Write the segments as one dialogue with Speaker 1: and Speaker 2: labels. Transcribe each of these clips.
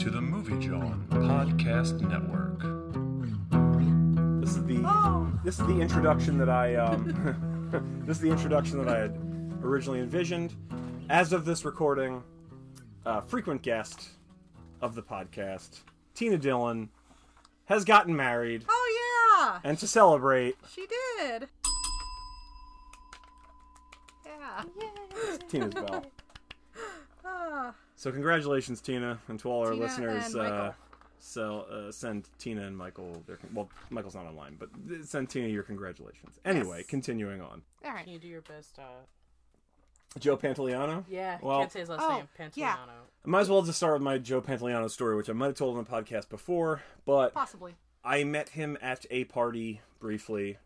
Speaker 1: Rage On Podcast Network.
Speaker 2: This is the this is the introduction that I um, this is the introduction that I had originally envisioned. As of this recording, uh, frequent guest of the podcast, Tina Dillon, has gotten married,
Speaker 3: Oh yeah,
Speaker 2: and to celebrate,
Speaker 3: she did. Yeah.
Speaker 2: it's Tina's bell.
Speaker 3: Ah,
Speaker 2: So congratulations, Tina, and to all our
Speaker 3: Tina
Speaker 2: listeners.
Speaker 3: and
Speaker 2: Uh,
Speaker 3: Michael.
Speaker 2: so uh, send Tina and Michael their con- well, Michael's not online, but uh, send Tina your congratulations. Anyway, continuing on,
Speaker 3: all right.
Speaker 4: Can you do your best? Uh,
Speaker 2: Joe Pantoliano.
Speaker 4: yeah,
Speaker 2: Well-
Speaker 4: can't say his last
Speaker 3: Oh,
Speaker 4: name. Pantoliano.
Speaker 3: yeah.
Speaker 2: I might as well just start with my Joe Pantoliano story, which I might have told on the podcast before, but
Speaker 3: Possibly.
Speaker 2: I met him at a party briefly,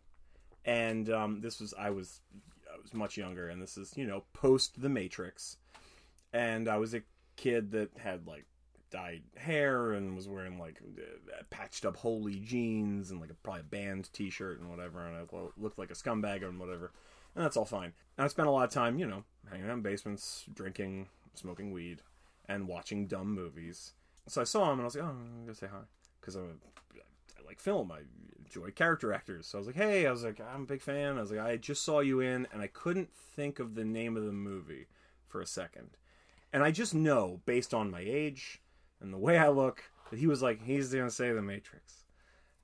Speaker 2: and um, this was I was I was much younger, and this is you know post The Matrix, and I was a kid that had like dyed hair and was wearing like uh, patched up holy jeans and like a, probably a band T-shirt and whatever, and I lo- looked like a scumbag and whatever, and that's all fine. And I spent a lot of time you know hanging out in basements, drinking, smoking weed, and watching dumb movies. So I saw him and I was like, oh, I'm gonna say hi because I'm a, I like film. I enjoy character actors. So I was like, hey, I was like, I'm a big fan. I was like, I just saw you in, and I couldn't think of the name of the movie for a second. And I just know, based on my age and the way I look, that he was like, he's gonna say The Matrix,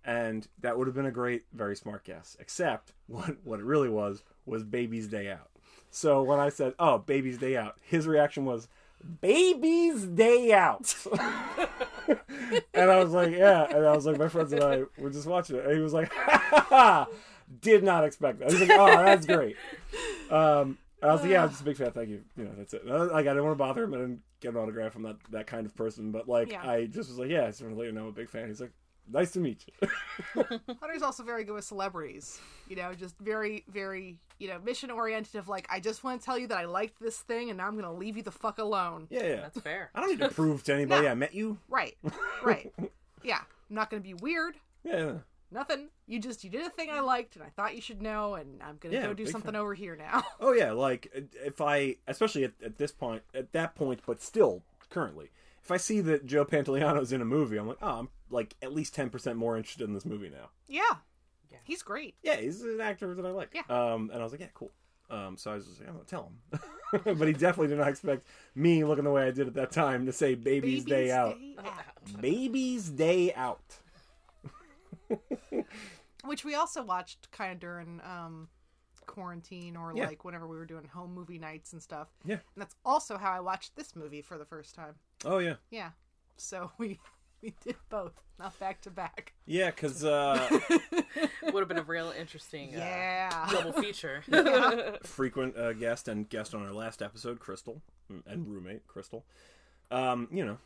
Speaker 2: and that would have been a great, very smart guess. Except what what it really was was Baby's Day Out. So when I said, oh, Baby's Day Out, his reaction was, Baby's Day Out. and I was like, yeah. And I was like, my friends and I were just watching it. And he was like, ha ha ha. Did not expect that. He's like, oh, that's great. Um, I was like, yeah, I'm just a big fan. Thank you. You know, that's it. And I was- like, I didn't want to bother him. I didn't get an autograph. I'm not that kind of person. But, like,
Speaker 3: Yeah.
Speaker 2: I just was like, yeah, I just want to let you know I'm a big fan. He's like, nice to meet you.
Speaker 3: Hunter's also very good with celebrities. You know, just very, very, you know, mission oriented. Of like, I just want to tell you that I liked this thing, and now I'm going to leave you the fuck alone.
Speaker 2: yeah, yeah.
Speaker 4: That's fair.
Speaker 2: I don't need to prove to anybody I met you.
Speaker 3: Right. Right. yeah. I'm not going to be weird.
Speaker 2: Yeah, yeah.
Speaker 3: Nothing. You just you did a thing I liked, and I thought you should know, and I'm going to
Speaker 2: Yeah,
Speaker 3: go do
Speaker 2: big
Speaker 3: something
Speaker 2: fan.
Speaker 3: over here now.
Speaker 2: Oh yeah, like if I, especially at, at this point, at that point, but still currently, if I see that Joe Pantoliano's in a movie, I'm like, oh, I'm like at least ten percent more interested in this movie now.
Speaker 3: yeah.
Speaker 4: Yeah.
Speaker 3: He's great.
Speaker 2: Yeah, he's an actor that I like.
Speaker 3: Yeah.
Speaker 2: Um, and I was like, yeah, cool. Um, so I was just like, I'm gonna tell him, but he definitely did not expect me looking the way I did at that time to say "Baby's, Day, Out." Baby's Day Out.
Speaker 3: which we also watched kind of during um quarantine or
Speaker 2: Yeah.
Speaker 3: like whenever we were doing home movie nights and stuff
Speaker 2: Yeah.
Speaker 3: and that's also how i watched this movie for the first time
Speaker 2: Oh yeah.
Speaker 3: yeah so we we did both not back to back
Speaker 2: Yeah, cause uh,
Speaker 4: Would have been a real interesting uh,
Speaker 3: yeah
Speaker 4: double feature.
Speaker 2: frequent uh, guest and guest on our last episode, Crystal, mm, and
Speaker 3: Mm.
Speaker 2: roommate Crystal. Um, you know,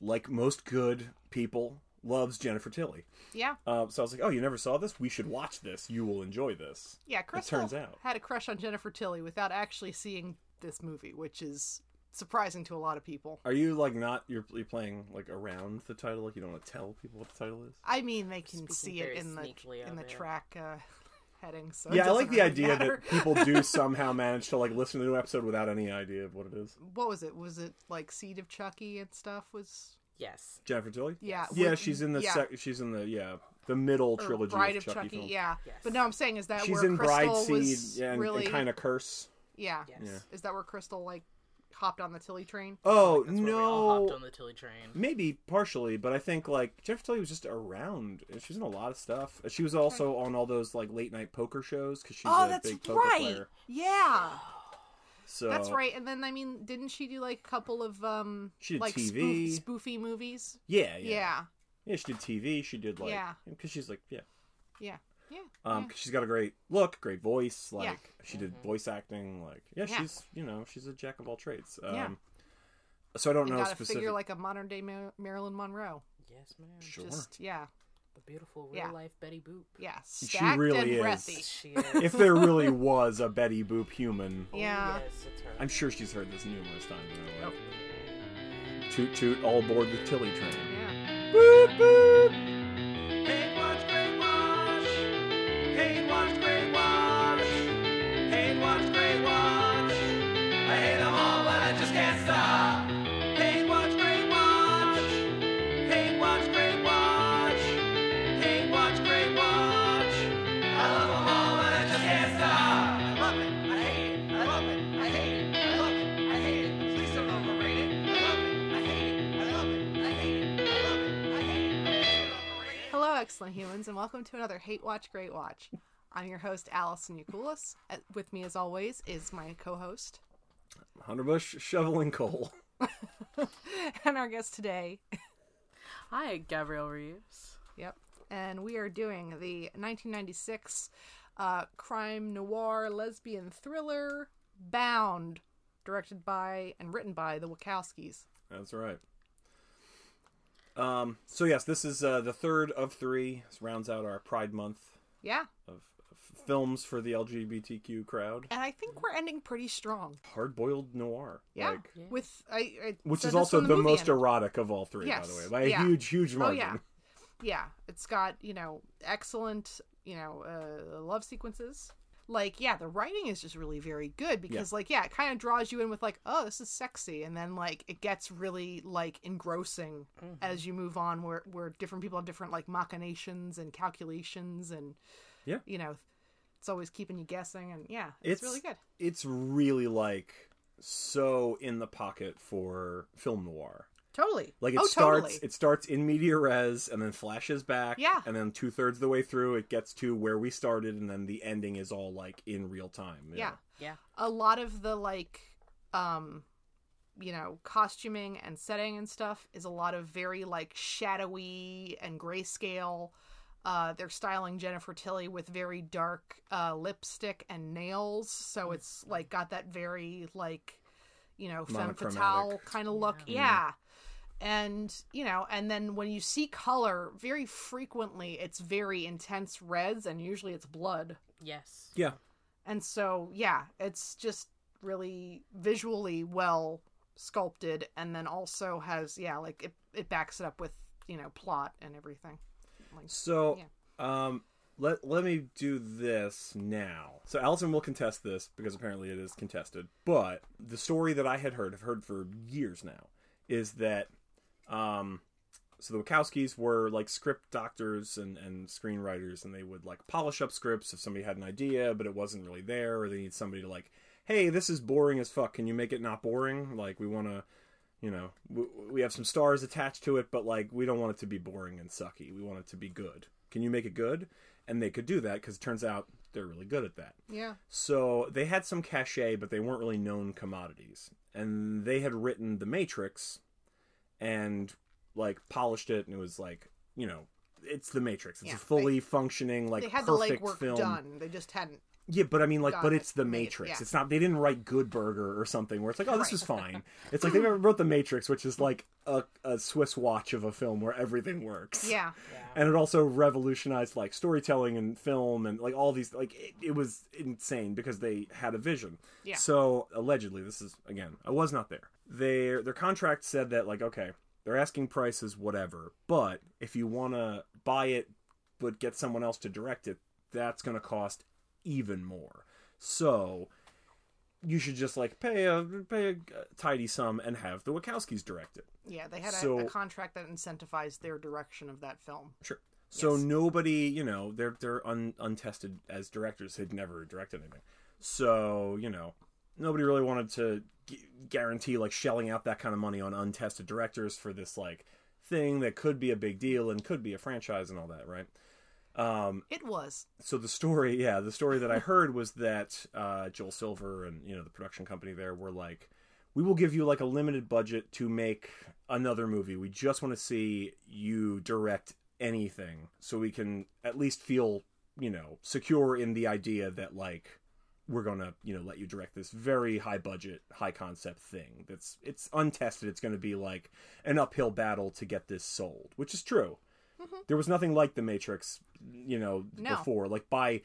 Speaker 2: like most good people, loves Jennifer Tilly.
Speaker 3: yeah
Speaker 2: Uh, so I was like, "Oh, you never saw this? We should watch this. You will enjoy this."
Speaker 3: yeah crystal
Speaker 2: turns out.
Speaker 3: had a crush on jennifer tilly without actually seeing this movie which is surprising to a lot of people
Speaker 2: Are you like not you're, you're playing like around the title? Like you don't want to tell people what the title is?
Speaker 3: i mean they can
Speaker 4: Speaking
Speaker 3: see it
Speaker 4: very
Speaker 3: in the
Speaker 4: sneakily
Speaker 3: in
Speaker 4: of
Speaker 3: the
Speaker 4: it.
Speaker 3: track uh heading so it
Speaker 2: yeah, I like
Speaker 3: doesn't
Speaker 2: the
Speaker 3: really
Speaker 2: idea
Speaker 3: matter.
Speaker 2: that people do somehow manage to like listen to the new episode without any idea of what it is.
Speaker 3: what was it was it like seed of chucky and stuff was
Speaker 4: yes.
Speaker 2: Jennifer Tilly.
Speaker 3: Yeah.
Speaker 2: Yeah,
Speaker 3: would-
Speaker 2: she's in the
Speaker 3: yeah.
Speaker 2: sec- she's in the yeah the middle
Speaker 3: or
Speaker 2: trilogy
Speaker 3: Bride
Speaker 2: of E.
Speaker 3: of,
Speaker 2: Chucky.
Speaker 3: Chucky.
Speaker 2: films.
Speaker 3: yeah,
Speaker 4: Yes.
Speaker 3: but no, I'm saying is that
Speaker 2: She's
Speaker 3: where
Speaker 2: in Bride
Speaker 3: Crystal
Speaker 2: Seed
Speaker 3: was
Speaker 2: yeah, and,
Speaker 3: really
Speaker 2: kind of curse.
Speaker 3: yeah.
Speaker 4: Yes.
Speaker 2: Yeah.
Speaker 3: Is that where Crystal like hopped on the Tilly train?
Speaker 2: Oh
Speaker 4: That's where we all hopped
Speaker 2: no,
Speaker 4: on the Tilly train.
Speaker 2: maybe partially, but I think like Jennifer Tilly was just around. She was in a lot of stuff. She was also on all those like late night poker shows because she's
Speaker 4: Oh,
Speaker 3: Oh,
Speaker 2: a big poker player.
Speaker 3: Yeah,
Speaker 2: So
Speaker 3: that's right. And then I mean, didn't she do like a couple of um
Speaker 2: She did
Speaker 3: like
Speaker 2: TV.
Speaker 3: Spoof, spoofy movies?
Speaker 2: Yeah, yeah, yeah.
Speaker 3: Yeah,
Speaker 2: She did TV. She did like
Speaker 3: Yeah.
Speaker 2: because she's like yeah.
Speaker 3: yeah, yeah.
Speaker 2: Um,
Speaker 3: yeah.
Speaker 2: 'cause she's got a great look, great voice. Like
Speaker 3: Yeah.
Speaker 2: she did
Speaker 4: Mm-hmm.
Speaker 2: voice acting. Like yeah,
Speaker 3: Yeah.
Speaker 2: she's you know she's a jack of all trades. Um,
Speaker 3: Yeah.
Speaker 2: So I don't
Speaker 3: And
Speaker 2: know
Speaker 3: got a
Speaker 2: specific.
Speaker 3: figure like a modern day Mar- Marilyn Monroe.
Speaker 4: Yes, ma'am.
Speaker 2: sure.
Speaker 3: Just yeah,
Speaker 4: The beautiful real
Speaker 3: Yeah.
Speaker 4: life Betty Boop.
Speaker 3: yeah. Stacked
Speaker 2: really
Speaker 3: and
Speaker 2: is.
Speaker 3: breathy.
Speaker 4: She is.
Speaker 2: if there really was a Betty Boop human,
Speaker 4: Oh,
Speaker 3: Yeah.
Speaker 4: Yes, it's her.
Speaker 2: I'm sure she's heard this numerous times. In her life. Toot toot, all aboard the Tilly train.
Speaker 3: Yeah.
Speaker 2: Boop boop. Hate watch, great watch. Hate watch, great watch. Hate watch, great watch. I hate them all, but I just can't stop. Hate watch, great watch. Hate
Speaker 3: Excellent humans, and welcome to another Hate Watch Great Watch. I'm your host, Allison Eucoulis. Uh, With me, as always, is my co host.
Speaker 2: Hunter Bush shoveling coal.
Speaker 3: And our guest today
Speaker 4: Hi, Gabrielle Reeves.
Speaker 3: Yep. And we are doing the 1996 uh, crime noir lesbian thriller Bound, directed by and written by the Wachowskis.
Speaker 2: That's right. Um, so yes, this is uh, the third of three. This rounds out our Pride Month
Speaker 3: Yeah.
Speaker 2: of, of films for the LGBTQ crowd.
Speaker 3: And I think we're ending pretty strong.
Speaker 2: Hard-boiled noir.
Speaker 3: Yeah.
Speaker 2: like-
Speaker 3: With I, I
Speaker 2: which
Speaker 3: said
Speaker 2: is
Speaker 3: this
Speaker 2: also
Speaker 3: when
Speaker 2: the,
Speaker 3: movie
Speaker 2: most
Speaker 3: ended.
Speaker 2: erotic of all three, by
Speaker 3: Yes,
Speaker 2: the way, by a
Speaker 3: yeah.
Speaker 2: huge, huge
Speaker 3: Oh
Speaker 2: margin.
Speaker 3: yeah. Yeah. It's got, you know, excellent, you know, uh, love sequences. Like, yeah, the writing is just really very good because like, yeah, it kind of draws you in with like, oh, this is sexy and then like it gets really like engrossing
Speaker 2: Mm-hmm.
Speaker 3: as you move on where where different people have different like machinations and calculations and
Speaker 2: Yeah.
Speaker 3: you know, it's always keeping you guessing and yeah, it's really good.
Speaker 2: It's really like so in the pocket for film noir.
Speaker 3: Totally.
Speaker 2: Like it
Speaker 3: oh,
Speaker 2: starts,
Speaker 3: totally.
Speaker 2: it starts in media res, and then flashes back.
Speaker 3: Yeah.
Speaker 2: and then two thirds the way through, it gets to where we started, and then the ending is all like in real time. you
Speaker 3: yeah.
Speaker 2: know?
Speaker 4: Yeah.
Speaker 3: a lot of the like um you know costuming and setting and stuff is a lot of very like shadowy and grayscale uh they're styling jennifer tilly with very dark uh lipstick and nails
Speaker 4: Hmm.
Speaker 3: so it's like got that very like you know femme
Speaker 2: Monochromatic.
Speaker 3: fatale kind of look
Speaker 4: Yeah.
Speaker 3: yeah and you know and then when you see color very frequently it's very intense reds and usually it's blood
Speaker 4: Yes.
Speaker 2: yeah.
Speaker 3: and so, yeah, it's just really visually well sculpted and then also has, yeah, like it, it backs it up with, you know, plot and everything.
Speaker 2: So, um, let let me do this now. So Allison will contest this because apparently it is contested. But the story that I had heard, have heard for years now, is that, um, so the Wachowskis were like script doctors and and screenwriters, and they would like polish up scripts if somebody had an idea but it wasn't really there, or they need somebody to like, hey, this is boring as fuck. Can you make it not boring? Like we want to you know, we, we have some stars attached to it, but like we don't want it to be boring and sucky. We want it to be good. Can you make it good? And they could do that because it turns out they're really good at that.
Speaker 3: Yeah.
Speaker 2: So they had some cachet, but they weren't really known commodities. And they had written The Matrix and like polished it, and it was like, you know, it's The Matrix. It's
Speaker 3: Yeah,
Speaker 2: a fully functioning, like
Speaker 3: They had the
Speaker 2: perfect
Speaker 3: legwork
Speaker 2: film.
Speaker 3: done. They just hadn't.
Speaker 2: Yeah, but I mean, like,
Speaker 3: Got
Speaker 2: but
Speaker 3: it.
Speaker 2: it's the
Speaker 3: Made it,
Speaker 2: Matrix.
Speaker 3: yeah.
Speaker 2: It's not. They didn't write Good Burger or something where it's like, oh, this is fine. It's like they never wrote the Matrix, which is like a, a Swiss watch of a film where everything works.
Speaker 3: Yeah.
Speaker 2: and it also revolutionized like storytelling and film and like all these. Like it, it was insane because they had a vision.
Speaker 3: Yeah.
Speaker 2: So allegedly, this is again, I was not there. Their their contract said that like, okay, they're asking prices, whatever, but if you want to buy it, but get someone else to direct it, that's going to cost even more. So you should just like pay a pay a tidy sum and have the Wachowskis direct it.
Speaker 3: Yeah. They had a, a
Speaker 2: So-
Speaker 3: contract that incentivized their direction of that film.
Speaker 2: Sure. So
Speaker 3: Yes.
Speaker 2: nobody, you know, they're they're un, untested as directors. They'd never directed anything. So you know, nobody really wanted to gu- guarantee like shelling out that kind of money on untested directors for this like thing that could be a big deal and could be a franchise and all that, right? Um,
Speaker 3: It was.
Speaker 2: so the story, yeah, the story that I heard was that uh, Joel Silver and you know the production company there were like, we will give you like a limited budget to make another movie. We just want to see you direct anything, so we can at least feel you know secure in the idea that like we're gonna you know let you direct this very high budget, high concept thing. That's it's untested. It's gonna be like an uphill battle to get this sold, which is true. There was nothing like The Matrix, you know,
Speaker 3: No.
Speaker 2: before, like by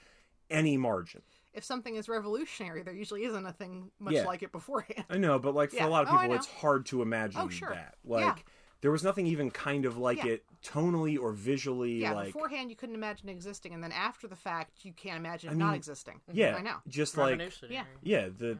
Speaker 2: any margin.
Speaker 3: If something is revolutionary, there usually isn't a thing much
Speaker 2: Yeah.
Speaker 3: like it beforehand.
Speaker 2: I know, but like for
Speaker 3: Yeah.
Speaker 2: a lot of
Speaker 3: Oh, I
Speaker 2: people,
Speaker 3: know.
Speaker 2: it's hard to imagine
Speaker 3: Oh, sure.
Speaker 2: that.
Speaker 3: Yeah.
Speaker 2: Like there was nothing even kind of like
Speaker 3: Yeah.
Speaker 2: it tonally or visually.
Speaker 3: Yeah,
Speaker 2: like
Speaker 3: beforehand you couldn't imagine existing, and then after the fact you can't imagine it
Speaker 2: I
Speaker 3: not
Speaker 2: mean,
Speaker 3: existing.
Speaker 2: yeah,
Speaker 3: I know.
Speaker 2: just like
Speaker 4: Revolutionary.
Speaker 3: yeah.
Speaker 2: yeah the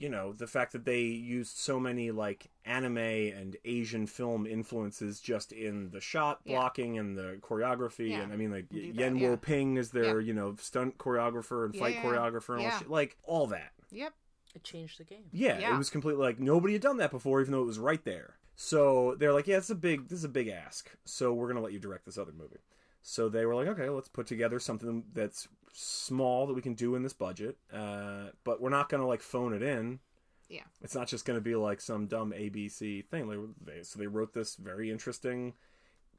Speaker 2: you know the fact that they used so many like anime and asian film influences just in the shot
Speaker 3: Yeah.
Speaker 2: blocking and the choreography
Speaker 3: Yeah.
Speaker 2: and i mean like
Speaker 3: Do
Speaker 2: yen
Speaker 3: that,
Speaker 2: wo
Speaker 3: yeah.
Speaker 2: ping is their you know stunt choreographer and fight
Speaker 3: Yeah.
Speaker 2: choreographer and
Speaker 3: Yeah.
Speaker 2: all shit, like all that
Speaker 3: Yep.
Speaker 4: It changed the game.
Speaker 2: yeah,
Speaker 3: Yeah.
Speaker 2: it was completely like nobody had done that before even though it was right there so they're like yeah it's a big this is a big ask so we're gonna let you direct this other movie So they were like, okay, let's put together something that's small that we can do in this budget, uh, but we're not going to like phone it in.
Speaker 3: Yeah.
Speaker 2: It's not just going to be like some dumb ABC thing. Like, they, so they wrote this very interesting,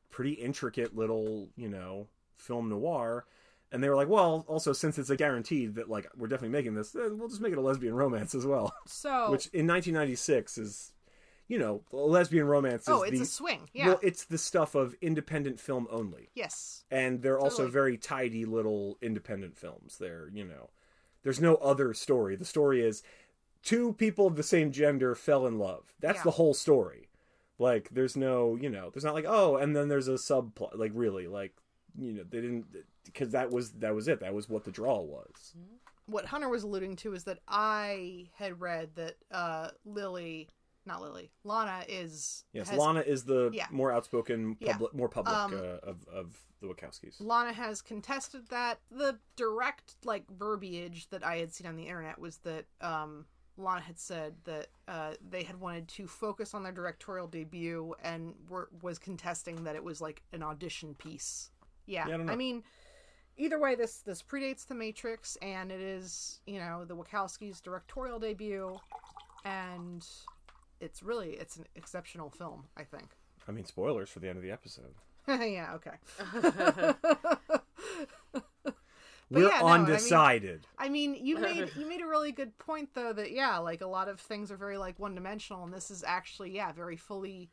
Speaker 2: pretty intricate little, you know, film noir. And they were like, well, also since it's a guarantee that like we're definitely making this, then we'll just make it a lesbian romance as well.
Speaker 3: So
Speaker 2: Which in 1996 is, you know, lesbian romance.
Speaker 3: oh,
Speaker 2: is
Speaker 3: it's
Speaker 2: the,
Speaker 3: a swing. Yeah.
Speaker 2: Well, it's the stuff of independent film only
Speaker 3: yes.
Speaker 2: and they're also
Speaker 3: Totally.
Speaker 2: very tidy little independent films. They're you know, there's no other story. The story is two people of the same gender fell in love. That's
Speaker 3: Yeah.
Speaker 2: the whole story. Like there's no you know, there's not like oh, and then there's a subplot. Like really, like you know, they didn't because that was that was it. That was what the draw was.
Speaker 3: What Hunter was alluding to is that I had read that uh, Lily, not Lily, Lana is
Speaker 2: Yes,
Speaker 3: has-
Speaker 2: Lana is the
Speaker 3: Yeah.
Speaker 2: more outspoken,
Speaker 3: Yeah.
Speaker 2: public, more public
Speaker 3: Um,
Speaker 2: uh, of of the Wachowskis.
Speaker 3: Lana has contested that. The direct like verbiage that I had seen on the internet was that um, Lana had said that uh, they had wanted to focus on their directorial debut and were, was contesting that it was like an audition piece. Yeah,
Speaker 2: Yeah, I don't know.
Speaker 3: I, mean, either way, this this predates The Matrix, and it is you know the Wachowskis' directorial debut, and it's really it's an exceptional film. I think.
Speaker 2: I mean, spoilers for the end of the episode.
Speaker 3: yeah. Okay. But
Speaker 2: We're
Speaker 3: yeah, no, I mean-
Speaker 2: undecided.
Speaker 3: I mean, you made you made a really good point though that yeah, like a lot of things are very like one dimensional, and this is actually yeah very fully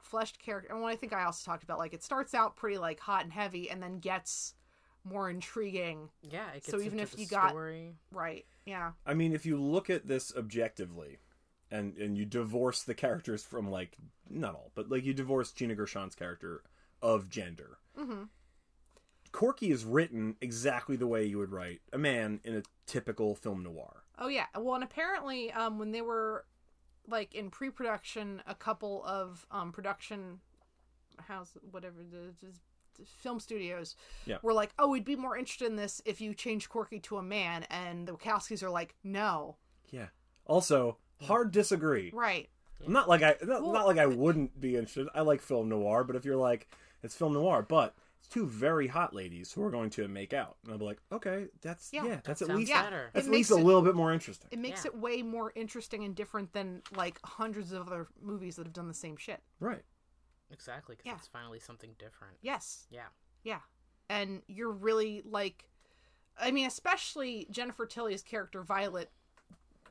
Speaker 3: fleshed character. And what I think I also talked about like it starts out pretty like hot and heavy, and then gets more intriguing.
Speaker 4: Yeah, it gets
Speaker 3: So even
Speaker 4: into
Speaker 3: if
Speaker 4: the
Speaker 3: you got-
Speaker 4: story.
Speaker 3: Right? Yeah.
Speaker 2: I mean, if you look at this objectively, and and you divorce the characters from like not all, but like you divorce Gina Gershon's character of gender,
Speaker 3: Mm-hmm.
Speaker 2: Corky is written exactly the way you would write a man in a typical film noir.
Speaker 3: Oh yeah. Well, and apparently, um, when they were like in pre-production, a couple of um production house whatever the, the- the film studios
Speaker 2: Yeah.
Speaker 3: were like, oh, we'd be more interested in this if you change Corky to a man, and the Wachowskis are like, no,
Speaker 2: Yeah. Also, hard disagree.
Speaker 3: right.
Speaker 2: Not like I not,
Speaker 3: Well-
Speaker 2: not like I wouldn't be interested. I like film noir, but if you're like it's film noir, but it's two very hot ladies who are going to make out, and I'll be like, okay, that's yeah,
Speaker 3: Yeah,
Speaker 2: that's
Speaker 4: that
Speaker 2: at
Speaker 4: sounds
Speaker 2: least
Speaker 3: Yeah.
Speaker 4: better.
Speaker 2: that's
Speaker 3: It
Speaker 2: at least
Speaker 3: makes
Speaker 2: a
Speaker 3: it-
Speaker 2: little bit more interesting.
Speaker 3: It makes
Speaker 4: Yeah.
Speaker 3: it way more interesting and different than like hundreds of other movies that have done the same shit.
Speaker 2: right.
Speaker 4: Exactly, because
Speaker 3: Yeah.
Speaker 4: it's finally something different.
Speaker 3: Yes.
Speaker 4: Yeah.
Speaker 3: Yeah. And you're really like I mean, especially Jennifer Tilly's character Violet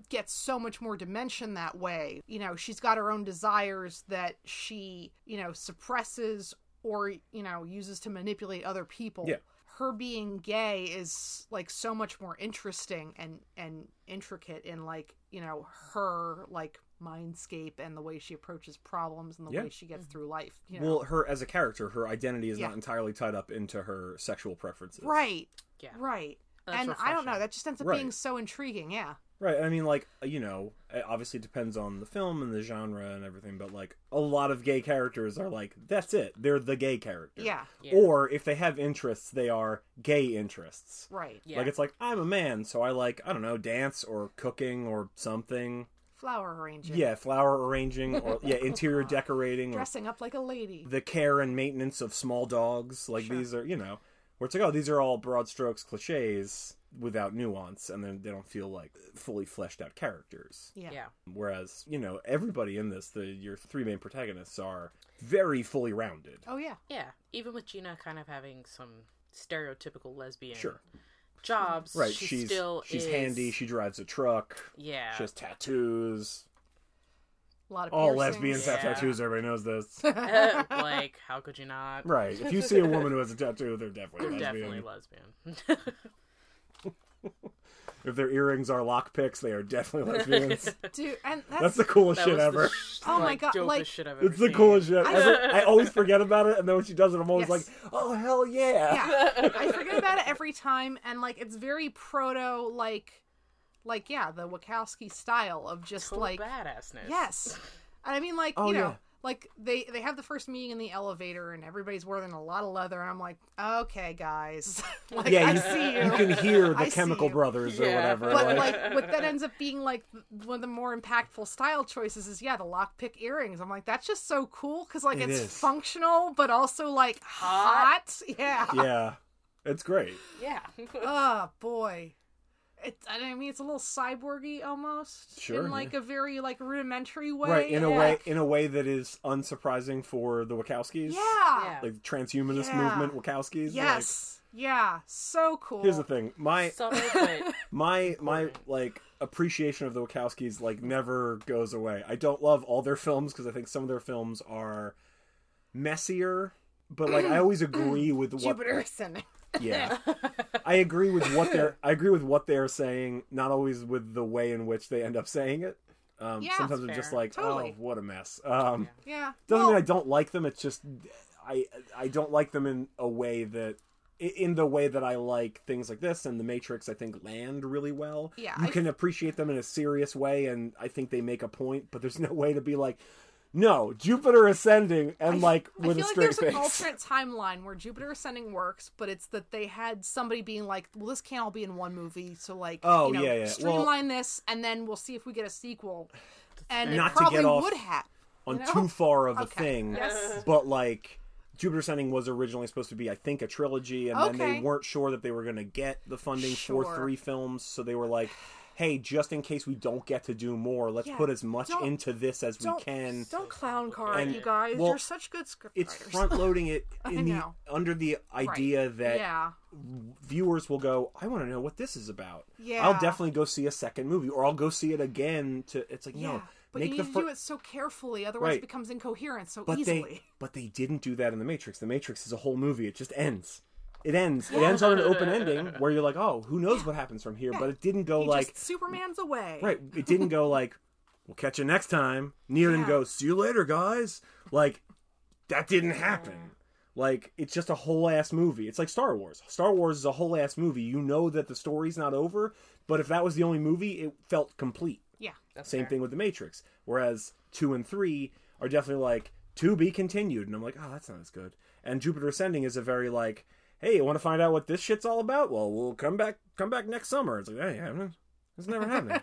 Speaker 3: gets so much more dimension that way. You know, she's got her own desires that she, you know, suppresses or, you know, uses to manipulate other people.
Speaker 2: Yeah.
Speaker 3: Her being gay is like so much more interesting and and intricate in like, you know, her like mindscape and the way she approaches problems and the
Speaker 2: Yeah.
Speaker 3: way she gets through life, you know.
Speaker 2: Well, her as a character, her identity is
Speaker 3: Yeah.
Speaker 2: not entirely tied up into her sexual preferences.
Speaker 3: right.
Speaker 4: Yeah.
Speaker 3: Right.
Speaker 4: That's
Speaker 3: and I don't know.
Speaker 4: refreshing.
Speaker 3: That just ends up
Speaker 2: Right.
Speaker 3: being so intriguing. Yeah.
Speaker 2: Right. I mean, like, you know, it obviously depends on the film and the genre and everything, but like a lot of gay characters are like, that's it. They're the gay character.
Speaker 3: Yeah.
Speaker 4: Yeah.
Speaker 2: Or if they have interests, they are gay interests.
Speaker 3: Right.
Speaker 4: yeah.
Speaker 2: Like, it's like, I'm a man, so I like, I don't know, dance or cooking or something.
Speaker 3: Flower arranging.
Speaker 2: Yeah, flower arranging or, yeah, interior decorating or
Speaker 3: Dressing up like a lady.
Speaker 2: the care and maintenance of small dogs. Like
Speaker 3: Sure.
Speaker 2: these are, you know, where it's like, oh, these are all broad strokes cliches without nuance, and then they don't feel like fully fleshed out characters.
Speaker 3: Yeah.
Speaker 4: yeah.
Speaker 2: Whereas, you know, everybody in this, the your three main protagonists are very fully rounded.
Speaker 3: Oh yeah.
Speaker 4: Yeah. Even with Gina kind of having some stereotypical lesbian
Speaker 2: Sure,
Speaker 4: jobs,
Speaker 2: right?
Speaker 4: she
Speaker 2: she's
Speaker 4: still
Speaker 2: she's
Speaker 4: is-
Speaker 2: handy. She drives a truck.
Speaker 4: yeah.
Speaker 2: She has tattoos.
Speaker 3: A lot of
Speaker 2: All lesbians
Speaker 3: piercings.
Speaker 2: have
Speaker 4: Yeah.
Speaker 2: tattoos. Everybody knows this,
Speaker 4: like, how could you not?
Speaker 2: right? If you see a woman who has a tattoo, they're definitely a lesbian.
Speaker 4: Definitely lesbian.
Speaker 2: If their earrings are lockpicks, they are definitely lesbians.
Speaker 3: Dude, and that's,
Speaker 2: That's the coolest
Speaker 4: That
Speaker 2: shit
Speaker 4: was the
Speaker 2: ever.
Speaker 4: sh-
Speaker 3: Oh my
Speaker 4: like,
Speaker 3: God,
Speaker 4: dopest
Speaker 3: like-
Speaker 4: shit I've ever
Speaker 2: It's the
Speaker 4: seen.
Speaker 2: coolest shit.
Speaker 3: I-
Speaker 2: Ever. I always forget about it, and then when she does it, I'm always
Speaker 3: Yes.
Speaker 2: like, "Oh hell yeah!"
Speaker 3: yeah. I forget about it every time, and like it's very proto, like, like yeah, the Wachowski style of just
Speaker 4: Total
Speaker 3: like
Speaker 4: badassness.
Speaker 3: yes, and I mean like
Speaker 2: Oh
Speaker 3: you know
Speaker 2: yeah.
Speaker 3: like they they have the first meeting in the elevator and everybody's wearing a lot of leather and i'm like okay guys like
Speaker 2: yeah,
Speaker 3: i
Speaker 2: you,
Speaker 3: see you
Speaker 2: you can hear the
Speaker 3: I see
Speaker 2: Chemical
Speaker 3: you.
Speaker 2: Brothers or
Speaker 4: Yeah.
Speaker 2: whatever. like-
Speaker 3: but like what that ends up being like one of the more impactful style choices is yeah the lockpick earrings i'm like that's just so cool because like
Speaker 2: It
Speaker 3: it's
Speaker 2: is.
Speaker 3: functional but also like hot, yeah
Speaker 2: yeah, it's great.
Speaker 4: Yeah.
Speaker 3: oh boy it, I mean, it's a little cyborgy almost,
Speaker 2: Sure,
Speaker 3: in like a very like rudimentary way.
Speaker 2: right in a
Speaker 3: yeah.
Speaker 2: way, in a way that is unsurprising for the Wachowskis.
Speaker 3: yeah.
Speaker 4: Yeah.
Speaker 2: like transhumanist
Speaker 3: Yeah.
Speaker 2: movement Wachowskis.
Speaker 3: Yes. yeah. So cool.
Speaker 2: Like, here's the thing. My
Speaker 4: Subtle, but
Speaker 2: my my like appreciation of the Wachowskis like never goes away. I don't love all their films because I think some of their films are messier, but like I always agree with what
Speaker 3: Jupiter ascending.
Speaker 2: yeah. I agree with what they're I agree with what they're saying, not always with the way in which they end up saying it. Um,
Speaker 3: Yeah,
Speaker 2: sometimes
Speaker 4: that's
Speaker 2: I'm just
Speaker 4: fair.
Speaker 2: like,
Speaker 3: Totally.
Speaker 2: oh, what a mess. Um,
Speaker 3: Yeah.
Speaker 2: doesn't
Speaker 3: Well,
Speaker 2: mean I don't like them. It's just I I don't like them in a way that i- in the way that I like things like this and The Matrix. I think land really well.
Speaker 3: Yeah,
Speaker 2: you
Speaker 3: I-
Speaker 2: can appreciate them in a serious way, and I think they make a point. But there's no way to be like, no, Jupiter ascending, and like
Speaker 3: I
Speaker 2: with a
Speaker 3: feel like
Speaker 2: straight
Speaker 3: there's an
Speaker 2: face.
Speaker 3: alternate timeline where Jupiter Ascending works, but it's that they had somebody being like, "Well, this can't all be in one movie, so like,
Speaker 2: Oh,
Speaker 3: you know,
Speaker 2: yeah, yeah. Well-
Speaker 3: streamline this, and then we'll see if we get a sequel." And
Speaker 2: Not to get
Speaker 3: it probably
Speaker 2: off-
Speaker 3: would have.
Speaker 2: on
Speaker 3: you know?
Speaker 2: too far of a
Speaker 3: Okay.
Speaker 2: thing.
Speaker 3: Yes.
Speaker 2: But like Jupiter Ascending was originally supposed to be, I think, a trilogy, and then
Speaker 3: Okay.
Speaker 2: they weren't sure that they were going to get the funding
Speaker 3: Sure.
Speaker 2: for three films, so they were like, "Hey, just in case we don't get to do more, let's
Speaker 3: Yeah.
Speaker 2: put as much
Speaker 3: Don't-
Speaker 2: into this as we
Speaker 3: Don't
Speaker 2: can."
Speaker 3: don't clown card,
Speaker 2: And-
Speaker 3: you guys.
Speaker 2: well,
Speaker 3: You're such good scriptwriters.
Speaker 2: It's front loading it in the
Speaker 3: know.
Speaker 2: under the idea that
Speaker 3: yeah,
Speaker 2: viewers will go, "I want to know what this is about."
Speaker 3: Yeah.
Speaker 2: I'll definitely go see a second movie, or I'll go see it again. To it's like,
Speaker 3: yeah.
Speaker 2: no,
Speaker 3: But
Speaker 2: make
Speaker 3: you
Speaker 2: the
Speaker 3: need
Speaker 2: fir-
Speaker 3: to do it so carefully, otherwise it
Speaker 2: Right.
Speaker 3: becomes incoherent so
Speaker 2: but
Speaker 3: easily.
Speaker 2: they but they didn't do that in the matrix the matrix is a whole movie it just ends it ends it ends on an open ending where you're like oh who knows what happens from here but it didn't go
Speaker 3: He
Speaker 2: like
Speaker 3: just Superman's away.
Speaker 2: right it didn't go like we'll catch you next time neil didn't
Speaker 3: Yeah.
Speaker 2: go see you later guys like that didn't happen like it's just a whole ass movie it's like star wars star wars is a whole ass movie you know that the story's not over but if that was the only movie it felt complete
Speaker 3: Yeah.
Speaker 4: that's
Speaker 2: same
Speaker 4: fair.
Speaker 2: thing with the Matrix. Whereas two and three are definitely like to be continued, and I'm like, oh, that's not as good. And Jupiter Ascending is a very like, hey, you want to find out what this shit's all about? Well, we'll come back, come back next summer. It's like that ain't happening. It's never happening.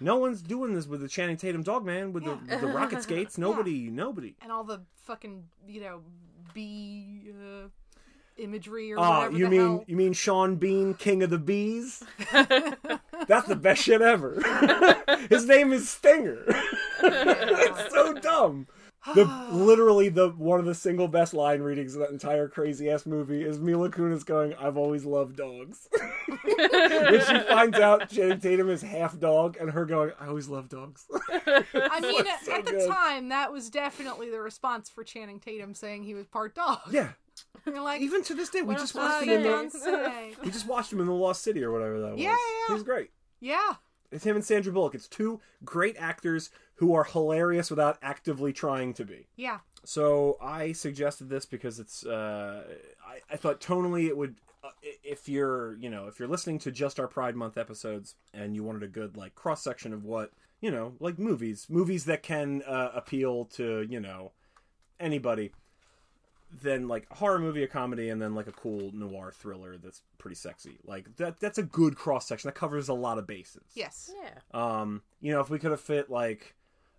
Speaker 2: no one's doing this with the Channing Tatum dog man with the, with the rocket skates. Nobody, nobody.
Speaker 3: and all the fucking you know bee uh, imagery or
Speaker 2: Ah,
Speaker 3: whatever
Speaker 2: you
Speaker 3: the
Speaker 2: mean
Speaker 3: hell.
Speaker 2: you mean Sean Bean, King of the Bees? That's the best shit ever. His name is Stinger. it's so dumb. The literally the one of the single best line readings of that entire crazy ass movie is Mila Kunis going, "I've always loved dogs." when she finds out Janet Tatum is half dog, and her going, "I always love dogs."
Speaker 3: I mean, at,
Speaker 2: so
Speaker 3: at the
Speaker 2: good.
Speaker 3: time, that was definitely the response for Channing Tatum saying he was part dog.
Speaker 2: yeah,
Speaker 3: You're like,
Speaker 2: even to this day, we
Speaker 4: What
Speaker 2: just
Speaker 4: a
Speaker 2: watched
Speaker 3: "Oh,
Speaker 2: him in the
Speaker 4: fucking-
Speaker 3: Beyonce."
Speaker 2: we just watched him in the Lost City or whatever that was.
Speaker 3: Yeah, yeah,
Speaker 2: he was great.
Speaker 3: yeah,
Speaker 2: It's him and Sandra Bullock. It's two great actors who are hilarious without actively trying to be.
Speaker 3: yeah,
Speaker 2: So I suggested this because it's. Uh, I, I thought tonally it would. Uh, i- if you're, you know, if you're listening to just our Pride Month episodes and you wanted a good like cross section of what you know, like movies, movies that can uh, appeal to you know anybody, then like a horror movie, a comedy, and then like a cool noir thriller that's pretty sexy. Like that. That's a good cross section that covers a lot of bases.
Speaker 3: yes,
Speaker 4: Yeah.
Speaker 2: Um, you know, if we could have fit like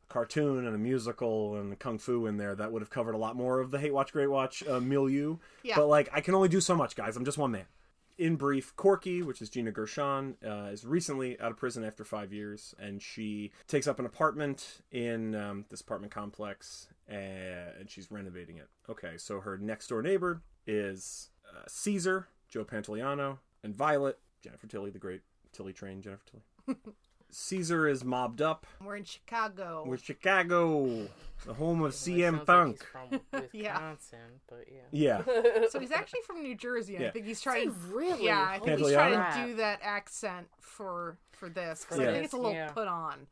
Speaker 2: a cartoon and a musical and kung fu in there, that would have covered a lot more of the Hate Watch Great Watch uh, milieu.
Speaker 3: Yeah.
Speaker 2: But like, I can only do so much, guys. I'm just one man. In brief, Corky, which is Gina Gershon, uh, is recently out of prison after five years, and she takes up an apartment in um, this apartment complex, uh, and she's renovating it. Okay, so her next door neighbor is uh, Caesar, Joe Pantoliano, and Violet, Jennifer Tilly, the great Tilly train, Jennifer Tilly. Caesar is mobbed up.
Speaker 3: We're in Chicago.
Speaker 2: We're Chicago, the home of
Speaker 4: Well,
Speaker 2: CM
Speaker 4: it Oh. sounds
Speaker 2: Punk.
Speaker 4: like he's from
Speaker 3: Yeah.
Speaker 4: Wisconsin, but yeah.
Speaker 2: yeah,
Speaker 3: So he's actually from New Jersey. and I
Speaker 2: Yeah.
Speaker 3: think he's trying.
Speaker 4: he really?
Speaker 3: Yeah, I think he's
Speaker 2: Holy
Speaker 3: trying
Speaker 4: crap.
Speaker 3: to do that accent for for this because I
Speaker 2: Yeah.
Speaker 3: think it's a little
Speaker 4: Yeah.
Speaker 3: put on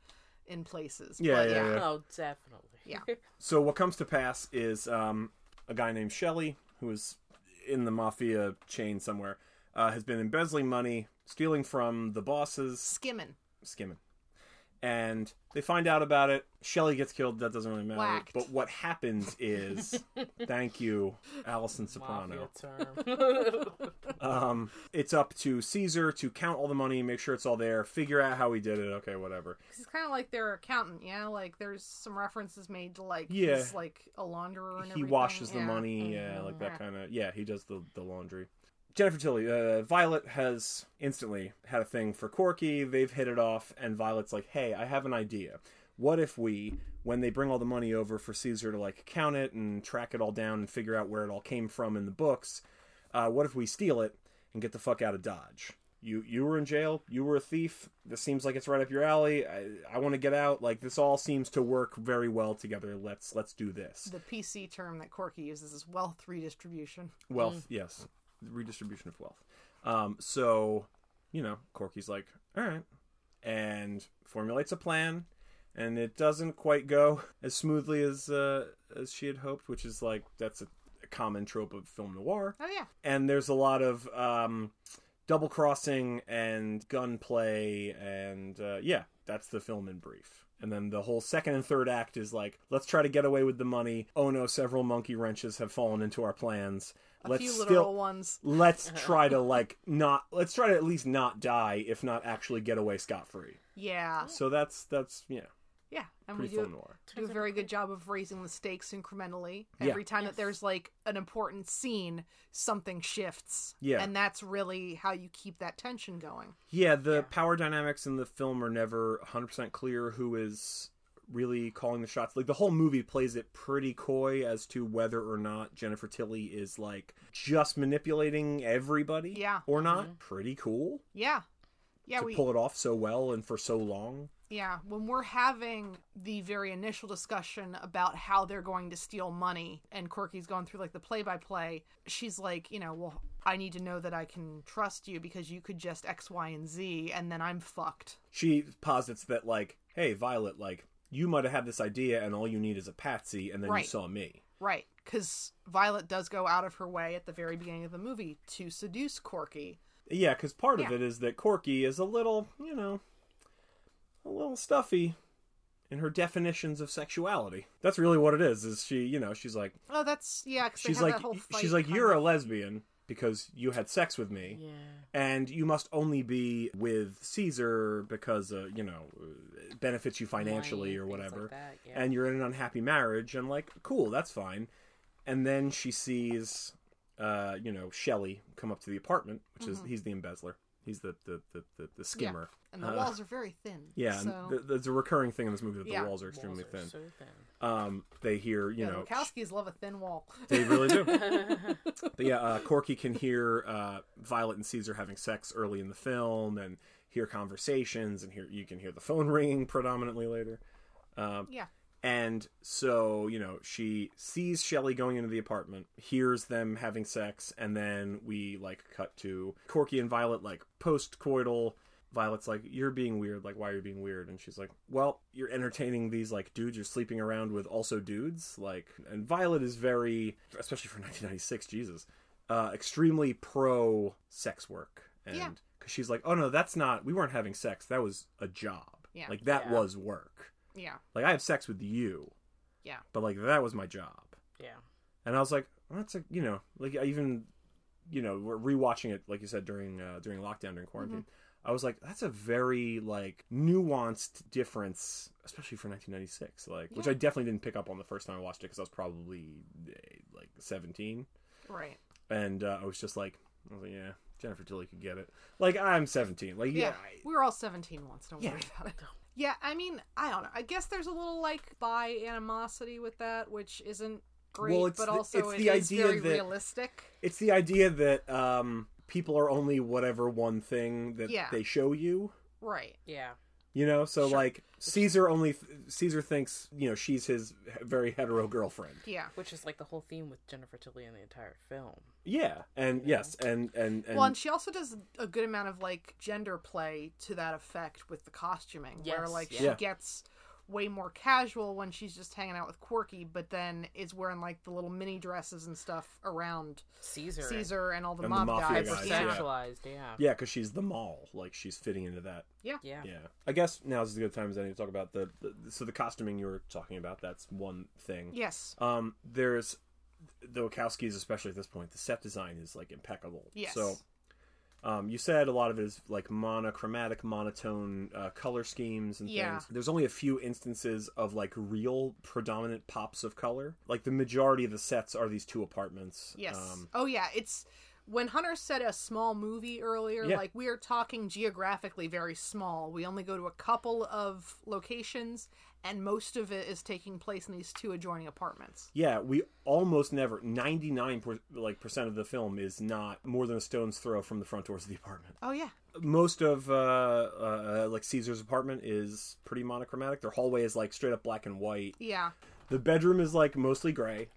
Speaker 3: in places.
Speaker 2: Yeah,
Speaker 3: but,
Speaker 2: yeah, yeah.
Speaker 4: Oh, definitely.
Speaker 3: Yeah.
Speaker 2: So what comes to pass is um, a guy named Shelley, who is in the mafia chain somewhere, uh, has been embezzling money, stealing from the bosses,
Speaker 3: Skimming.
Speaker 2: skimming, and they find out about it. Shelley gets killed. That doesn't really matter.
Speaker 3: Whacked.
Speaker 2: But what happens is, thank you, Allison Soprano.
Speaker 4: Mafia term.
Speaker 2: Um, it's up to Caesar to count all the money, make sure it's all there, figure out how he did it. Okay, whatever.
Speaker 3: 'Cause it's kind of like their accountant, yeah. Like there's some references made to like
Speaker 2: Yeah.
Speaker 3: he's like a launderer. And
Speaker 2: he
Speaker 3: everything,
Speaker 2: washes the
Speaker 3: yeah. Mm-hmm.
Speaker 2: money, yeah,
Speaker 4: Mhm.
Speaker 2: like that
Speaker 3: Yeah.
Speaker 2: kind of. Yeah, he does the the laundry. Jennifer Tilly, uh, Violet has instantly had a thing for Corky. They've hit it off, and Violet's like, "Hey, I have an idea. What if we, when they bring all the money over for Caesar to like count it and track it all down and figure out where it all came from in the books, uh, what if we steal it and get the fuck out of Dodge? You you were in jail. You were a thief. This seems like it's right up your alley. I, I want to get out. Like this all seems to work very well together. Let's let's do this.
Speaker 3: The PC term that Corky uses is wealth redistribution.
Speaker 2: Wealth, yes. Redistribution of wealth. Um, so, you know, Corky's like, all right, and formulates a plan, and it doesn't quite go as smoothly as uh, as she had hoped, which is like that's a, a common trope of film noir.
Speaker 3: Oh yeah,
Speaker 2: And there's a lot of um, double crossing and gunplay, and uh, yeah, that's the film in brief. And then the whole second and third act is like, let's try to get away with the money. Oh no, several monkey wrenches have fallen into our plans.
Speaker 3: a
Speaker 2: let's
Speaker 3: few
Speaker 2: still
Speaker 3: literal ones.
Speaker 2: let's try to like not let's try to at least not die, if not actually get away scot free.
Speaker 3: Yeah,
Speaker 2: So that's that's yeah,
Speaker 3: yeah, and we
Speaker 2: pretty
Speaker 3: do
Speaker 2: film noir.
Speaker 3: do a very good job of raising the stakes incrementally. Every time that there's like an important scene, something shifts.
Speaker 2: Yeah.
Speaker 3: and that's really how you keep that tension going.
Speaker 2: Yeah, the power dynamics in the film are never 100% clear who is really calling the shots. Like the whole movie plays it pretty coy as to whether or not Jennifer Tilly is like just manipulating everybody
Speaker 3: Yeah.
Speaker 2: or not. Pretty cool
Speaker 3: Yeah, yeah,
Speaker 2: to
Speaker 3: we
Speaker 2: pull it off so well and for so long.
Speaker 3: Yeah, when we're having the very initial discussion about how they're going to steal money, and Corky's going through like the play by play, she's like, you know, well, I need to know that I can trust you because you could just X, Y, and Z, and then I'm fucked.
Speaker 2: She posits that like, "Hey, Violet, like you might have had this idea and all you need is a patsy and then
Speaker 3: Right.
Speaker 2: you saw me."
Speaker 3: Right. Because Violet does go out of her way at the very beginning of the movie to seduce Corky.
Speaker 2: Yeah, because part of
Speaker 3: Yeah.
Speaker 2: it is that Corky is a little, you know, a little stuffy in her definitions of sexuality. That's really what it is. Is she, you know, she's like,
Speaker 3: Oh, that's, yeah, because
Speaker 2: she's
Speaker 3: have
Speaker 2: like,
Speaker 3: that whole fight
Speaker 2: she's like,
Speaker 3: kind
Speaker 2: you're
Speaker 3: of-
Speaker 2: a lesbian because you had sex with me,
Speaker 4: yeah.
Speaker 2: and you must only be with Caesar because, uh, you know, it benefits you financially
Speaker 4: Money,
Speaker 2: or
Speaker 4: things
Speaker 2: whatever
Speaker 4: Like that, yeah.
Speaker 2: and you're in an unhappy marriage and like cool that's fine and then she sees uh you know Shelley come up to the apartment which
Speaker 3: Mm-hmm.
Speaker 2: is he's the embezzler he's the the the, the, the skimmer
Speaker 3: And the
Speaker 2: uh,
Speaker 3: walls are very thin.
Speaker 2: yeah and
Speaker 3: So,
Speaker 2: th- there's a recurring thing in this movie that
Speaker 3: Yeah.
Speaker 2: the walls are extremely
Speaker 4: Walls are
Speaker 2: thin
Speaker 4: so
Speaker 2: um they hear you
Speaker 3: yeah,
Speaker 2: know
Speaker 3: the Wachowskis love a thin wall.
Speaker 2: they really do
Speaker 4: thin.
Speaker 2: but yeah uh, corky can hear uh violet and caesar having sex early in the film and hear conversations and hear you can hear the phone ringing predominantly later um
Speaker 3: Yeah.
Speaker 2: And so, you know, she sees Shelly going into the apartment, hears them having sex, and then we like cut to Corky and Violet like post coital. Violet's like, You're being weird, like why are you being weird? And she's like, Well, you're entertaining these like dudes you're sleeping around with also dudes, like and Violet is very especially for nineteen ninety six, Jesus, uh extremely pro sex work. And
Speaker 3: Yeah.
Speaker 2: cause she's like, Oh no, that's not we weren't having sex, that was a job.
Speaker 3: Yeah.
Speaker 2: Like that
Speaker 4: Yeah.
Speaker 2: was work
Speaker 3: Yeah.
Speaker 2: like I have sex with you.
Speaker 3: Yeah.
Speaker 2: But like that was my job,
Speaker 4: yeah.
Speaker 2: and I was like, well, that's a you know like I even you know we're rewatching it like you said during uh, during lockdown during quarantine.
Speaker 3: Mm-hmm.
Speaker 2: I was like, that's a very like nuanced difference, especially for 1996. Like, which
Speaker 3: Yeah.
Speaker 2: I definitely didn't pick up on the first time I watched it because I was probably eh, like 17,
Speaker 3: Right.
Speaker 2: and uh, I was just like, I was like, yeah, Jennifer Tilly could get it. Like I'm 17. Like
Speaker 3: Yeah,
Speaker 2: yeah, I-
Speaker 3: we were all 17 once. Don't
Speaker 2: Yeah.
Speaker 3: worry about it. Yeah, I mean, I don't know. I guess there's a little like bi animosity with that, which isn't great,
Speaker 2: Well, it's
Speaker 3: but
Speaker 2: the-
Speaker 3: also
Speaker 2: it's
Speaker 3: it
Speaker 2: the
Speaker 3: is
Speaker 2: idea
Speaker 3: very
Speaker 2: that-
Speaker 3: realistic.
Speaker 2: it's the idea that um, people are only whatever one thing that
Speaker 3: Yeah.
Speaker 2: they show you.
Speaker 3: Right.
Speaker 4: Yeah.
Speaker 2: You know, so
Speaker 4: Sure.
Speaker 2: like Caesar only Caesar thinks you know she's his very hetero girlfriend.
Speaker 3: Yeah.
Speaker 4: Which is like the whole theme with Jennifer Tilly in the entire film.
Speaker 2: Yeah, and yes, and and and,
Speaker 3: well, and she also does a good amount of like gender play to that effect with the costuming, where
Speaker 4: Yes,
Speaker 3: like
Speaker 4: yeah.
Speaker 3: she
Speaker 2: Yeah.
Speaker 3: gets way more casual when she's just hanging out with Quirky, but then is wearing like the little mini dresses and stuff around
Speaker 4: Caesar.
Speaker 3: Caesar and all the
Speaker 2: And the
Speaker 3: mob
Speaker 2: mafia
Speaker 3: guys.
Speaker 2: guys,
Speaker 3: Yeah.
Speaker 4: Hypersexualized, yeah.
Speaker 2: Yeah, because she's the mall. Like she's fitting into that.
Speaker 4: Yeah.
Speaker 2: Yeah. I guess now's as good a time as any to talk about the, the so the costuming you were talking about. That's one thing.
Speaker 3: Yes.
Speaker 2: Um, there's the Wachowskis, especially at this point, the set design is like impeccable.
Speaker 3: Yes.
Speaker 2: So, um, you said a lot of it is like monochromatic, monotone uh, color schemes and
Speaker 3: Yeah.
Speaker 2: things. There's only a few instances of like real predominant pops of color. Like the majority of the sets are these two apartments. Um,
Speaker 3: Yes. oh yeah, it's when Hunter said a small movie earlier,
Speaker 2: Yeah.
Speaker 3: like we are talking geographically very small. We only go to a couple of locations and most of it is taking place in these two adjoining apartments.
Speaker 2: Yeah, we almost never. Ninety nine per, like percent of the film is not more than a stone's throw from the front doors of the apartment.
Speaker 3: Oh yeah.
Speaker 2: Most of uh, uh, like Caesar's apartment is pretty monochromatic. Their hallway is like straight up black and white.
Speaker 3: Yeah.
Speaker 2: The bedroom is like mostly gray,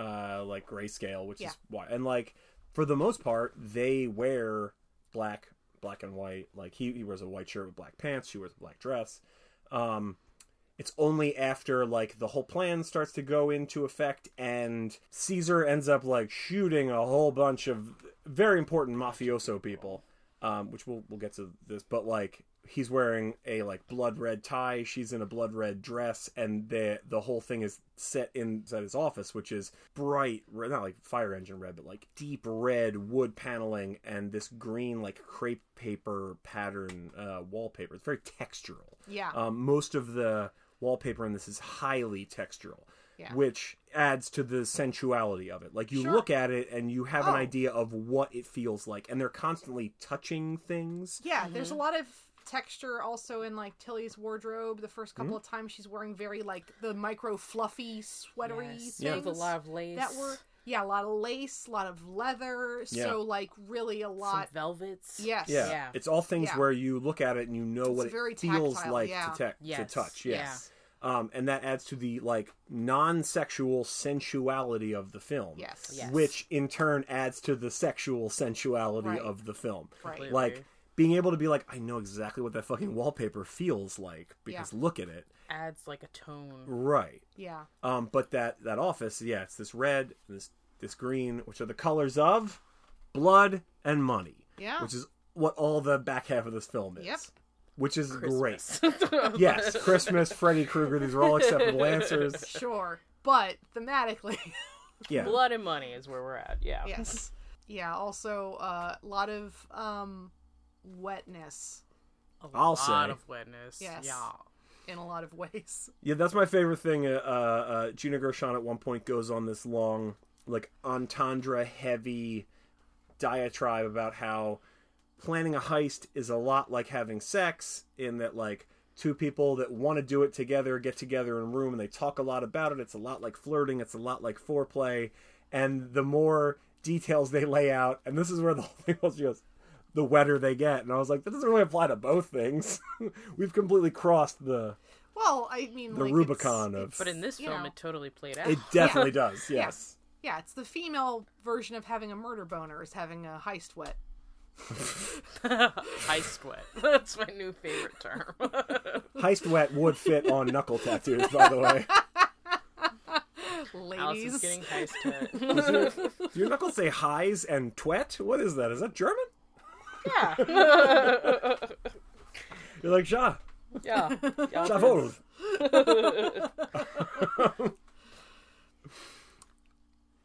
Speaker 2: uh, like grayscale, which
Speaker 3: Yeah.
Speaker 2: is why. And like for the most part, they wear black, black and white. Like he, he wears a white shirt with black pants. She wears a black dress. Um, it's only after like the whole plan starts to go into effect, and Caesar ends up like shooting a whole bunch of very important mafioso people. Um, which we'll we'll get to this, but like he's wearing a like blood red tie, she's in a blood red dress, and the the whole thing is set inside his office, which is bright, red, not like fire engine red, but like deep red wood paneling and this green like crepe paper pattern uh, wallpaper. It's very textural.
Speaker 3: Yeah.
Speaker 2: Um, most of the wallpaper in this is highly textural,
Speaker 3: Yeah.
Speaker 2: which adds to the sensuality of it. Like you
Speaker 3: Sure.
Speaker 2: look at it and you have an
Speaker 3: Oh.
Speaker 2: idea of what it feels like, and they're constantly touching things.
Speaker 3: Yeah, there's a lot of texture also in like Tilly's wardrobe. The first
Speaker 2: Mm-hmm.
Speaker 3: couple of times she's wearing very like the micro fluffy sweatery
Speaker 4: Yes.
Speaker 3: things
Speaker 4: With a lot of lace.
Speaker 3: that were yeah a lot of lace, a lot of leather.
Speaker 2: Yeah.
Speaker 3: So like really a
Speaker 4: some
Speaker 3: lot.
Speaker 4: velvets.
Speaker 3: Yes.
Speaker 2: Yeah.
Speaker 4: Yeah.
Speaker 2: It's all things
Speaker 3: Yeah.
Speaker 2: where you look at it and you know what
Speaker 3: It's
Speaker 2: it
Speaker 3: very
Speaker 2: feels
Speaker 3: tactile,
Speaker 2: like
Speaker 3: yeah.
Speaker 2: to, te-
Speaker 4: Yes.
Speaker 2: to touch.
Speaker 4: Yeah.
Speaker 2: Yes. Um, and that adds to the like non-sexual sensuality of the film.
Speaker 3: Yes.
Speaker 4: Yes.
Speaker 2: Which in turn adds to the sexual sensuality
Speaker 3: Right.
Speaker 2: of the film.
Speaker 3: Right.
Speaker 2: Like being able to be like, I know exactly what that fucking wallpaper feels like because look at it.
Speaker 4: adds like a tone.
Speaker 2: Right.
Speaker 3: Yeah.
Speaker 2: Um, but that that office, yeah, it's this red, and this this green, which are the colors of blood and money.
Speaker 3: Yeah.
Speaker 2: Which is what all the back half of this film is.
Speaker 3: Yep.
Speaker 2: Which is great.
Speaker 4: Great.
Speaker 2: Yes, Christmas, Freddy Krueger, these are all acceptable answers.
Speaker 3: Sure. But thematically,
Speaker 2: Yeah.
Speaker 4: Blood and money is where we're at. Yeah.
Speaker 3: yes. Yeah. Also, a lot of um, wetness
Speaker 4: A
Speaker 2: I'll
Speaker 4: lot
Speaker 2: say.
Speaker 4: of wetness.
Speaker 3: Yes.
Speaker 4: Yeah.
Speaker 3: in a lot of ways.
Speaker 2: Yeah, that's my favorite thing. Uh, uh, Gina Gershon at one point goes on this long, like entendre heavy diatribe about how planning a heist is a lot like having sex, in that like two people that want to do it together get together in a room and they talk a lot about it. It's a lot like flirting. It's a lot like foreplay, and the more details they lay out, and this is where the whole thing was. She goes, the wetter they get, and I was like, that doesn't really apply to both things. We've completely crossed the
Speaker 3: Well, I mean,
Speaker 2: the
Speaker 3: like, it's-
Speaker 2: Rubicon of.
Speaker 4: But in this
Speaker 3: You
Speaker 4: film,
Speaker 3: know.
Speaker 4: it totally played out.
Speaker 2: it definitely does. Yes.
Speaker 3: Yeah, it's the female version of having a murder boner is having a heist wet.
Speaker 4: I sweat. That's my new favorite term.
Speaker 2: Heist wet would fit on knuckle tattoos, by the way.
Speaker 4: Alice
Speaker 3: Ladies.
Speaker 4: is getting heist hit.
Speaker 2: Do your knuckles say highs and twet? What is that? Is that German?
Speaker 4: yeah.
Speaker 2: You're like ja,
Speaker 4: Yeah.
Speaker 2: jawohl.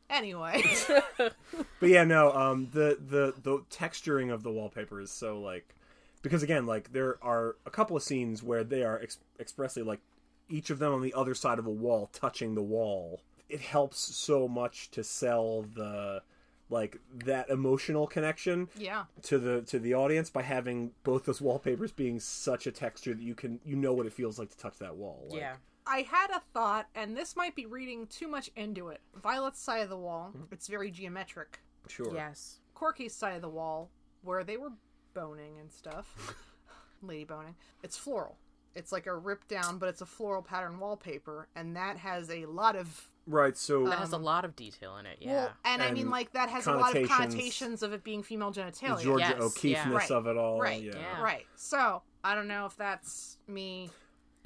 Speaker 3: Anyway.
Speaker 2: But yeah, no. Um, the the the texturing of the wallpaper is so like, because again, like there are a couple of scenes where they are ex- expressly like each of them on the other side of a wall touching the wall. It helps so much to sell the like that emotional connection.
Speaker 3: yeah.
Speaker 2: to the to the audience by having both those wallpapers being such a texture that you can you know what it feels like to touch that wall. Like,
Speaker 4: Yeah.
Speaker 3: I had a thought, and this might be reading too much into it. Violet's side of the wall,
Speaker 2: Mm-hmm.
Speaker 3: it's very geometric.
Speaker 2: Sure.
Speaker 4: Yes.
Speaker 3: Corky's side of the wall, where they were boning and stuff, lady boning, it's floral. It's like a rip down, but it's a floral pattern wallpaper, and that has a lot of
Speaker 2: Right.
Speaker 3: Oh,
Speaker 2: So
Speaker 4: That has a lot of detail in it. Yeah.
Speaker 3: Um, well, and, I
Speaker 2: And
Speaker 3: mean like that has a lot of
Speaker 2: connotations.
Speaker 3: connotations of it being female
Speaker 2: the
Speaker 3: genitalia.
Speaker 2: Georgia
Speaker 4: yes,
Speaker 2: O'Keeffe
Speaker 4: yeah.
Speaker 2: ness
Speaker 3: Right,
Speaker 2: of it all.
Speaker 3: right,
Speaker 2: Yeah.
Speaker 4: yeah.
Speaker 3: Right. So I don't know if that's me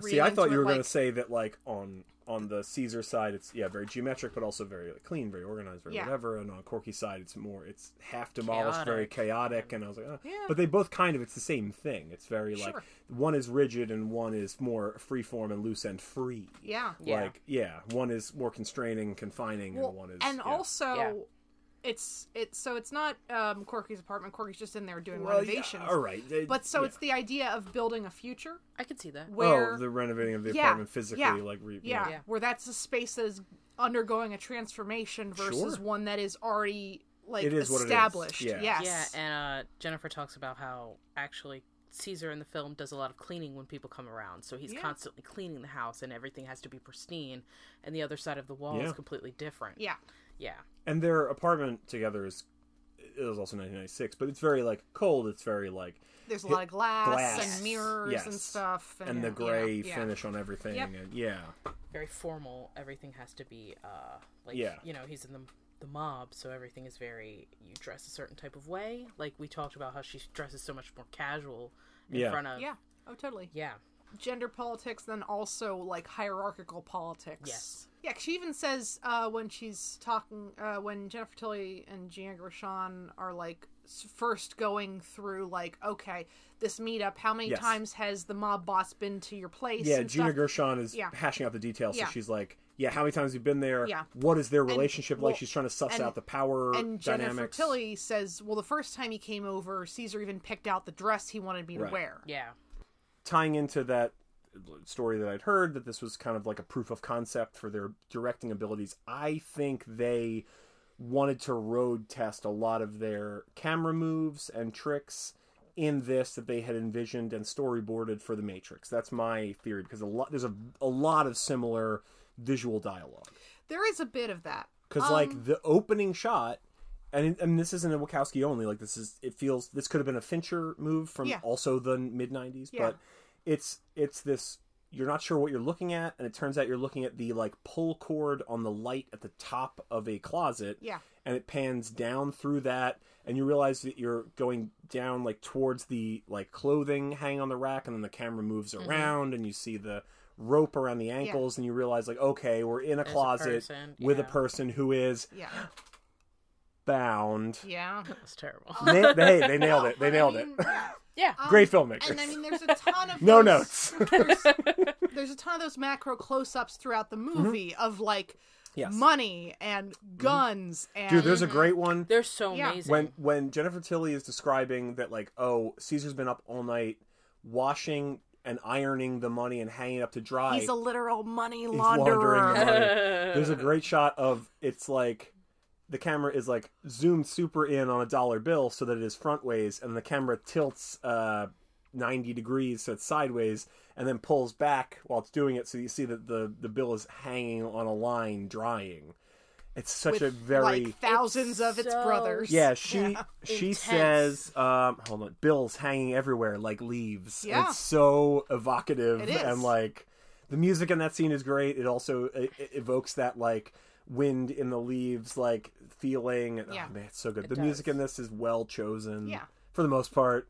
Speaker 3: read
Speaker 2: See, I
Speaker 3: into
Speaker 2: thought you
Speaker 3: it,
Speaker 2: were going
Speaker 3: like-
Speaker 2: to say that like on on the Caesar side, it's yeah very geometric, but also very like, clean, very organized, very
Speaker 3: Yeah.
Speaker 2: whatever. And on Corky's side, it's more it's half demolished, very
Speaker 4: Chaotic.
Speaker 2: chaotic. And I was like, oh.
Speaker 3: Yeah.
Speaker 2: but they both kind of it's the same thing. It's very like
Speaker 3: Sure.
Speaker 2: one is rigid and one is more freeform and loose and free.
Speaker 3: yeah.
Speaker 4: Yeah.
Speaker 2: Like yeah, one is more constraining, confining,
Speaker 3: Well,
Speaker 2: and one is
Speaker 3: and
Speaker 2: yeah.
Speaker 3: also
Speaker 4: Yeah.
Speaker 3: it's it's so it's not um Corky's apartment. Corky's just in there doing
Speaker 2: Well, yeah,
Speaker 3: renovations.
Speaker 2: all right, they-
Speaker 3: But so
Speaker 2: yeah.
Speaker 3: it's the idea of building a future
Speaker 4: I could see that.
Speaker 3: where
Speaker 2: oh the renovating of the
Speaker 3: Yeah,
Speaker 2: apartment physically,
Speaker 3: yeah,
Speaker 2: like re-
Speaker 3: yeah,
Speaker 4: Yeah.
Speaker 3: where that's a space that is undergoing a transformation versus
Speaker 2: Sure.
Speaker 3: one that is already like
Speaker 2: It is what it is.
Speaker 3: established.
Speaker 2: Yeah.
Speaker 3: Yes.
Speaker 4: Yeah, and uh, Jennifer talks about how actually Caesar in the film does a lot of cleaning when people come around, so he's
Speaker 3: Yeah.
Speaker 4: constantly cleaning the house, and everything has to be pristine. And the other side of the wall
Speaker 2: Yeah.
Speaker 4: is completely different.
Speaker 3: yeah.
Speaker 4: yeah,
Speaker 2: and their apartment together is it was also 1996 but it's very like cold it's very like
Speaker 3: There's a lot of glass,
Speaker 2: glass.
Speaker 3: and mirrors and
Speaker 2: Yes.
Speaker 3: stuff and,
Speaker 2: and the
Speaker 3: you know,
Speaker 2: gray
Speaker 3: yeah.
Speaker 2: finish on everything
Speaker 3: Yep.
Speaker 2: and yeah
Speaker 4: very formal. Everything has to be uh, like
Speaker 2: Yeah.
Speaker 4: you know he's in the the mob, so everything is very you dress a certain type of way. Like we talked about how she dresses so much more casual in
Speaker 2: Yeah.
Speaker 4: front of
Speaker 3: Yeah. Oh, totally.
Speaker 4: yeah
Speaker 3: Gender politics, then also like hierarchical politics.
Speaker 4: Yes.
Speaker 3: Yeah, 'cause she even says uh, when she's talking, uh, when Jennifer Tilly and Gina Gershon are like s- first going through, like, okay, this meetup, how many
Speaker 2: Yes.
Speaker 3: times has the mob boss been to your place?
Speaker 2: yeah
Speaker 3: and
Speaker 2: gina
Speaker 3: stuff?
Speaker 2: gershon is
Speaker 3: Yeah.
Speaker 2: hashing out the details
Speaker 3: Yeah.
Speaker 2: so she's like yeah how many times have you been there
Speaker 3: Yeah.
Speaker 2: what is their relationship
Speaker 3: well,
Speaker 2: like she's trying to suss
Speaker 3: and-
Speaker 2: out the power
Speaker 3: and Jennifer
Speaker 2: dynamics
Speaker 3: Tilly says, well, the first time he came over, Caesar even picked out the dress he wanted me to
Speaker 2: Right.
Speaker 3: wear.
Speaker 4: yeah
Speaker 2: tying into that story that i'd heard that this was kind of like a proof of concept for their directing abilities i think they wanted to road test a lot of their camera moves and tricks in this that they had envisioned and storyboarded for the matrix that's my theory because a lot there's a, a lot of similar visual dialogue
Speaker 3: There is a bit of that. Um,
Speaker 2: because like the opening shot and, and this isn't a wachowski only like this is it feels this could have been a fincher move from
Speaker 3: Yeah.
Speaker 2: also the mid 90s
Speaker 3: Yeah.
Speaker 2: but it's it's this you're not sure what you're looking at and it turns out you're looking at the like pull cord on the light at the top of a closet
Speaker 3: Yeah.
Speaker 2: and it pans down through that and you realize that you're going down like towards the like clothing hang on the rack and then the camera moves
Speaker 3: Mm-hmm.
Speaker 2: around and you see the rope around the ankles and you realize like okay we're in a
Speaker 4: There's a
Speaker 2: closet
Speaker 4: person,
Speaker 2: with a
Speaker 4: yeah.
Speaker 2: person who is
Speaker 3: Yeah.
Speaker 2: bound
Speaker 3: Yeah.
Speaker 4: that's terrible.
Speaker 3: Um,
Speaker 2: Na- hey they nailed it they nailed it
Speaker 3: I mean, yeah.
Speaker 4: yeah,
Speaker 3: Um,
Speaker 2: great filmmakers
Speaker 3: And I mean, there's a ton of
Speaker 2: no
Speaker 3: those-
Speaker 2: notes
Speaker 3: There's, there's a ton of those macro close-ups throughout the movie of like
Speaker 2: Mm-hmm. yes Mm-hmm.
Speaker 3: money and guns and
Speaker 2: dude there's a great one
Speaker 4: they're so
Speaker 3: Yeah.
Speaker 4: amazing.
Speaker 2: when when Jennifer Tilly is describing that like oh Caesar's been up all night washing and ironing the money and hanging it up to dry
Speaker 3: he's a literal money
Speaker 2: He's laundering the
Speaker 3: launderer.
Speaker 2: money. There's a great shot of it's like the camera is like zoomed super in on a dollar bill so that it is front ways and the camera tilts uh 90 degrees so it's sideways and then pulls back while it's doing it so you see that the the bill is hanging on a line drying. It's such
Speaker 3: with
Speaker 2: a very
Speaker 3: like thousands of its
Speaker 4: so
Speaker 3: brothers.
Speaker 2: yeah, she she
Speaker 4: Intense.
Speaker 2: says, um, hold on, bills hanging everywhere like leaves. And
Speaker 3: Yeah.
Speaker 2: it's so evocative
Speaker 3: It is.
Speaker 2: and like the music in that scene is great. It also it, it evokes that like wind in the leaves like feeling. And,
Speaker 3: Yeah.
Speaker 2: Oh man, it's so good.
Speaker 4: It
Speaker 2: the music
Speaker 4: does.
Speaker 2: in this is well chosen.
Speaker 3: Yeah.
Speaker 2: For the most part.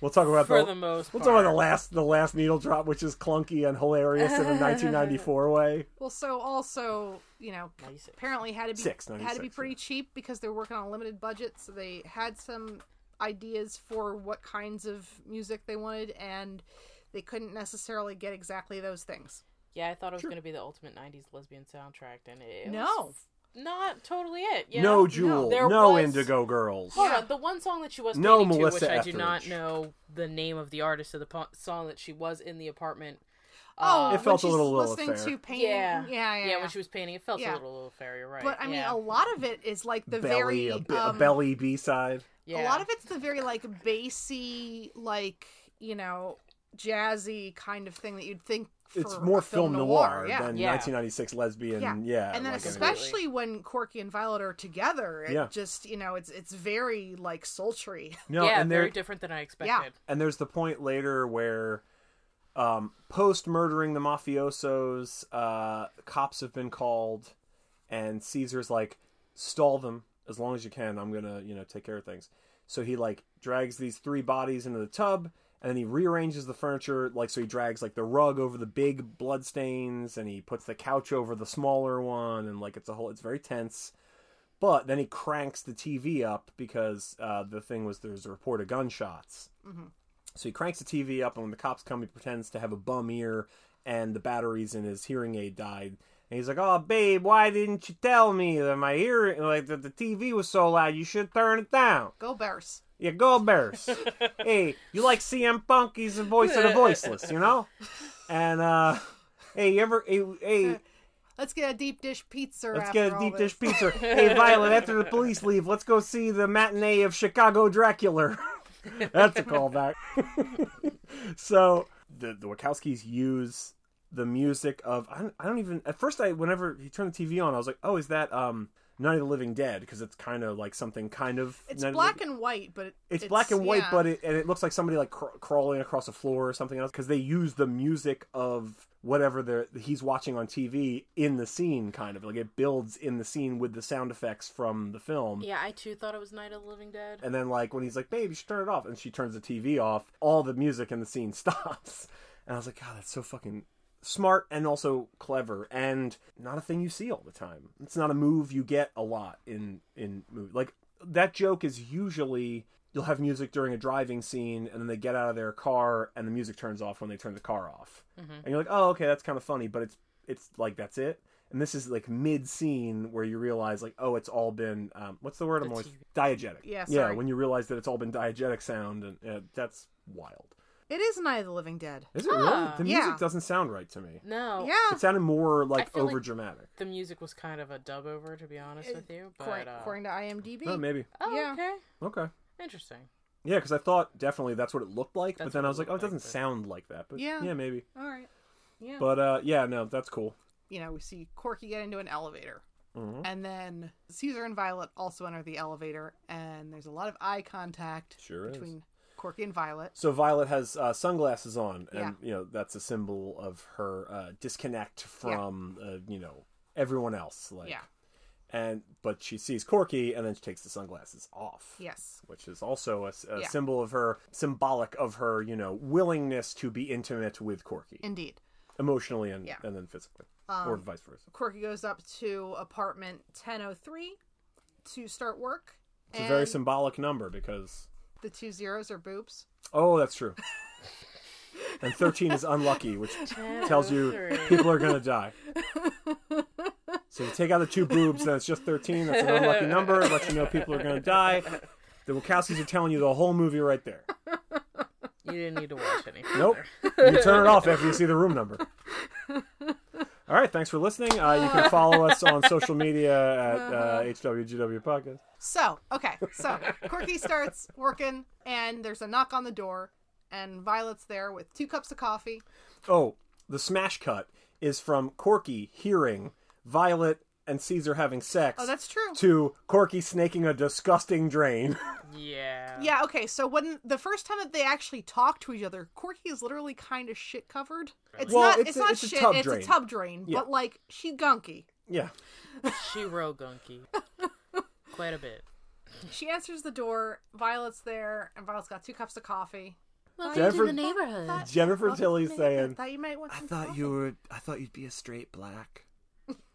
Speaker 2: We'll talk about
Speaker 4: for
Speaker 2: the,
Speaker 4: the most
Speaker 2: We'll
Speaker 4: part.
Speaker 2: talk about the last the last needle drop, which is clunky and hilarious in a 1994 way.
Speaker 3: Well, so also you know
Speaker 4: Ninety-six.
Speaker 3: apparently had to be
Speaker 2: Six,
Speaker 3: had to
Speaker 2: 96,
Speaker 3: be
Speaker 2: yeah.
Speaker 3: pretty cheap because they were working on a limited budget, so they had some ideas for what kinds of music they wanted and. They couldn't necessarily get exactly those things.
Speaker 4: Yeah, I thought it was
Speaker 2: Sure.
Speaker 4: going to be the ultimate '90s lesbian soundtrack, and it, it
Speaker 3: No.
Speaker 4: was not totally it. You
Speaker 2: no
Speaker 4: know?
Speaker 2: Jewel, no,
Speaker 4: There was-
Speaker 2: Indigo Girls.
Speaker 4: Hold
Speaker 3: Yeah.
Speaker 4: on, the one song that she was
Speaker 2: No
Speaker 4: no to, which
Speaker 2: Melissa
Speaker 4: I do not
Speaker 2: Etheridge.
Speaker 4: know the name of the artist of the po- song that she was in the apartment.
Speaker 3: Oh,
Speaker 2: It
Speaker 3: when
Speaker 2: felt a
Speaker 3: she's
Speaker 2: little Lilith
Speaker 3: listening
Speaker 2: Fair.
Speaker 3: to painting.
Speaker 4: uh,
Speaker 3: Yeah,
Speaker 4: yeah,
Speaker 3: yeah, yeah.
Speaker 4: when she was painting, it felt
Speaker 3: Yeah.
Speaker 4: a little, little fair. You're right,
Speaker 3: But I mean,
Speaker 4: yeah.
Speaker 3: a lot of it is like the
Speaker 2: belly,
Speaker 3: very
Speaker 2: a, bi-
Speaker 3: um,
Speaker 2: a belly B side.
Speaker 4: yeah.
Speaker 3: A lot of it's the very like bassy, like you know, jazzy kind of thing that you'd think. For
Speaker 2: It's more
Speaker 3: a film, noir, yeah.
Speaker 2: than
Speaker 4: Yeah.
Speaker 2: 1996 lesbian.
Speaker 3: Yeah.
Speaker 2: Yeah,
Speaker 3: and then
Speaker 2: like, I mean,
Speaker 4: espec-
Speaker 3: especially when Corky and Violet are together, it
Speaker 2: Yeah.
Speaker 3: just you know, it's it's very like sultry.
Speaker 2: no,
Speaker 4: yeah,
Speaker 2: and there
Speaker 4: very different than I expected.
Speaker 2: and there's the point later where, um, post murdering the mafiosos, uh, cops have been called, and Caesar's like, stall them as long as you can. I'm gonna you know take care of things. So he like drags these three bodies into the tub. and then he rearranges the furniture like so he drags like the rug over the big bloodstains and he puts the couch over the smaller one and like it's a whole it's very tense but then he cranks the tv up because uh, the thing was there's a report of gunshots so he cranks the tv up and when the cops come he pretends to have a bum ear and the batteries in his hearing aid died and he's like, "Oh, babe, why didn't you tell me that my hearing, like that the TV was so loud? You should turn it down."
Speaker 3: Go Bears.
Speaker 2: Yeah, go Bears. hey, you like CM Punk? He's the voice of the voiceless, you know? And, uh, hey, you ever, hey, hey
Speaker 3: Let's get a deep dish pizza.
Speaker 2: let's
Speaker 3: after
Speaker 2: get a
Speaker 3: all
Speaker 2: deep
Speaker 3: this.
Speaker 2: dish pizza. hey, Violet, after the police leave, let's go see the matinee of Chicago Dracula. That's a callback. so, the, the Wachowskis use the music of, I don't, I don't even, at first, I, whenever he turned the TV on, I was like, oh, is that, um, Night of the Living Dead? Because it's kind of like something kind of.
Speaker 3: It's
Speaker 2: Night of the-
Speaker 3: black and white, but it-
Speaker 2: it's, black and white,
Speaker 3: yeah.
Speaker 2: but it and it looks like somebody like cr- crawling across a floor or something else because they use the music of whatever they're, he's watching on TV in the scene, kind of like it builds in the scene with the sound effects from the film.
Speaker 4: Yeah, I too thought it was Night of the Living Dead.
Speaker 2: And then like when he's like, "Babe, you should turn it off," and she turns the TV off, all the music in the scene stops. And I was like, "God, that's so fucking." Smart and also clever, and not a thing you see all the time. It's not a move you get a lot in in movies. Like that joke is usually you'll have music during a driving scene and then they get out of their car and the music turns off when they turn the car off and you're like oh okay that's kind of funny but it's it's like that's it and this is like mid scene where you realize like oh it's all been um, what's the word i'm always diegetic
Speaker 3: Yeah,
Speaker 2: yeah
Speaker 3: sorry.
Speaker 2: when you realize that it's all been diegetic sound and uh, that's wild
Speaker 3: It is Night of the Living Dead.
Speaker 2: is it really the music
Speaker 3: Yeah.
Speaker 2: doesn't sound right to me
Speaker 4: Ah, No,
Speaker 3: Yeah.
Speaker 2: it sounded more like
Speaker 4: feel like-
Speaker 2: over dramatic
Speaker 4: the music was kind of a dub over, to be honest with you. But
Speaker 3: According,
Speaker 4: uh,
Speaker 3: according to IMDb.
Speaker 2: oh maybe
Speaker 4: oh,
Speaker 3: Yeah.
Speaker 4: okay,
Speaker 2: okay
Speaker 4: interesting.
Speaker 2: yeah because i thought definitely that's what it looked like but
Speaker 4: That's
Speaker 2: then
Speaker 4: what
Speaker 2: i was
Speaker 4: it
Speaker 2: like oh it
Speaker 4: looked like,
Speaker 2: doesn't
Speaker 4: but-
Speaker 2: sound like that but
Speaker 3: Yeah.
Speaker 2: yeah maybe
Speaker 3: All right. Yeah.
Speaker 2: But uh, yeah, no, that's cool.
Speaker 3: you know, we see Corky get into an elevator.
Speaker 2: Mhm.
Speaker 3: And then Caesar and Violet also enter the elevator, and there's a lot of eye contact
Speaker 2: Sure is.
Speaker 3: between Corky and Violet.
Speaker 2: So Violet has uh, sunglasses on, and
Speaker 3: Yeah.
Speaker 2: you know that's a symbol of her uh, disconnect from uh, you know everyone else. Like,
Speaker 3: Yeah.
Speaker 2: and but she sees Corky, and then she takes the sunglasses off.
Speaker 3: Yes.
Speaker 2: Which is also a, s- a
Speaker 3: Yeah.
Speaker 2: symbol of her, symbolic of her, you know, willingness to be intimate with Corky,
Speaker 3: Indeed.
Speaker 2: emotionally and,
Speaker 3: Yeah. Um,
Speaker 2: and then physically, or vice versa.
Speaker 3: Corky goes up to apartment 1003 to start work.
Speaker 2: It's a very
Speaker 3: and
Speaker 2: symbolic number because
Speaker 3: The two zeros are boobs.
Speaker 2: Oh, that's true. and 13 is unlucky, which
Speaker 4: Ten
Speaker 2: tells
Speaker 4: oh
Speaker 2: you
Speaker 4: three.
Speaker 2: people are going to die. So you take out the two boobs, then it's just 13. That's an unlucky number. It lets you know people are going to die. The Wachowskis are telling you the whole movie right there.
Speaker 4: You didn't need to watch any.
Speaker 2: Nope.
Speaker 4: further.
Speaker 2: You can turn it off after you see the room number. All right, thanks for listening. Uh, you can follow us on social media at
Speaker 3: Uh-huh.
Speaker 2: uh, HWGW Podcast.
Speaker 3: So, okay. So, Corky starts working, and there's a knock on the door, and Violet's there with two cups of coffee.
Speaker 2: Oh, the smash cut is from Corky hearing Violet and Caesar having sex.
Speaker 3: Oh, that's true.
Speaker 2: to Corky snaking a disgusting drain.
Speaker 4: Yeah.
Speaker 3: Yeah, okay. So when the first time that they actually talk to each other, Corky is literally kind of shit covered. It's
Speaker 2: Well,
Speaker 3: not
Speaker 2: it's
Speaker 3: it's,
Speaker 2: a-
Speaker 3: not
Speaker 2: it's a
Speaker 3: shit,
Speaker 2: tub
Speaker 3: it's
Speaker 2: drain.
Speaker 3: a tub drain,
Speaker 2: Yeah.
Speaker 3: but like she gunky.
Speaker 2: yeah.
Speaker 4: She wrote Gunky quite a bit.
Speaker 3: She answers the door, Violet's there, and Violet's got two cups of coffee.
Speaker 2: to Jennifer- the
Speaker 4: neighborhood.
Speaker 3: Thought-
Speaker 2: Jennifer
Speaker 3: welcome to
Speaker 2: Tilly's
Speaker 3: the neighborhood.
Speaker 2: saying,
Speaker 3: thought you might want some coffee."
Speaker 2: were I thought you'd be a straight black.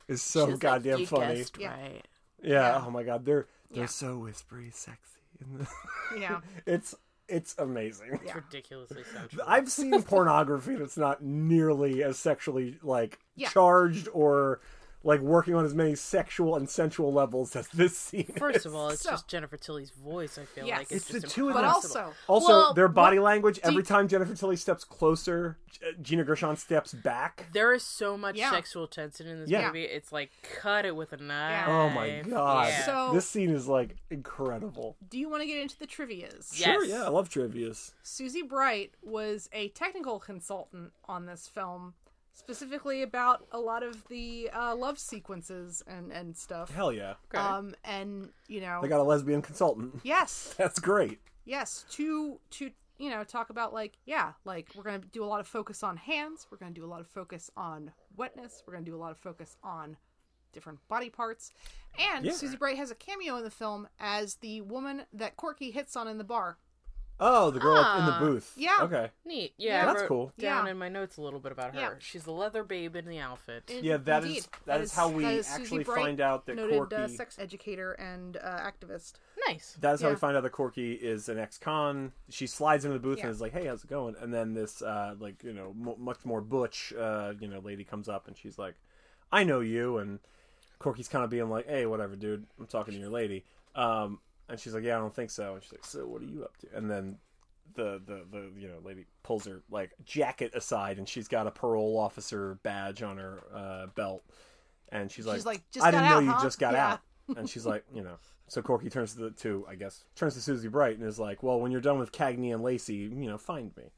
Speaker 2: It's so goddamn funny.
Speaker 3: Yeah.
Speaker 4: right.
Speaker 2: Yeah,
Speaker 3: Yeah.
Speaker 2: oh my god, they're they're
Speaker 3: Yeah.
Speaker 2: so whispery sexy. in the-
Speaker 3: Yeah.
Speaker 2: it's it's amazing.
Speaker 3: Yeah.
Speaker 4: Ridiculously sensual.
Speaker 2: I've seen pornography that's not nearly as sexually like
Speaker 3: Yeah.
Speaker 2: charged or like working on as many sexual and sensual levels as this scene.
Speaker 4: First of all, it's
Speaker 3: So-
Speaker 4: just Jennifer Tilly's voice. I feel
Speaker 3: Yes.
Speaker 4: like it's,
Speaker 2: It's the
Speaker 4: just
Speaker 2: two of them.
Speaker 3: But
Speaker 4: impossible.
Speaker 3: also,
Speaker 2: Also,
Speaker 4: Well,
Speaker 2: their body
Speaker 4: what-
Speaker 2: language.
Speaker 4: do
Speaker 2: Every
Speaker 4: you-
Speaker 2: time Jennifer Tilly steps closer, G- Gina Gershon steps back.
Speaker 4: there is so much
Speaker 3: Yeah.
Speaker 4: sexual tension in this
Speaker 2: Yeah.
Speaker 4: movie. It's like cut it with a knife.
Speaker 2: Oh my god!
Speaker 4: Yeah.
Speaker 3: So-
Speaker 2: this scene is like incredible.
Speaker 3: do you want to get into the trivias?
Speaker 4: Yeah.
Speaker 2: Sure,
Speaker 4: Yes.
Speaker 2: yeah, I love trivia's.
Speaker 3: Susie Bright was a technical consultant on this film, specifically about a lot of the uh, love sequences and, and stuff.
Speaker 2: Hell yeah!
Speaker 4: Okay.
Speaker 3: Um, and, you know.
Speaker 2: They got a lesbian consultant.
Speaker 3: yes.
Speaker 2: That's great.
Speaker 3: yes to to you know talk about like yeah like we're gonna do a lot of focus on hands we're gonna do a lot of focus on wetness we're gonna do a lot of focus on different body parts and
Speaker 2: Yeah.
Speaker 3: susie bright has a cameo in the film as the woman that corky hits on in the bar
Speaker 2: Oh, the girl in
Speaker 4: Ah,
Speaker 2: the booth.
Speaker 3: yeah.
Speaker 2: Okay.
Speaker 4: Neat.
Speaker 3: Yeah.
Speaker 4: Yeah, I
Speaker 2: That's
Speaker 4: wrote
Speaker 2: cool.
Speaker 4: Down
Speaker 3: Yeah.
Speaker 4: in my notes a little bit about her.
Speaker 3: Yeah.
Speaker 4: She's the leather babe in the outfit.
Speaker 3: In-
Speaker 2: Yeah, that is
Speaker 3: indeed.
Speaker 2: that is, how we
Speaker 3: that is Susie
Speaker 2: actually
Speaker 3: Bright,
Speaker 2: find out that
Speaker 3: noted
Speaker 2: Corky.
Speaker 3: uh, sex educator and uh, activist.
Speaker 4: nice.
Speaker 2: That's how we
Speaker 3: Yeah.
Speaker 2: find out that Corky is an ex-con. She slides into the booth
Speaker 3: Yeah.
Speaker 2: and is like, "Hey, how's it going?" And then this, uh, like, you know, m- much more butch, uh, you know, lady comes up and she's like, "I know you." And Corky's kind of being like, "Hey, whatever, dude. I'm talking to your lady." Um, and she's like, "Yeah, I don't think so." And she's like, "So, what are you up to?" And then the the the you know lady pulls her like jacket aside and she's got a parole officer badge on her uh, belt, and she's like,
Speaker 3: She's like, "Just
Speaker 2: "I
Speaker 3: got
Speaker 2: didn't
Speaker 3: out,
Speaker 2: know
Speaker 3: huh?"
Speaker 2: you just got
Speaker 3: Yeah.
Speaker 2: out." and she's like, you know, so Corky turns to, the, to I guess, turns to Susie Bright and is like, well, when you're done with Cagney and Lacey, you know, find me,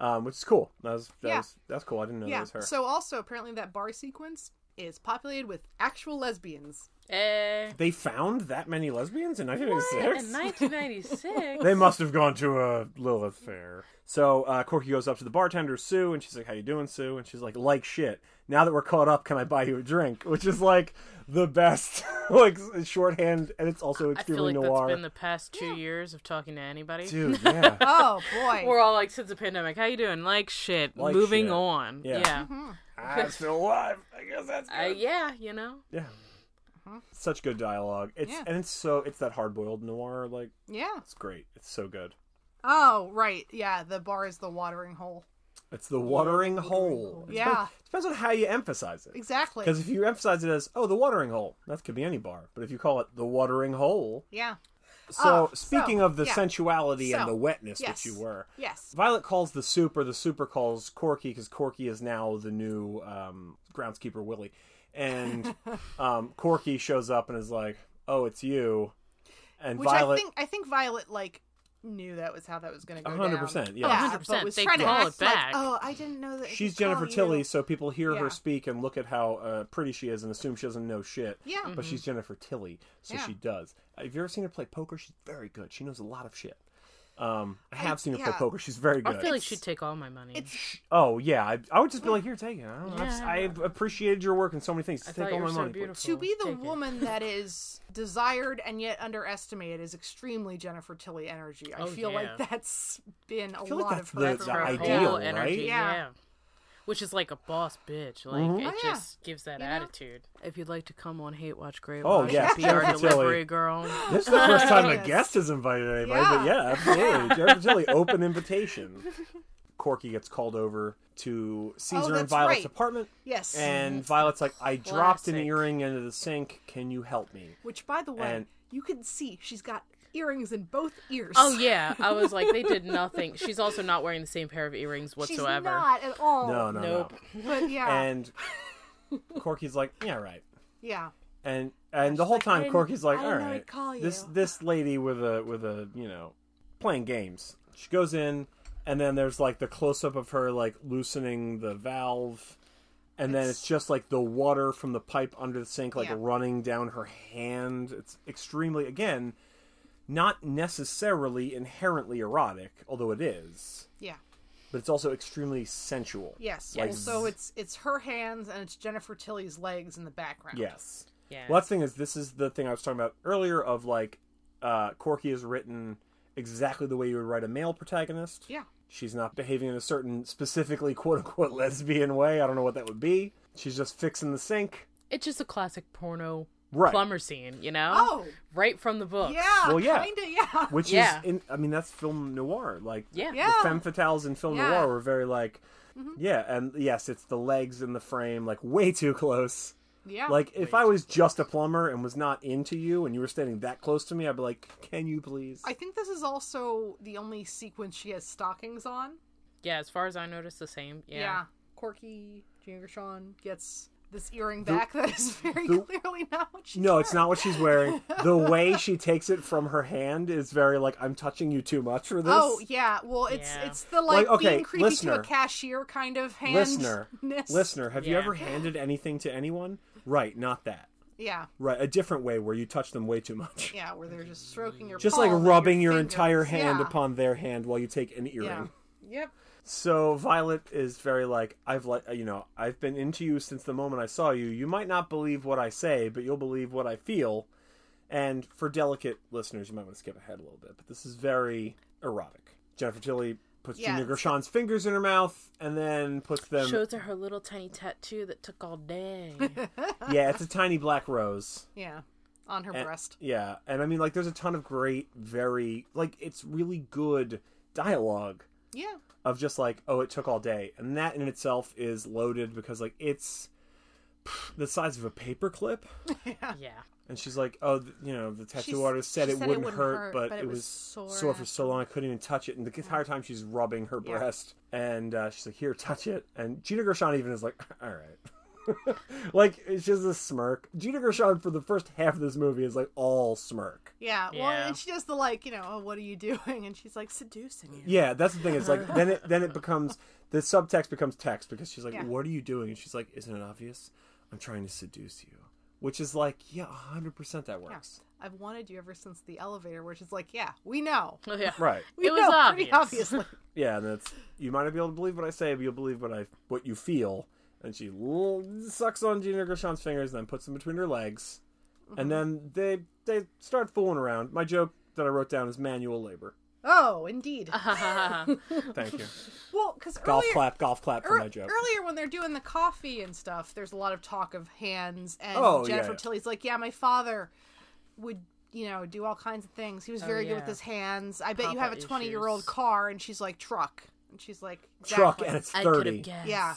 Speaker 2: um, which is cool. That was, that
Speaker 3: Mm-hmm. Yeah.
Speaker 2: was that's cool. I didn't know that
Speaker 3: yeah.
Speaker 2: was her.
Speaker 3: So also apparently that bar sequence is populated with actual lesbians.
Speaker 4: Eh.
Speaker 2: they found that many lesbians in
Speaker 4: In
Speaker 2: 1986.
Speaker 4: 1996.
Speaker 2: They must have gone to a Lilith fair. So uh, Corky goes up to the bartender Sue, and she's like, "How you doing, Sue?" And she's like, "Like shit. Now that we're caught up, can I buy you a drink?" Which is like the best, like shorthand, and it's also
Speaker 4: I feel
Speaker 2: extremely
Speaker 4: like
Speaker 2: noir.
Speaker 4: that's been the past two years of talking to anybody.
Speaker 2: Dude, yeah.
Speaker 3: Oh boy.
Speaker 4: We're all like, since the pandemic, how you doing? Like shit.
Speaker 2: Like
Speaker 4: Moving
Speaker 2: shit.
Speaker 4: on.
Speaker 2: Yeah.
Speaker 4: Yeah.
Speaker 3: Mm-hmm.
Speaker 2: I'm still alive. I guess that's
Speaker 4: Uh, yeah, you know.
Speaker 2: yeah.
Speaker 4: Uh-huh.
Speaker 2: Such good dialogue. It's
Speaker 3: Yeah.
Speaker 2: and it's so it's that hard boiled noir. Like
Speaker 3: yeah.
Speaker 2: it's great. It's so good.
Speaker 3: Oh, right. Yeah, the bar is the watering hole.
Speaker 2: It's the watering hole. It
Speaker 3: Yeah.
Speaker 2: depends, depends on how you emphasize it.
Speaker 3: Exactly.
Speaker 2: Because if you emphasize it as oh the watering hole, that could be any bar. But if you call it the watering hole,
Speaker 3: Yeah.
Speaker 2: so
Speaker 3: Oh, so,
Speaker 2: speaking of the
Speaker 3: yeah.
Speaker 2: sensuality and
Speaker 3: So,
Speaker 2: the wetness
Speaker 3: yes.
Speaker 2: that you were,
Speaker 3: Yes.
Speaker 2: Violet calls the soup, or the super calls Corky, because Corky is now the new um, groundskeeper Willie. And um, Corky shows up and is like, "Oh, it's you." And
Speaker 3: Which
Speaker 2: Violet,
Speaker 3: I think I think Violet like knew that was how that was going to go down.
Speaker 2: 100%, yeah.
Speaker 3: Yeah,
Speaker 4: 100%,
Speaker 3: but was
Speaker 4: they
Speaker 3: trying to
Speaker 4: call it
Speaker 3: act like,
Speaker 4: back.
Speaker 3: oh, I didn't know that. I
Speaker 2: she's
Speaker 3: could call
Speaker 2: Jennifer
Speaker 3: you."
Speaker 2: Tilly, so people hear
Speaker 3: Yeah.
Speaker 2: her speak and look at how uh, pretty she is and assume she doesn't know shit.
Speaker 3: Yeah.
Speaker 4: Mm-hmm.
Speaker 2: but she's Jennifer Tilly, so
Speaker 3: Yeah.
Speaker 2: she does. Have you ever seen her play poker? She's very good. She knows a lot of shit. Um, I have seen her play
Speaker 3: yeah.
Speaker 2: poker. She's very good.
Speaker 4: I feel like she'd take all my money.
Speaker 3: It's
Speaker 2: Oh yeah, I, I would just be like, here, take it. I, don't know. I've-
Speaker 4: Yeah.
Speaker 2: I've, appreciated your work in so many things.
Speaker 4: I
Speaker 2: Just
Speaker 4: thought
Speaker 2: take
Speaker 4: you
Speaker 2: all
Speaker 4: were
Speaker 2: my
Speaker 4: so
Speaker 2: money. please.
Speaker 4: beautiful.
Speaker 3: to be the
Speaker 4: Take it.
Speaker 3: woman that is desired and yet underestimated is extremely Jennifer Tilly energy. I
Speaker 4: Oh,
Speaker 3: feel
Speaker 4: yeah.
Speaker 3: like that's been a
Speaker 2: feel like
Speaker 3: lot
Speaker 2: that's
Speaker 3: of her.
Speaker 2: the-
Speaker 4: That's
Speaker 2: the
Speaker 4: her
Speaker 3: career.
Speaker 2: ideal,
Speaker 4: whole
Speaker 2: right?
Speaker 4: energy,
Speaker 3: Yeah.
Speaker 4: yeah. Which is like a boss bitch. Like
Speaker 2: Mm-hmm.
Speaker 4: it
Speaker 3: Oh, yeah.
Speaker 4: just gives that
Speaker 3: You know?
Speaker 4: attitude. If you'd like to come on Hate Watch Great
Speaker 2: Oh,
Speaker 4: Watch
Speaker 2: yes,
Speaker 4: and be our
Speaker 2: Jennifer Tilly.
Speaker 4: delivery girl.
Speaker 2: This is the first time a
Speaker 3: Yes.
Speaker 2: guest has invited anybody, but
Speaker 3: Yeah.
Speaker 2: yeah, absolutely. Jennifer Tilly, open invitation. Corky gets called over to Caesar and
Speaker 3: Oh, that's
Speaker 2: Violet's
Speaker 3: right.
Speaker 2: apartment,
Speaker 3: Yes.
Speaker 2: and Violet's like, "I dropped an
Speaker 4: classic.
Speaker 2: earring into the sink. Can you help me?"
Speaker 3: Which, by the way,
Speaker 2: and-
Speaker 3: you can see she's got earrings in both ears.
Speaker 4: Oh yeah, I was like, they did nothing. She's also not wearing the same pair of earrings
Speaker 3: she's
Speaker 4: whatsoever.
Speaker 3: not at all.
Speaker 2: No, no,
Speaker 4: Nope. Ah.
Speaker 2: no.
Speaker 3: But yeah,
Speaker 2: And Corky's like, "Yeah, right."
Speaker 3: yeah,
Speaker 2: And and the whole
Speaker 3: like, "I
Speaker 2: time,
Speaker 3: didn't-
Speaker 2: Corky's like,
Speaker 3: I
Speaker 2: "All
Speaker 3: didn't know
Speaker 2: right,
Speaker 3: I'd call
Speaker 2: this
Speaker 3: you."
Speaker 2: this lady with a with a you know playing games." She goes in, and then there's like the close up of her like loosening the valve, and then it's just like the water from the pipe under the sink like
Speaker 3: Yeah.
Speaker 2: running down her hand. It's extremely again not necessarily inherently erotic, although it is,
Speaker 3: yeah.
Speaker 2: but it's also extremely sensual.
Speaker 3: Yes.
Speaker 2: Like,
Speaker 3: so it's it's her hands and it's Jennifer Tilly's legs in the background.
Speaker 2: Yes.
Speaker 4: Yeah.
Speaker 2: Well, that's the thing is, this is the thing I was talking about earlier of like, uh, Corky is written exactly the way you would write a male protagonist.
Speaker 3: Yeah.
Speaker 2: She's not behaving in a certain specifically quote unquote lesbian way. I don't know what that would be. She's just fixing the sink.
Speaker 4: It's just a classic porno
Speaker 2: Right.
Speaker 4: plumber scene, you know?
Speaker 3: Oh.
Speaker 4: Right from the book.
Speaker 3: Yeah.
Speaker 2: Well, yeah.
Speaker 3: Kinda. Yeah.
Speaker 2: Which
Speaker 4: Yeah.
Speaker 2: is, in, I mean, that's film noir. Like,
Speaker 4: Yeah.
Speaker 3: Yeah.
Speaker 2: the femme fatales in film
Speaker 3: Yeah. Mm-hmm.
Speaker 2: noir were very like, yeah, and yes, it's the legs in the frame, like way too close.
Speaker 3: Yeah.
Speaker 2: Like, if I was just a plumber and was not into you and you were standing that close to me, I'd be like, can you please?
Speaker 3: I think this is also the only sequence she has stockings on.
Speaker 4: Yeah, as far as I noticed, the same. Yeah.
Speaker 3: Corky Junior Sean gets this earring back that is very
Speaker 2: the-
Speaker 3: clearly not what she.
Speaker 2: No, it's not what she's wearing. The way she takes it from her hand is very like I'm touching you too much for this.
Speaker 3: Oh yeah, well it's
Speaker 4: Yeah.
Speaker 3: it's the like,
Speaker 2: Like, okay,
Speaker 3: being creepy to a
Speaker 2: listener.
Speaker 3: cashier kind of hand.
Speaker 2: listener, listener, have you
Speaker 4: Yeah.
Speaker 2: ever handed anything to anyone? Right, not that.
Speaker 3: Yeah,
Speaker 2: Right, a different way where you touch them way too much.
Speaker 3: yeah, where they're just stroking your
Speaker 2: Just
Speaker 3: palm
Speaker 2: like
Speaker 3: with
Speaker 2: rubbing your,
Speaker 3: your
Speaker 2: entire
Speaker 3: fingers.
Speaker 2: hand
Speaker 3: Yeah.
Speaker 2: upon their hand while you take an earring.
Speaker 3: Yeah. Yep.
Speaker 2: So Violet is very like I've like you know I've been into you since the moment I saw you. You might not believe what I say, but you'll believe what I feel. And for delicate listeners, you might want to skip ahead a little bit, but this is very erotic. Jennifer Tilly puts
Speaker 3: Yeah,
Speaker 2: Junior
Speaker 3: it's-
Speaker 2: Gershon's fingers in her mouth and then puts them.
Speaker 4: Shows her her little tiny tattoo that took all day.
Speaker 2: Yeah, it's a tiny black rose.
Speaker 3: Yeah, on her
Speaker 2: And-
Speaker 3: breast.
Speaker 2: Yeah, and I mean, like, there's a ton of great, very like, it's really good dialogue
Speaker 3: Yeah,
Speaker 2: of just like, oh, it took all day, and that in itself is loaded because like it's pff, the size of a paperclip.
Speaker 4: yeah.
Speaker 2: And she's like, "Oh, th- you know, the tattoo
Speaker 3: She's-
Speaker 2: artist said,
Speaker 3: she
Speaker 2: it,
Speaker 3: said it
Speaker 2: wouldn't
Speaker 3: wouldn't
Speaker 2: hurt,
Speaker 3: hurt,
Speaker 2: but,
Speaker 3: but
Speaker 2: it,
Speaker 3: it
Speaker 2: was
Speaker 3: was sore
Speaker 2: sore for so
Speaker 3: after."
Speaker 2: long I couldn't even touch it." And the entire time she's rubbing her
Speaker 3: Yeah.
Speaker 2: breast, and uh, she's like, "Here, touch it." And Gina Gershon even is like, "All right." like it's just a smirk. Gina Gershon for the first half of this movie is like all smirk.
Speaker 3: yeah. Well,
Speaker 4: Yeah.
Speaker 3: and she does the like, you know, oh, what are you doing? And she's like seducing you.
Speaker 2: Yeah, that's the thing. It's like then it then it becomes the subtext becomes text because she's like,
Speaker 3: Yeah.
Speaker 2: "What are you doing?" And she's like, "Isn't it obvious? I'm trying to seduce you," which is like, yeah, hundred percent that
Speaker 3: Yeah.
Speaker 2: works.
Speaker 3: I've wanted you ever since the elevator, which is like, yeah, we know.
Speaker 4: Oh, yeah.
Speaker 2: Right.
Speaker 3: We
Speaker 4: It was
Speaker 3: know
Speaker 4: obvious.
Speaker 3: pretty obviously.
Speaker 2: Yeah, and it's you might not be able to believe what I say, but you'll believe what I what you feel. And she l- sucks on Gina Gershon's fingers, and then puts them between her legs,
Speaker 3: Mm-hmm.
Speaker 2: and then they they start fooling around. My joke that I wrote down is manual labor.
Speaker 3: oh, indeed.
Speaker 4: Uh-huh.
Speaker 2: Thank you.
Speaker 3: well, because
Speaker 2: golf
Speaker 3: earlier,
Speaker 2: clap, golf clap for
Speaker 3: ear-
Speaker 2: my joke.
Speaker 3: earlier when they're doing the coffee and stuff, there's a lot of talk of hands, and
Speaker 2: Oh, yeah,
Speaker 3: Jennifer
Speaker 2: yeah.
Speaker 3: Tilly's like, yeah, my father would. You know, do all kinds of things. He was very good with
Speaker 4: Oh, yeah.
Speaker 3: his hands. I bet you
Speaker 4: Papa
Speaker 3: have a twenty-year-old
Speaker 4: issues.
Speaker 3: car, and she's like truck, and she's like
Speaker 2: Truck,
Speaker 3: exactly.
Speaker 2: and it's
Speaker 4: I could
Speaker 2: thirty.
Speaker 4: have guessed.
Speaker 3: Yeah.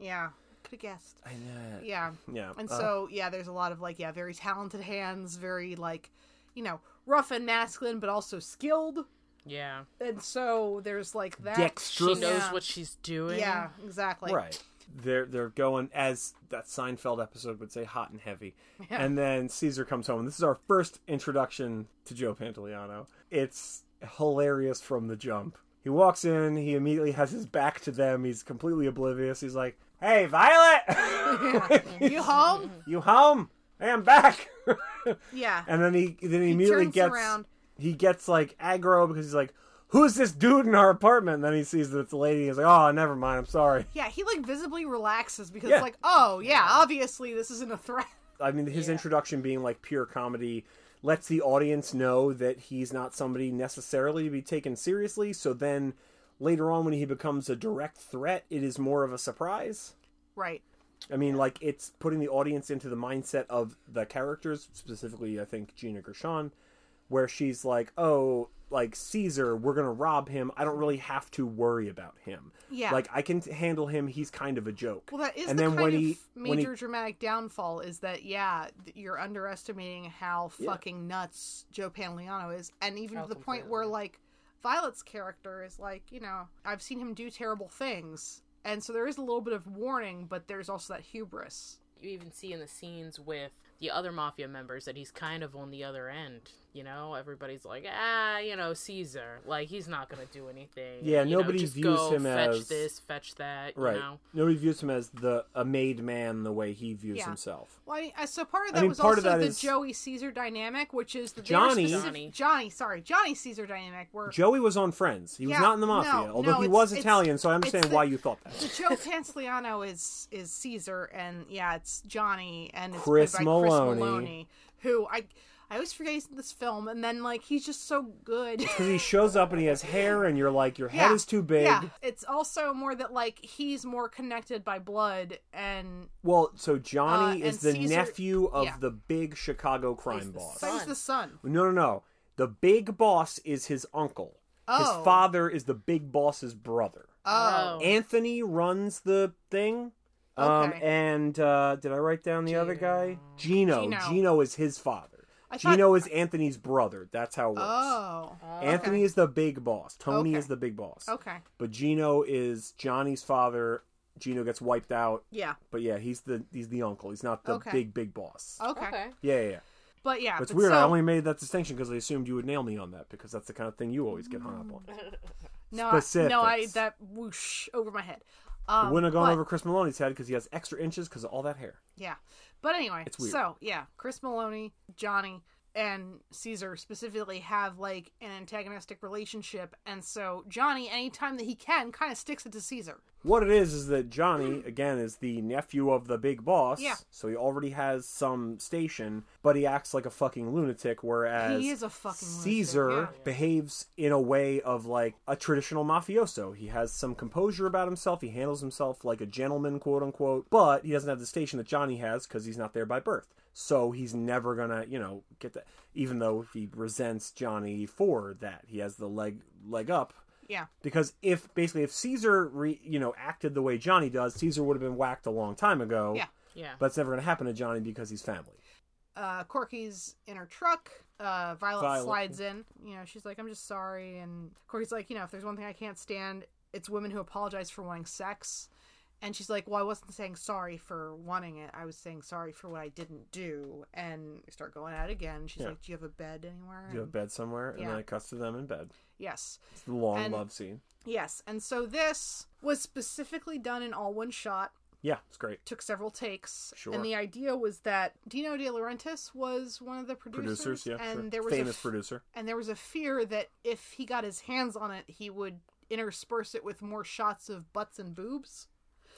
Speaker 3: yeah, could have guessed.
Speaker 2: I know. Yeah. Uh.
Speaker 3: Yeah, And so, yeah, there's a lot of like, yeah, very talented hands, very like, you know, rough and masculine, but also skilled.
Speaker 4: Yeah.
Speaker 3: And so there's like that.
Speaker 4: She
Speaker 2: Dexterous.
Speaker 4: knows
Speaker 3: Yeah.
Speaker 4: what she's doing.
Speaker 3: Yeah, exactly.
Speaker 2: right. They're they're going as that Seinfeld episode would say, hot and heavy. And then Caesar comes home. This is our first introduction to Joe Pantoliano. It's hilarious from the jump. He walks in. He immediately has his back to them. He's completely oblivious. He's like, "Hey, Violet,
Speaker 3: You home?
Speaker 2: you home? Hey, I'm back."
Speaker 3: Yeah.
Speaker 2: and then he then he, immediately
Speaker 3: turns
Speaker 2: gets
Speaker 3: around.
Speaker 2: he gets like aggro because he's like, "Who's this dude in our apartment?" And then he sees that it's a lady. And he's like, "Oh, never mind. I'm sorry."
Speaker 3: Yeah, he like visibly relaxes because
Speaker 2: Yeah.
Speaker 3: it's like, oh, yeah, obviously this isn't a threat.
Speaker 2: I mean, his introduction being like pure comedy lets the audience know that he's not somebody necessarily to be taken seriously. So then later on, when he becomes a direct threat, it is more of a surprise.
Speaker 3: Right.
Speaker 2: I mean, like, it's putting the audience into the mindset of the characters, specifically, I think, Gina Gershon, where she's like, oh, like, Caesar, we're going to rob him. I don't really have to worry about him.
Speaker 3: Yeah.
Speaker 2: Like, I can t- handle him. He's kind of a joke.
Speaker 3: Well, that is
Speaker 2: And
Speaker 3: the
Speaker 2: then
Speaker 3: kind
Speaker 2: when
Speaker 3: of
Speaker 2: he- when he-
Speaker 3: major dramatic downfall is that, yeah, th- you're underestimating how fucking nuts Joe Panliano is. And even to the point where, like, Violet's character is like, you know, I've seen him do terrible things. And so there is a little bit of warning, but there's also that hubris.
Speaker 4: You even see in the scenes with the other mafia members that he's kind of on the other end. You know, everybody's like, ah, you know, Caesar. Like he's not gonna do anything.
Speaker 2: Yeah,
Speaker 4: you know,
Speaker 2: nobody
Speaker 4: just
Speaker 2: views
Speaker 4: go,
Speaker 2: him
Speaker 4: fetch
Speaker 2: as-
Speaker 4: this, fetch that.
Speaker 2: Right.
Speaker 4: You know?
Speaker 2: Nobody views him as the a made man the way he views
Speaker 3: Yeah.
Speaker 2: himself.
Speaker 3: Well, I mean, uh, so part
Speaker 2: I
Speaker 3: of that
Speaker 2: mean,
Speaker 3: was
Speaker 2: part of
Speaker 3: also
Speaker 2: that
Speaker 3: the
Speaker 2: is-
Speaker 3: Joey Caesar dynamic, which is the
Speaker 2: Johnny-
Speaker 4: Johnny.
Speaker 3: Johnny, sorry, Johnny Caesar dynamic. Where
Speaker 2: Joey was on Friends. He was
Speaker 3: Yeah,
Speaker 2: not in the mafia,
Speaker 3: no,
Speaker 2: although
Speaker 3: no,
Speaker 2: he
Speaker 3: it's-
Speaker 2: was
Speaker 3: it's-
Speaker 2: Italian, so I understand
Speaker 3: it's the-
Speaker 2: why you thought that.
Speaker 3: the Joe Pantoliano is is Caesar, and yeah, it's Johnny and it's
Speaker 2: Chris
Speaker 3: played by
Speaker 2: Maloney.
Speaker 3: Chris Maloney, who I I always forget he's in this film, and then like he's just so good.
Speaker 2: Because he shows up and he has hair, and you're like, your head
Speaker 3: Yeah.
Speaker 2: is too big.
Speaker 3: Yeah, it's also more that like he's more connected by blood, and
Speaker 2: Well, so Johnny
Speaker 3: Uh,
Speaker 2: is
Speaker 3: and
Speaker 2: the
Speaker 3: Caesar-
Speaker 2: nephew of
Speaker 3: yeah.
Speaker 2: the big Chicago
Speaker 4: He's
Speaker 2: crime
Speaker 4: the
Speaker 2: boss.
Speaker 3: so he's the son.
Speaker 2: No, no, no. The big boss is his uncle.
Speaker 3: Oh.
Speaker 2: His father is the big boss's brother.
Speaker 3: Oh,
Speaker 2: Anthony runs the thing. Um,
Speaker 3: Okay.
Speaker 2: and uh, did I write down the other guy? Gino. Gino.
Speaker 3: Gino.
Speaker 2: is his father.
Speaker 3: I thought-
Speaker 2: Gino is Anthony's brother. That's how it works.
Speaker 3: oh,
Speaker 2: Anthony is the big boss. Tony
Speaker 3: Okay. Oh.
Speaker 2: is the big boss.
Speaker 3: okay,
Speaker 2: But Gino is Johnny's father. Gino gets wiped out.
Speaker 3: yeah,
Speaker 2: But yeah, he's the he's the uncle. He's not the
Speaker 3: Okay.
Speaker 2: big big boss.
Speaker 3: okay,
Speaker 2: Yeah, yeah. yeah.
Speaker 3: but yeah,
Speaker 2: But it's
Speaker 3: but
Speaker 2: weird. I
Speaker 3: so-
Speaker 2: only made that distinction because I assumed you would nail me on that because that's the kind of thing you always get hung up on.
Speaker 3: no, I, no, I
Speaker 2: specifics.
Speaker 3: that whoosh over my head.
Speaker 2: It
Speaker 3: Um,
Speaker 2: Wouldn't have gone
Speaker 3: but-
Speaker 2: over Chris Maloney's head because he has extra inches because of all that hair.
Speaker 3: Yeah. But anyway,
Speaker 2: It's weird.
Speaker 3: so yeah, Chris Maloney, Johnny, and Caesar specifically have like an antagonistic relationship. And so Johnny, anytime that he can, kind of sticks it to Caesar.
Speaker 2: What it is is that Johnny again is the nephew of the big boss,
Speaker 3: Yeah.
Speaker 2: so he already has some station, but he acts like a fucking lunatic. Whereas
Speaker 3: He is a fucking lunatic,
Speaker 2: Caesar
Speaker 3: yeah.
Speaker 2: behaves in a way of like a traditional mafioso. He has some composure about himself. He handles himself like a gentleman, quote unquote, but he doesn't have the station that Johnny has because he's not there by birth. So he's never gonna, you know, get that. Even though he resents Johnny for that, he has the leg leg up
Speaker 3: Yeah.
Speaker 2: because if basically if Caesar re, you know acted the way Johnny does, Caesar would have been whacked a long time ago.
Speaker 3: Yeah.
Speaker 4: Yeah.
Speaker 2: But it's never going to happen to Johnny because he's family.
Speaker 3: Uh, Corky's in her truck. Uh, Violet,
Speaker 2: Violet.
Speaker 3: slides in. You know, she's like, I'm just sorry. And Corky's like, you know, if there's one thing I can't stand, it's women who apologize for wanting sex. And she's like, well, I wasn't saying sorry for wanting it. I was saying sorry for what I didn't do. And they start going at it again. She's
Speaker 2: Yeah.
Speaker 3: like, do you have a bed anywhere?
Speaker 2: You have a bed somewhere, and
Speaker 3: Yeah.
Speaker 2: then it cuts to them in bed.
Speaker 3: Yes.
Speaker 2: It's the long
Speaker 3: And-
Speaker 2: love scene.
Speaker 3: Yes, and so this was specifically done in all one shot,
Speaker 2: Yeah, it's great.
Speaker 3: took several takes.
Speaker 2: Sure.
Speaker 3: And the idea was that Dino De Laurentiis was one of the producers,
Speaker 2: Producers, yeah,
Speaker 3: and
Speaker 2: sure.
Speaker 3: there was
Speaker 2: famous
Speaker 3: a,
Speaker 2: producer.
Speaker 3: and there was a fear that if he got his hands on it, he would intersperse it with more shots of butts and boobs.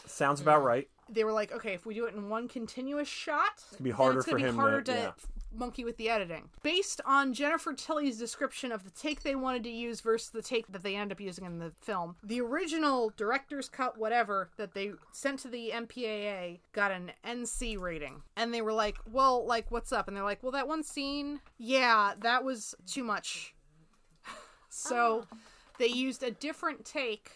Speaker 2: Sounds about right.
Speaker 3: They were like, okay, if we do it in one continuous shot, it's
Speaker 2: be harder
Speaker 3: it's gonna
Speaker 2: for
Speaker 3: be
Speaker 2: him to-
Speaker 3: harder to
Speaker 2: yeah.
Speaker 3: f- monkey with the editing. Based on Jennifer Tilly's description of the take they wanted to use versus the take that they end up using in the film, the original director's cut, whatever, that they sent to the MPAA got an NC rating. And they were like, well, like, what's up? And they're like, well, that one scene, yeah, that was too much. so they used a different take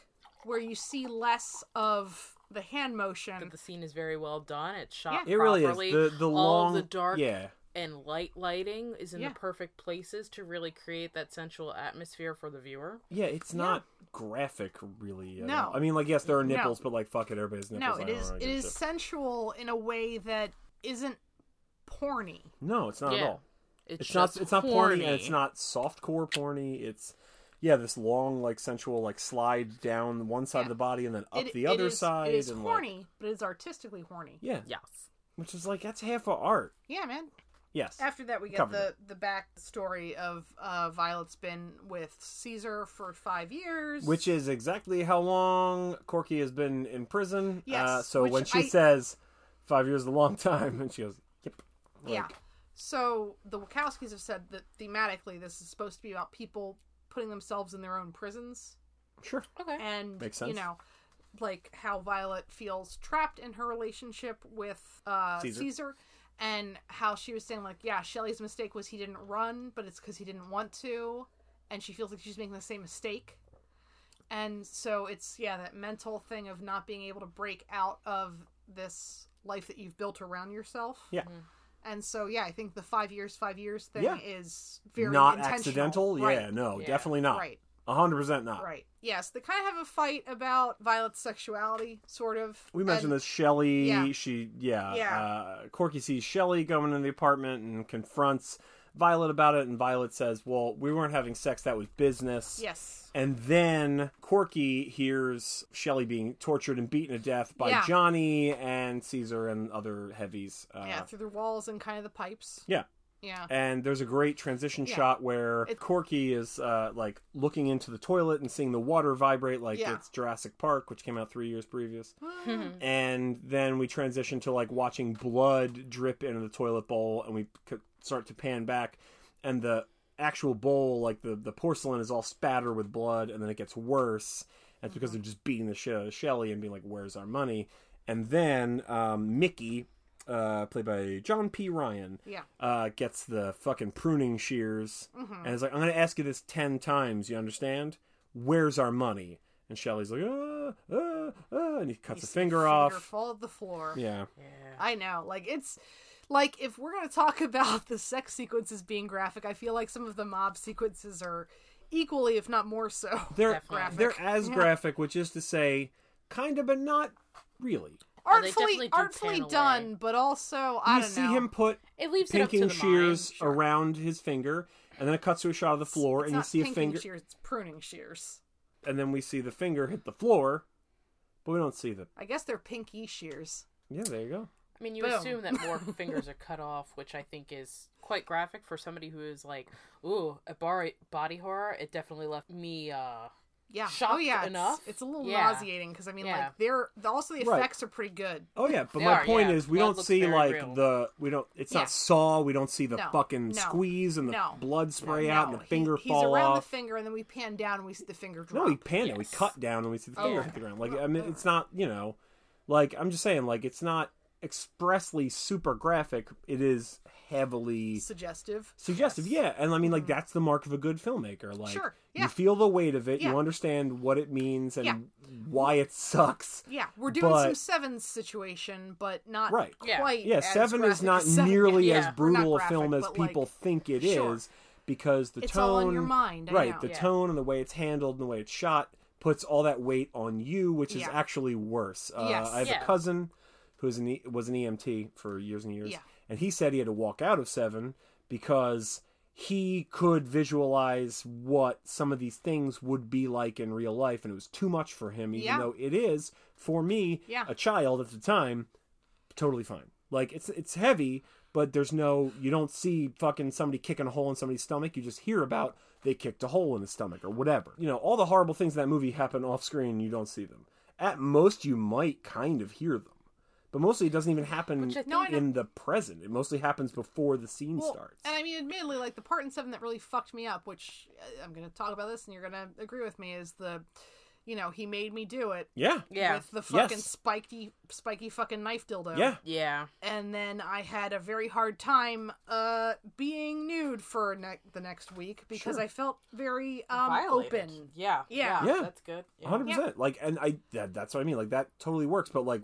Speaker 3: where you see less of the hand motion.
Speaker 4: the scene is very well done. It's shot
Speaker 3: Yeah.
Speaker 2: It really
Speaker 4: properly.
Speaker 2: is the the
Speaker 4: All
Speaker 2: long
Speaker 4: the dark
Speaker 2: Yeah,
Speaker 4: and light lighting is in
Speaker 3: Yeah.
Speaker 4: the perfect places to really create that sensual atmosphere for the viewer.
Speaker 2: yeah. It's not graphic, really. at
Speaker 3: No.
Speaker 2: all. I mean, like yes, there are nipples, but like fuck it, everybody's
Speaker 3: No,
Speaker 2: nipples. I
Speaker 3: it
Speaker 2: don't
Speaker 3: is
Speaker 2: really
Speaker 3: it
Speaker 2: give a
Speaker 3: is
Speaker 2: shit.
Speaker 3: sensual in a way that isn't porny.
Speaker 2: No, it's not at
Speaker 4: Yeah.
Speaker 2: all.
Speaker 4: It's,
Speaker 2: It's
Speaker 4: just
Speaker 2: not. It's not porny, and it's not softcore porny. It's yeah, this long like sensual like slide down one side
Speaker 3: Yeah.
Speaker 2: of the body and then up
Speaker 3: It-
Speaker 2: the
Speaker 3: it
Speaker 2: other
Speaker 3: is-
Speaker 2: side.
Speaker 3: It is
Speaker 2: and, like-
Speaker 3: horny, but it's artistically horny. Yeah,
Speaker 2: yeah,
Speaker 4: Yes.
Speaker 2: which is like that's half of art.
Speaker 3: man.
Speaker 2: Yes,
Speaker 3: After that, we get
Speaker 2: Covered
Speaker 3: the the back story of uh, Violet's been with Caesar for five years,
Speaker 2: which is exactly how long Corky has been in prison.
Speaker 3: Yes,
Speaker 2: Uh, so
Speaker 3: which
Speaker 2: when she
Speaker 3: I-
Speaker 2: says five years is a long time, and she goes, "Yep." Like,
Speaker 3: yeah. So the Wachowskis have said that thematically, this is supposed to be about people putting themselves in their own prisons.
Speaker 2: Sure.
Speaker 4: Okay.
Speaker 3: and
Speaker 2: Makes
Speaker 3: you
Speaker 2: sense.
Speaker 3: know like how violet feels trapped in her relationship with uh
Speaker 2: Caesar.
Speaker 3: caesar, and how she was saying like yeah shelley's mistake was he didn't run but it's because he didn't want to and she feels like she's making the same mistake and so it's yeah that mental thing of not being able to break out of this life that you've built around yourself
Speaker 2: Yeah.
Speaker 3: and so yeah i think the five years five years thing
Speaker 2: Yeah.
Speaker 3: is very
Speaker 2: not
Speaker 3: intentional.
Speaker 2: accidental.
Speaker 3: Right.
Speaker 2: Yeah. No.
Speaker 4: Yeah.
Speaker 2: Definitely not.
Speaker 3: right
Speaker 2: hundred percent not.
Speaker 3: Right. Yes, they kind of have a fight about Violet's sexuality, sort of.
Speaker 2: We mentioned
Speaker 3: And-
Speaker 2: this Shelly.
Speaker 3: Yeah.
Speaker 2: She, yeah.
Speaker 3: Yeah.
Speaker 2: Uh, Corky sees Shelly going into the apartment and confronts Violet about it. And Violet says, Well, we weren't having sex. That was business.
Speaker 3: Yes.
Speaker 2: And then Corky hears Shelly being tortured and beaten to death by
Speaker 3: Yeah.
Speaker 2: Johnny and Caesar and other heavies. Uh,
Speaker 3: yeah, through the walls and kind of the pipes.
Speaker 2: yeah.
Speaker 3: Yeah.
Speaker 2: And there's a great transition
Speaker 3: Yeah.
Speaker 2: shot where
Speaker 3: It's-
Speaker 2: Corky is uh, like looking into the toilet and seeing the water vibrate like
Speaker 3: Yeah.
Speaker 2: it's Jurassic Park, which came out three years previous. and then we transition to like watching blood drip into the toilet bowl, and we c- start to pan back, and the actual bowl, like the the porcelain, is all spatter with blood, and then it gets worse. That's because they're just beating the shit out of Shelly and being like, "Where's our money?" And then um, Mickey, uh, played by John P. Ryan,
Speaker 3: yeah.
Speaker 2: uh, gets the fucking pruning shears and is like, I'm going to ask you this 10 times, you understand? Where's our money? And Shelly's like, ah, ah, ah, and he cuts a finger,
Speaker 3: Finger
Speaker 2: off.
Speaker 3: fall to the floor.
Speaker 2: Yeah.
Speaker 3: I know. Like it's like if we're gonna talk about the sex sequences being graphic, I feel like some of the mob sequences are equally, if not more so.
Speaker 4: Oh,
Speaker 2: They're,
Speaker 4: Definitely.
Speaker 2: they're as
Speaker 3: Yeah.
Speaker 2: graphic, which is to say, kind of, but not really.
Speaker 4: Oh, they definitely
Speaker 3: artfully
Speaker 4: do
Speaker 3: artfully
Speaker 4: pan away.
Speaker 3: done, but also I
Speaker 2: you
Speaker 3: don't
Speaker 2: see
Speaker 3: know.
Speaker 2: him put
Speaker 4: It leaves it up to
Speaker 2: pinking
Speaker 4: the
Speaker 2: shears
Speaker 4: mind. Sure.
Speaker 2: around his finger, and then it cuts to a shot of the floor,
Speaker 3: It's
Speaker 2: and you
Speaker 3: not
Speaker 2: see a
Speaker 3: pinking
Speaker 2: finger,
Speaker 3: shears, it's pruning shears.
Speaker 2: and then we see the finger hit the floor, but we don't see the.
Speaker 3: I guess they're pinky shears.
Speaker 2: Yeah, there you go.
Speaker 4: I mean, you
Speaker 3: Boom.
Speaker 4: assume that more fingers are cut off, which I think is quite graphic for somebody who is like, ooh, a bar- body horror. It definitely left me. uh
Speaker 3: Yeah. oh
Speaker 4: shocked
Speaker 3: yeah. it's-
Speaker 4: enough.
Speaker 3: It's, a little
Speaker 4: Yeah.
Speaker 3: nauseating because I mean,
Speaker 4: Yeah.
Speaker 3: like they're also the
Speaker 2: Right.
Speaker 3: effects are pretty good.
Speaker 2: Oh yeah, but
Speaker 4: They
Speaker 2: my
Speaker 4: are,
Speaker 2: point
Speaker 4: yeah.
Speaker 2: is we
Speaker 4: Blood
Speaker 2: don't
Speaker 4: looks
Speaker 2: see
Speaker 4: very
Speaker 2: like
Speaker 4: real.
Speaker 2: the we don't it's
Speaker 3: Yeah.
Speaker 2: not saw, we don't see the
Speaker 3: No,
Speaker 2: fucking
Speaker 3: no,
Speaker 2: squeeze and the
Speaker 3: no,
Speaker 2: blood spray
Speaker 3: no,
Speaker 2: out and the
Speaker 3: he-
Speaker 2: finger
Speaker 3: he's
Speaker 2: fall
Speaker 3: around
Speaker 2: off.
Speaker 3: the finger, and then we pan down and we see the finger drop. Oh.
Speaker 2: no, we pan it, we
Speaker 4: Yes.
Speaker 2: cut down and we see the finger
Speaker 4: Yeah.
Speaker 2: hit the ground. Like I mean it's not, you know, like I'm just saying like it's not expressly super graphic. It is heavily
Speaker 3: Suggestive.
Speaker 2: suggestive. Yeah, and I mean like that's the mark of a good filmmaker. Like
Speaker 3: Mm-hmm. Sure,
Speaker 2: you
Speaker 3: yeah.
Speaker 2: feel the weight of it,
Speaker 3: Yeah.
Speaker 2: you understand what it means and
Speaker 3: Yeah.
Speaker 2: why it sucks.
Speaker 3: Yeah, we're doing
Speaker 2: But-
Speaker 3: some seven situation, but not
Speaker 2: Right.
Speaker 4: Yeah.
Speaker 3: quite.
Speaker 2: Yeah,
Speaker 3: as
Speaker 2: seven is
Speaker 3: graphic
Speaker 2: not
Speaker 3: as seven.
Speaker 2: nearly
Speaker 4: yeah.
Speaker 2: as
Speaker 4: We're not
Speaker 2: brutal
Speaker 3: graphic,
Speaker 2: a film as
Speaker 3: but, like,
Speaker 2: people think it is
Speaker 3: sure.
Speaker 2: because the
Speaker 3: It's
Speaker 2: tone
Speaker 3: all in your mind, I
Speaker 2: right,
Speaker 3: know.
Speaker 2: the
Speaker 4: Yeah.
Speaker 2: tone and the way it's handled and the way it's shot puts all that weight on you, which is
Speaker 3: Yeah.
Speaker 2: actually worse. Uh,
Speaker 3: Yes.
Speaker 2: I have
Speaker 4: Yeah.
Speaker 2: a cousin who is an e- was an EMT for years and years,
Speaker 3: Yeah.
Speaker 2: and he said he had to walk out of seven because he could visualize what some of these things would be like in real life and it was too much for him even
Speaker 3: Yeah.
Speaker 2: though it is for me
Speaker 3: Yeah.
Speaker 2: a child at the time totally fine. Like it's it's heavy, but there's no you don't see fucking somebody kicking a hole in somebody's stomach. You just hear about they kicked a hole in his stomach or whatever. You know, all the horrible things in that movie happen off screen and you don't see them. At most you might kind of hear them. But mostly it doesn't even happen
Speaker 4: Which I
Speaker 3: No, I know.
Speaker 2: in the present. It mostly happens before the scene
Speaker 3: Well,
Speaker 2: starts.
Speaker 3: and I mean, admittedly, like the part in seven that really fucked me up, which uh, I'm going to talk about this, and you're going to agree with me, is the, you know, he made me do it
Speaker 2: yeah.
Speaker 4: Yeah.
Speaker 3: with the fucking
Speaker 2: Yes.
Speaker 3: spiky, spiky fucking knife dildo.
Speaker 2: Yeah.
Speaker 4: yeah.
Speaker 3: and then I had a very hard time uh being nude for ne- the next week because
Speaker 2: Sure.
Speaker 3: I felt very um
Speaker 4: Violated.
Speaker 3: open.
Speaker 4: Yeah.
Speaker 3: Yeah.
Speaker 2: Yeah.
Speaker 4: That's good. Yeah.
Speaker 2: 100%. Like and I that, that's what I mean. Like that totally works, but like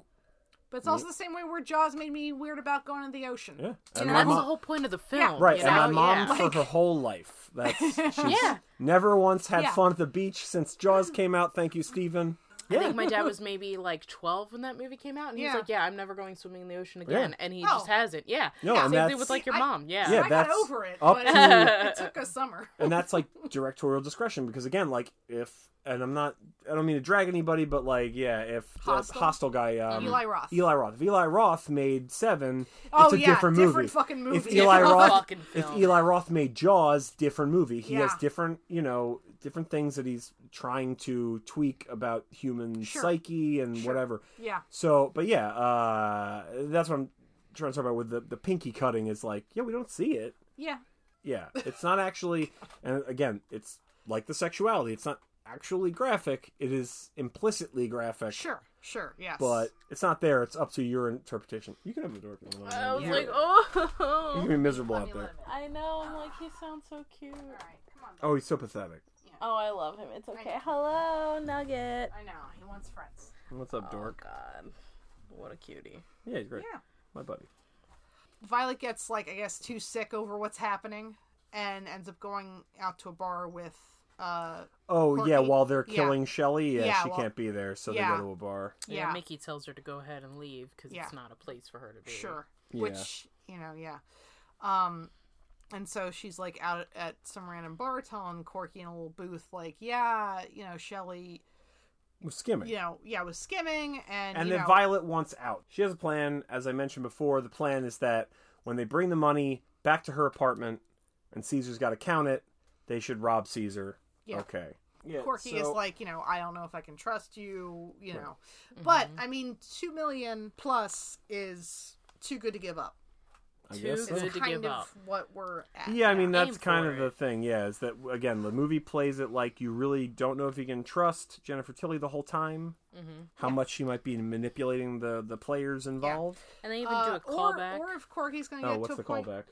Speaker 3: But it's also the same way where Jaws made me weird about going in the ocean.
Speaker 2: yeah.
Speaker 4: You
Speaker 2: And my
Speaker 4: know, that's the
Speaker 2: mom-
Speaker 4: whole point of the film.
Speaker 2: Right,
Speaker 4: you
Speaker 2: and my
Speaker 4: know?
Speaker 2: mom
Speaker 4: Yeah.
Speaker 2: for her whole life. That's she's
Speaker 4: Yeah.
Speaker 2: never once had
Speaker 3: Yeah.
Speaker 2: fun at the beach since Jaws came out. Thank you, Stephen. Yeah,
Speaker 4: I think my dad was maybe like 12 when that movie came out, and he's
Speaker 3: Yeah.
Speaker 4: like, "Yeah, I'm never going swimming in the ocean
Speaker 2: Yeah.
Speaker 4: again," and he
Speaker 3: Oh.
Speaker 4: just hasn't. Yeah,
Speaker 2: No,
Speaker 4: same
Speaker 2: and
Speaker 4: thing
Speaker 2: that's-
Speaker 4: with like your
Speaker 3: I-
Speaker 4: mom. Yeah,
Speaker 2: Yeah,
Speaker 3: I
Speaker 2: that's
Speaker 3: got over it,
Speaker 2: up
Speaker 3: but
Speaker 2: to-
Speaker 3: it took a summer.
Speaker 2: and that's like directorial discretion because again, like if and I'm not, I don't mean to drag anybody, but like yeah, if
Speaker 3: Hostel?
Speaker 2: the hostile guy um,
Speaker 3: Eli Roth.
Speaker 2: Eli Roth, if Eli Roth made Seven,
Speaker 3: Oh,
Speaker 2: it's a
Speaker 3: yeah,
Speaker 2: different movie.
Speaker 3: different fucking movie.
Speaker 2: If Eli
Speaker 4: Different
Speaker 2: Roth,
Speaker 4: fucking
Speaker 2: if
Speaker 4: film.
Speaker 2: Eli Roth made Jaws, different movie. He has
Speaker 3: Yeah.
Speaker 2: different, you know, different things that he's trying to tweak about human
Speaker 3: Sure.
Speaker 2: psyche and whatever.
Speaker 3: Yeah.
Speaker 2: So, but yeah, uh, that's what I'm trying to talk about with the, the pinky cutting is like, yeah, we don't see it.
Speaker 3: Yeah.
Speaker 2: Yeah, it's not actually, and again, it's like the sexuality. It's not actually graphic. It is implicitly graphic,
Speaker 3: Sure. Sure. Yes.
Speaker 2: but it's not there. It's up to your interpretation. You can have the door. open.
Speaker 4: I was
Speaker 2: You're-
Speaker 4: like,
Speaker 2: you
Speaker 4: "Oh."
Speaker 2: can be miserable out there.
Speaker 4: I know. I'm like, he sounds so cute.
Speaker 2: Oh, he's so pathetic.
Speaker 4: Oh, I love him. It's okay. Hello, Nugget.
Speaker 3: I know he wants friends.
Speaker 2: What's up, dork?
Speaker 4: God, what a cutie.
Speaker 2: Yeah, he's great.
Speaker 3: Yeah.
Speaker 2: My buddy.
Speaker 3: Violet gets like I guess too sick over what's happening and ends up going out to a bar with uh
Speaker 2: Oh
Speaker 3: Courtney-
Speaker 2: yeah, while they're
Speaker 3: yeah.
Speaker 2: killing Shelly, yeah,
Speaker 3: Yeah,
Speaker 2: she
Speaker 3: well-
Speaker 2: can't be there, so
Speaker 3: Yeah.
Speaker 2: they go to a bar.
Speaker 4: Yeah,
Speaker 3: yeah,
Speaker 4: Mickey tells her to go ahead and leave because
Speaker 3: Yeah.
Speaker 4: it's not a place for her to be.
Speaker 3: sure
Speaker 2: Yeah.
Speaker 3: which you know yeah um and so she's like out at some random bar telling corky in a little booth like yeah you know shelly
Speaker 2: We're skimming.
Speaker 3: you know yeah was skimming and,
Speaker 2: and
Speaker 3: you
Speaker 2: then
Speaker 3: know,
Speaker 2: Violet wants out. She has a plan, as I mentioned before. The plan is that when they bring the money back to her apartment, and Caesar's got to count it, they should rob Caesar.
Speaker 3: Yeah.
Speaker 2: Okay. Yeah,
Speaker 3: corky
Speaker 2: so-
Speaker 3: is like you know i don't know if i can trust you you know but
Speaker 4: Mm-hmm.
Speaker 3: i mean two million plus is too good to give up
Speaker 2: I
Speaker 4: Too
Speaker 2: guess
Speaker 4: good
Speaker 2: that's-
Speaker 3: It's
Speaker 4: to
Speaker 3: kind
Speaker 4: give
Speaker 3: of
Speaker 4: up.
Speaker 3: what we're at
Speaker 2: yeah, I mean
Speaker 3: now.
Speaker 2: that's
Speaker 4: Aim
Speaker 2: kind
Speaker 4: for
Speaker 2: of the
Speaker 4: it.
Speaker 2: thing. Yeah, is that again the movie plays it like you really don't know if you can trust Jennifer Tilly the whole time,
Speaker 4: Mm-hmm.
Speaker 2: how much she might be manipulating the the players involved.
Speaker 4: And they even do
Speaker 3: Uh,
Speaker 4: a callback.
Speaker 3: Or, or if Corky's going to
Speaker 2: Oh,
Speaker 3: get to
Speaker 2: what's
Speaker 3: a
Speaker 2: the
Speaker 3: point.
Speaker 2: callback?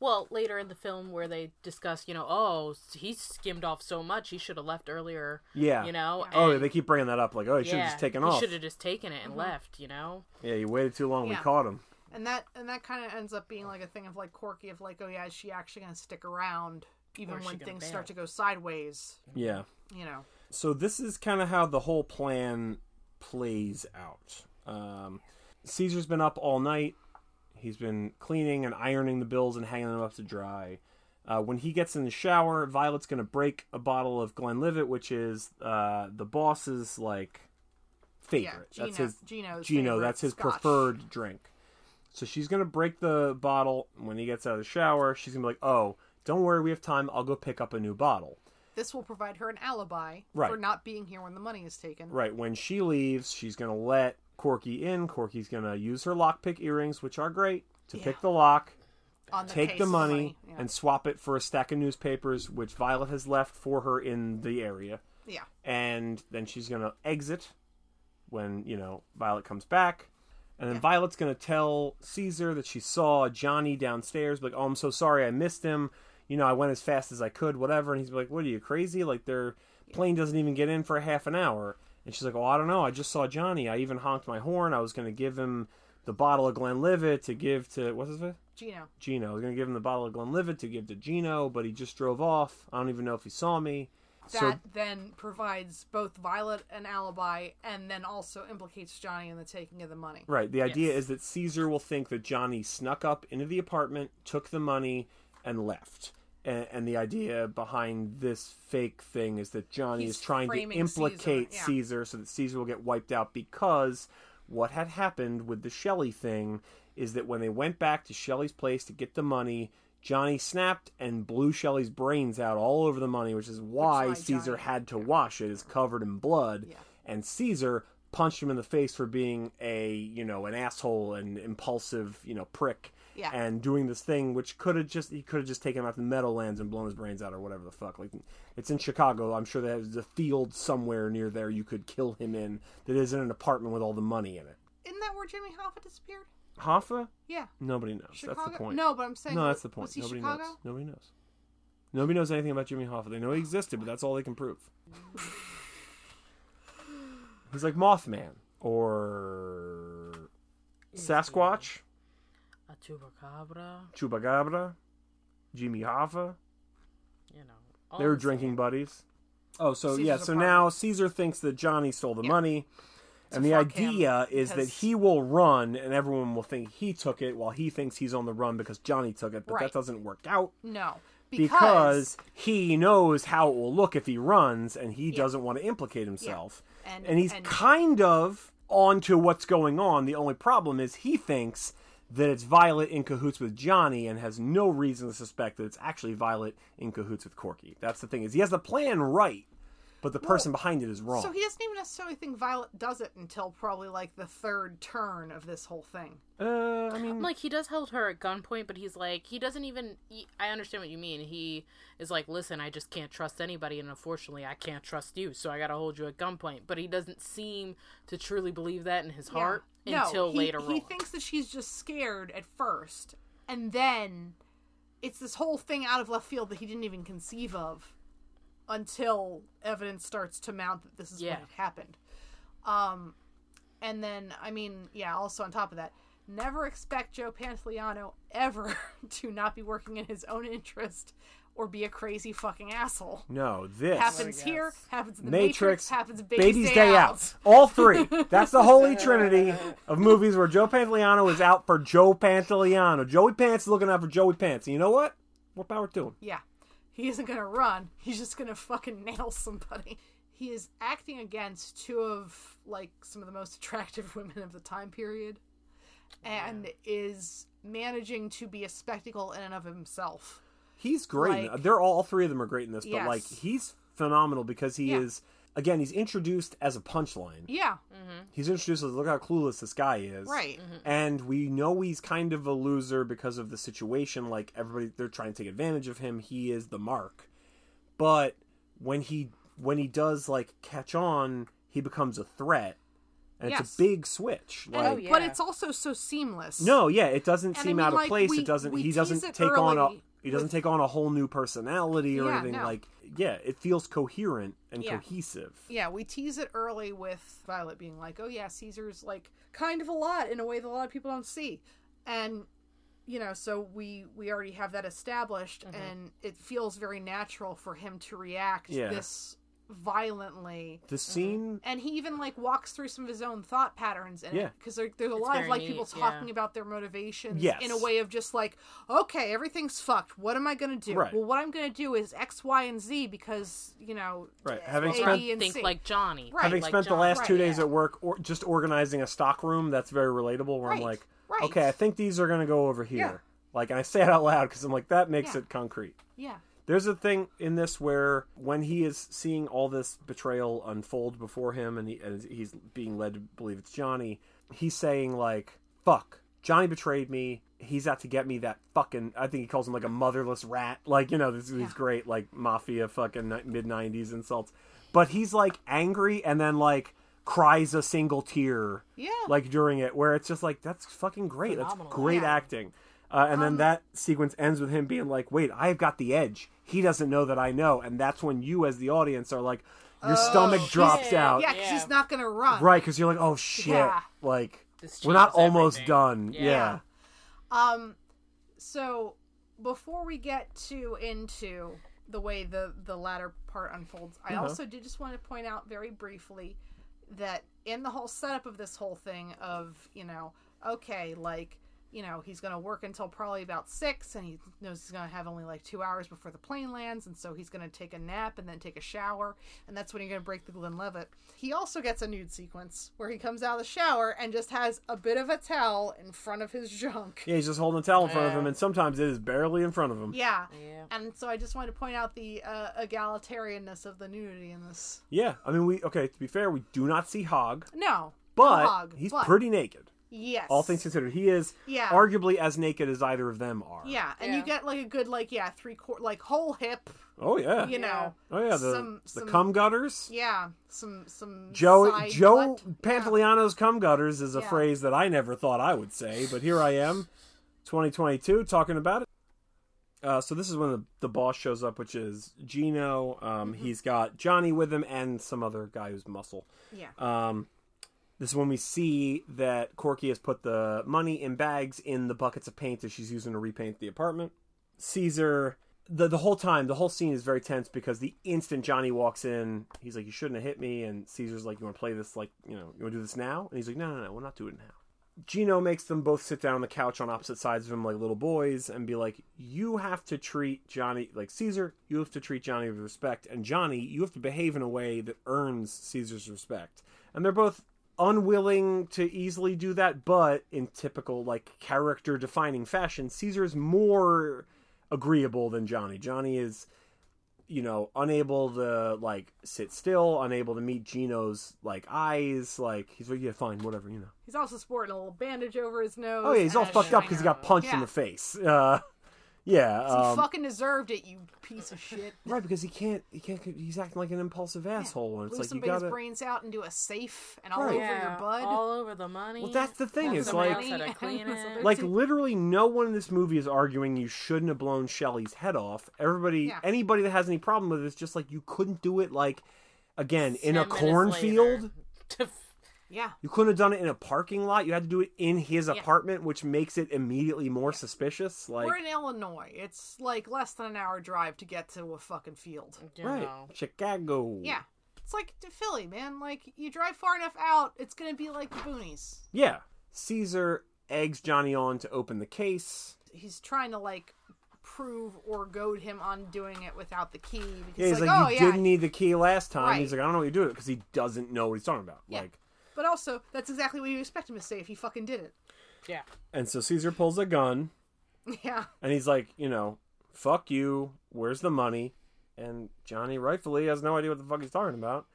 Speaker 4: Well, later in the film where they discuss, you know, oh, he skimmed off so much, he should have left earlier.
Speaker 2: Yeah.
Speaker 4: You know?
Speaker 2: Oh,
Speaker 4: and-
Speaker 2: they keep bringing that up. Like, oh, he should have
Speaker 4: yeah,
Speaker 2: just taken
Speaker 4: he
Speaker 2: off.
Speaker 4: should have just taken it and
Speaker 3: Mm-hmm.
Speaker 4: left, you know?
Speaker 2: Yeah, he waited too long.
Speaker 3: Yeah.
Speaker 2: We caught him.
Speaker 3: and that and that kind of ends up being like a thing of like Corky of like, oh yeah, is she actually going to stick around even
Speaker 4: Or is she
Speaker 3: when
Speaker 4: gonna
Speaker 3: things
Speaker 4: bail?
Speaker 3: start to go sideways?
Speaker 2: Yeah.
Speaker 3: You know,
Speaker 2: so this is kind of how the whole plan plays out. Um, Caesar's been up all night. He's been cleaning and ironing the bills and hanging them up to dry. Uh, when he gets in the shower, Violet's going to break a bottle of Glenlivet, which is uh, the boss's like favorite.
Speaker 3: yeah, Gino,
Speaker 2: that's his
Speaker 3: Gino's
Speaker 2: Gino.
Speaker 3: favorite
Speaker 2: That's his
Speaker 3: scotch.
Speaker 2: preferred drink. So she's gonna break the bottle when he gets out of the shower. She's gonna be like, "Oh, don't worry, we have time. I'll go pick up a new bottle."
Speaker 3: This will provide her an alibi
Speaker 2: Right.
Speaker 3: for not being here when the money is taken.
Speaker 2: Right when she leaves, she's gonna let Corky in. Corky's gonna use her lockpick earrings, which are great, to
Speaker 3: Yeah.
Speaker 2: pick the lock,
Speaker 3: On the
Speaker 2: take
Speaker 3: case
Speaker 2: the
Speaker 3: of
Speaker 2: money,
Speaker 3: Yeah.
Speaker 2: and swap it for a stack of newspapers, which Violet has left for her in the area.
Speaker 3: yeah.
Speaker 2: and then she's gonna exit when you know Violet comes back, and then Violet's gonna tell Caesar that she saw Johnny downstairs. Like, oh, I'm so sorry, I missed him. You know, I went as fast as I could, whatever. And he's like, "What are you crazy? Like, their plane doesn't even get in for a half an hour." And she's like, "Well, I don't know. I just saw Johnny. I even honked my horn. I was gonna give him the bottle of Glenlivet to give to what's his name."
Speaker 3: Gino.
Speaker 2: Gino. I was gonna give him the bottle of Glenlivet to give to Gino, but he just drove off. I don't even know if he saw me.
Speaker 3: That
Speaker 2: so
Speaker 3: then provides both Violet an alibi and then also implicates Johnny in the taking of the money.
Speaker 2: Right. The idea
Speaker 4: Yes.
Speaker 2: is that Caesar will think that Johnny snuck up into the apartment, took the money, and left. And, and the idea behind this fake thing is that Johnny
Speaker 3: He's
Speaker 2: is trying to
Speaker 3: framing
Speaker 2: implicate Caesar,
Speaker 3: Caesar, yeah.
Speaker 2: so that Caesar will get wiped out because what had happened with the Shelley thing is that when they went back to Shelley's place to get the money, Johnny snapped and blew Shelley's brains out all over the money, which is why
Speaker 3: why
Speaker 2: Caesar
Speaker 3: Johnny-
Speaker 2: had to wash it, is covered in blood
Speaker 3: Yeah.
Speaker 2: and Caesar punched him in the face for being a you know an asshole and impulsive you know prick
Speaker 3: Yeah.
Speaker 2: and doing this thing which could have just he could have just taken him out to the Meadowlands and blown his brains out or whatever the fuck like it's in Chicago I'm sure there's a field somewhere near there you could kill him in that isn't an apartment with all the money in it
Speaker 3: Isn't that where Jimmy Hoffa disappeared?
Speaker 2: Hoffa
Speaker 3: Yeah.
Speaker 2: nobody knows
Speaker 3: Chicago.
Speaker 2: that's the point
Speaker 3: No, but I'm saying
Speaker 2: no that's the point
Speaker 3: Was he
Speaker 2: nobody
Speaker 3: Chicago?
Speaker 2: knows nobody knows nobody knows anything about Jimmy Hoffa they know he existed but that's all they can prove he's like Mothman or Sasquatch,
Speaker 4: A chupacabra,
Speaker 2: Chupacabra, Jimmy Hoffa.
Speaker 4: you know. all
Speaker 2: They were
Speaker 4: the
Speaker 2: drinking
Speaker 4: same.
Speaker 2: buddies. Oh, so
Speaker 3: Caesar's
Speaker 2: yeah. So
Speaker 3: apartment.
Speaker 2: now Caesar thinks that Johnny stole the money, and the
Speaker 3: fuck him,
Speaker 2: idea is that
Speaker 3: because-
Speaker 2: he will run, and everyone will think he took it, while he thinks he's on the run because Johnny took it. But that
Speaker 3: Right.
Speaker 2: doesn't work out
Speaker 3: No.
Speaker 2: because, he knows how it will look if he runs, and he doesn't want to implicate himself.
Speaker 3: And-
Speaker 2: and he's
Speaker 3: and-
Speaker 2: kind of onto what's going on. The only problem is he thinks that it's Violet in cahoots with Johnny and has no reason to suspect that it's actually Violet in cahoots with Corky. That's the thing is he has the plan right, but the person behind it is wrong.
Speaker 3: So he doesn't even necessarily think Violet does it until probably like the third turn of this whole thing.
Speaker 2: uh, I mean,
Speaker 4: Like he does hold her at gunpoint, but he's like he doesn't even. He, I understand what you mean. He is like, listen, I just can't trust anybody, and unfortunately, I can't trust you, so I gotta hold you at gunpoint. But he doesn't seem to truly believe that in his heart
Speaker 3: Yeah. No,
Speaker 4: until
Speaker 3: he-
Speaker 4: later
Speaker 3: He
Speaker 4: on.
Speaker 3: thinks that she's just scared at first, and then it's this whole thing out of left field that he didn't even conceive of until evidence starts to mount that this is what
Speaker 4: Yeah.
Speaker 3: had happened. Um, and then I mean, yeah. Also on top of that, never expect Joe Pantoliano ever to not be working in his own interest or be a crazy fucking asshole.
Speaker 2: no, this
Speaker 3: Happens here, happens in the Matrix,
Speaker 2: Matrix,
Speaker 3: happens in
Speaker 2: Baby's, Day, out. All three. That's the holy trinity of movies where Joe Pantoliano is out for Joe Pantoliano. Joey Pants is looking out for Joey Pants. And you know what? What power to him?
Speaker 3: Yeah. He isn't going to run. He's just going to fucking nail somebody. He is acting against two of like some of the most attractive women of the time period and is managing to be a spectacle in and of himself.
Speaker 2: He's great.
Speaker 3: Like-
Speaker 2: They're all, all three of them are great in this, but
Speaker 3: Yes.
Speaker 2: like he's phenomenal because he
Speaker 3: Yeah.
Speaker 2: is again, he's introduced as a punchline.
Speaker 3: Yeah.
Speaker 2: He's introduced as look how clueless this guy is. Mm.
Speaker 3: Mm-hmm. Right.
Speaker 2: and we know he's kind of a loser because of the situation like everybody they're trying to take advantage of him he is the mark but when he when he does like catch on he becomes a threat and
Speaker 3: Yes.
Speaker 2: it's a big switch like
Speaker 4: Oh,
Speaker 3: But
Speaker 4: yeah.
Speaker 3: it's also so seamless.
Speaker 2: no yeah it doesn't
Speaker 3: And I
Speaker 2: seem
Speaker 3: mean,
Speaker 2: out of
Speaker 3: like,
Speaker 2: place
Speaker 3: we-
Speaker 2: it doesn't
Speaker 3: we
Speaker 2: he
Speaker 3: tease
Speaker 2: doesn't
Speaker 3: it
Speaker 2: take on a
Speaker 3: early
Speaker 2: he doesn't
Speaker 3: with-
Speaker 2: take on a whole new personality or
Speaker 3: Yeah,
Speaker 2: anything
Speaker 3: no.
Speaker 2: like yeah it feels coherent and
Speaker 3: Yeah.
Speaker 2: cohesive
Speaker 3: Yeah, we tease it early with Violet being like, "Oh yeah, Caesar's like kind of a lot in a way that a lot of people don't see," and you know, so we we already have that established,
Speaker 2: Mm-hmm.
Speaker 3: and it feels very natural for him to react
Speaker 2: Yeah.
Speaker 3: this violently.
Speaker 2: the scene
Speaker 3: And he even like walks through some of his own thought patterns in
Speaker 2: Yeah.
Speaker 3: because there, there's a lot of
Speaker 4: very
Speaker 3: like people
Speaker 4: neat, yeah.
Speaker 3: talking about their motivations
Speaker 2: Yes.
Speaker 3: in a way of just like, okay, everything's fucked. What am I gonna do?
Speaker 2: Right.
Speaker 3: Well, what I'm gonna do is X, Y, and Z because you know,
Speaker 2: right having
Speaker 3: A,
Speaker 2: spent
Speaker 3: B, and
Speaker 4: think
Speaker 3: C.
Speaker 4: like Johnny.
Speaker 3: Right.
Speaker 2: having
Speaker 4: like
Speaker 2: spent the
Speaker 4: John-
Speaker 2: last
Speaker 3: right,
Speaker 2: two days
Speaker 3: yeah.
Speaker 2: at work or just organizing a stock room that's very relatable where i'm
Speaker 3: Right.
Speaker 2: like
Speaker 3: Right.
Speaker 2: okay, I think these are going to go over here.
Speaker 3: Yeah.
Speaker 2: Like, and I say it out loud because I'm like, that makes
Speaker 3: Yeah.
Speaker 2: it concrete.
Speaker 3: Yeah.
Speaker 2: There's a thing in this where when he is seeing all this betrayal unfold before him and, he, and he's being led to believe it's Johnny, he's saying, like, fuck, Johnny betrayed me. He's out to get me that fucking. I think he calls him like a motherless rat. Like, you know, this, these
Speaker 3: Yeah.
Speaker 2: great, like, mafia fucking mid 90s insults. But he's, like, angry and then, like, cries a single tear
Speaker 3: Yeah.
Speaker 2: like during it where it's just like that's fucking great
Speaker 4: Phenomenal.
Speaker 2: that's great
Speaker 3: Yeah. Um,
Speaker 2: acting uh, and then that sequence ends with him being like wait i've got the edge he doesn't know that i know and that's when you as the audience are like your stomach drops
Speaker 4: shit.
Speaker 2: out
Speaker 3: Oh, yeah, because
Speaker 4: Yeah.
Speaker 3: he's not gonna run.
Speaker 2: right because you're like oh shit
Speaker 3: Yeah.
Speaker 2: like
Speaker 4: This
Speaker 2: we're not
Speaker 4: changes
Speaker 2: almost
Speaker 4: everything.
Speaker 2: done yeah,
Speaker 4: Yeah.
Speaker 3: Um. So before we get too into the way the the latter part unfolds, I also did just want to point out very briefly that in the whole setup of this whole thing of you know okay like you know he's going to work until probably about six and he knows he's going to have only like two hours before the plane lands and so he's going to take a nap and then take a shower and that's when you're going to break the glenn levitt he also gets a nude sequence where he comes out of the shower and just has a bit of a towel in front of his junk
Speaker 2: he's just holding a towel in front of him and sometimes it is barely in front of him yeah,
Speaker 3: yeah
Speaker 4: Yeah.
Speaker 3: and so i just wanted to point out the uh, egalitarianness of the nudity in this
Speaker 2: i mean we okay to be fair we do not see hog
Speaker 3: no
Speaker 2: but
Speaker 3: Hog,
Speaker 2: he's
Speaker 3: but-
Speaker 2: pretty naked
Speaker 3: yes
Speaker 2: all things considered he is
Speaker 3: Yeah.
Speaker 2: arguably as naked as either of them are
Speaker 3: yeah, and you
Speaker 4: Yeah.
Speaker 3: get like a good like yeah three quarter like whole hip,
Speaker 2: oh yeah
Speaker 3: you know,
Speaker 2: oh yeah the,
Speaker 3: some-
Speaker 2: the
Speaker 3: some-
Speaker 2: cum gutters
Speaker 3: yeah, some some
Speaker 2: Joe
Speaker 3: side
Speaker 2: Joe
Speaker 3: butt.
Speaker 2: Pantaleano's cum gutters is a
Speaker 3: Yeah.
Speaker 2: phrase that I never thought I would say, but here I am, 2022, talking about it. Uh, so this is when the, the boss shows up, which is Gino. Um, He's got Johnny with him and some other guy who's muscle.
Speaker 3: Yeah,
Speaker 2: Um, this is when we see that Corky has put the money in bags in the buckets of paint that she's using to repaint the apartment. Caesar, the, the whole time, the whole scene is very tense because the instant Johnny walks in, he's like, You shouldn't have hit me. And Caesar's like, You want to play this, like, you know, you want to do this now? And he's like, No, no, no, we'll not do it now. Gino makes them both sit down on the couch on opposite sides of him like little boys and be like, You have to treat Johnny, like Caesar, you have to treat Johnny with respect. And Johnny, you have to behave in a way that earns Caesar's respect. And they're both unwilling to easily do that, but in typical, like, character defining fashion, Caesar is more agreeable than Johnny. Johnny is you know, unable to like sit still, unable to meet Gino's like eyes, like he's like, yeah, fine, whatever, you know.
Speaker 3: he's also sporting a little bandage over his nose.
Speaker 2: Oh yeah, he's all
Speaker 3: and a
Speaker 2: fucked up because he got
Speaker 4: shiner.
Speaker 2: punched in
Speaker 3: Yeah.
Speaker 2: the face. Uh, yeah,
Speaker 3: shiny-
Speaker 2: um,
Speaker 3: he fucking deserved it, you piece of shit.
Speaker 2: right because he can't. He can't. He's acting like an impulsive asshole, and it's
Speaker 3: Blew
Speaker 2: like you
Speaker 3: somebody's
Speaker 2: gotta.
Speaker 3: brains out and do a safe and all
Speaker 2: Right.
Speaker 3: over
Speaker 4: Yeah,
Speaker 3: your bud.
Speaker 4: all over the money.
Speaker 2: Well, that's the thing.
Speaker 4: That's
Speaker 2: It's
Speaker 4: the
Speaker 2: like
Speaker 4: money. gotta clean it.
Speaker 2: like literally no one in this movie is arguing you shouldn't have blown Shelley's head off. Everybody,
Speaker 3: Yeah.
Speaker 2: anybody that has any problem with it is just like you couldn't do it. Like again, in a
Speaker 4: Ten minutes
Speaker 2: cornfield.
Speaker 4: later. To f-
Speaker 3: yeah,
Speaker 2: You couldn't have done it in a parking lot. You had to do it in his
Speaker 3: Yeah.
Speaker 2: apartment, which makes it immediately more suspicious. Like
Speaker 3: we're in Illinois. It's like less than an hour drive to get to a fucking field.
Speaker 4: you
Speaker 2: right,
Speaker 4: know.
Speaker 2: Chicago.
Speaker 3: Yeah. It's like to Philly, man. Like you drive far enough out, it's gonna be like the boonies.
Speaker 2: Yeah. Caesar eggs Johnny on to open the case.
Speaker 3: he's trying to like prove or goad him on doing it without the key because
Speaker 2: Yeah, he's
Speaker 3: like,
Speaker 2: like,
Speaker 3: oh
Speaker 2: you
Speaker 3: yeah
Speaker 2: didn't need the key last time.
Speaker 3: Right.
Speaker 2: He's like, I don't know what you do it because he doesn't know what he's talking about.
Speaker 3: Yeah.
Speaker 2: Like,
Speaker 3: but also that's exactly what you expect him to say if he fucking did it
Speaker 4: Yeah.
Speaker 2: and so Caesar pulls a gun
Speaker 3: yeah
Speaker 2: and he's like, you know, fuck you. Where's the money? And Johnny rightfully has no idea what the fuck he's talking about.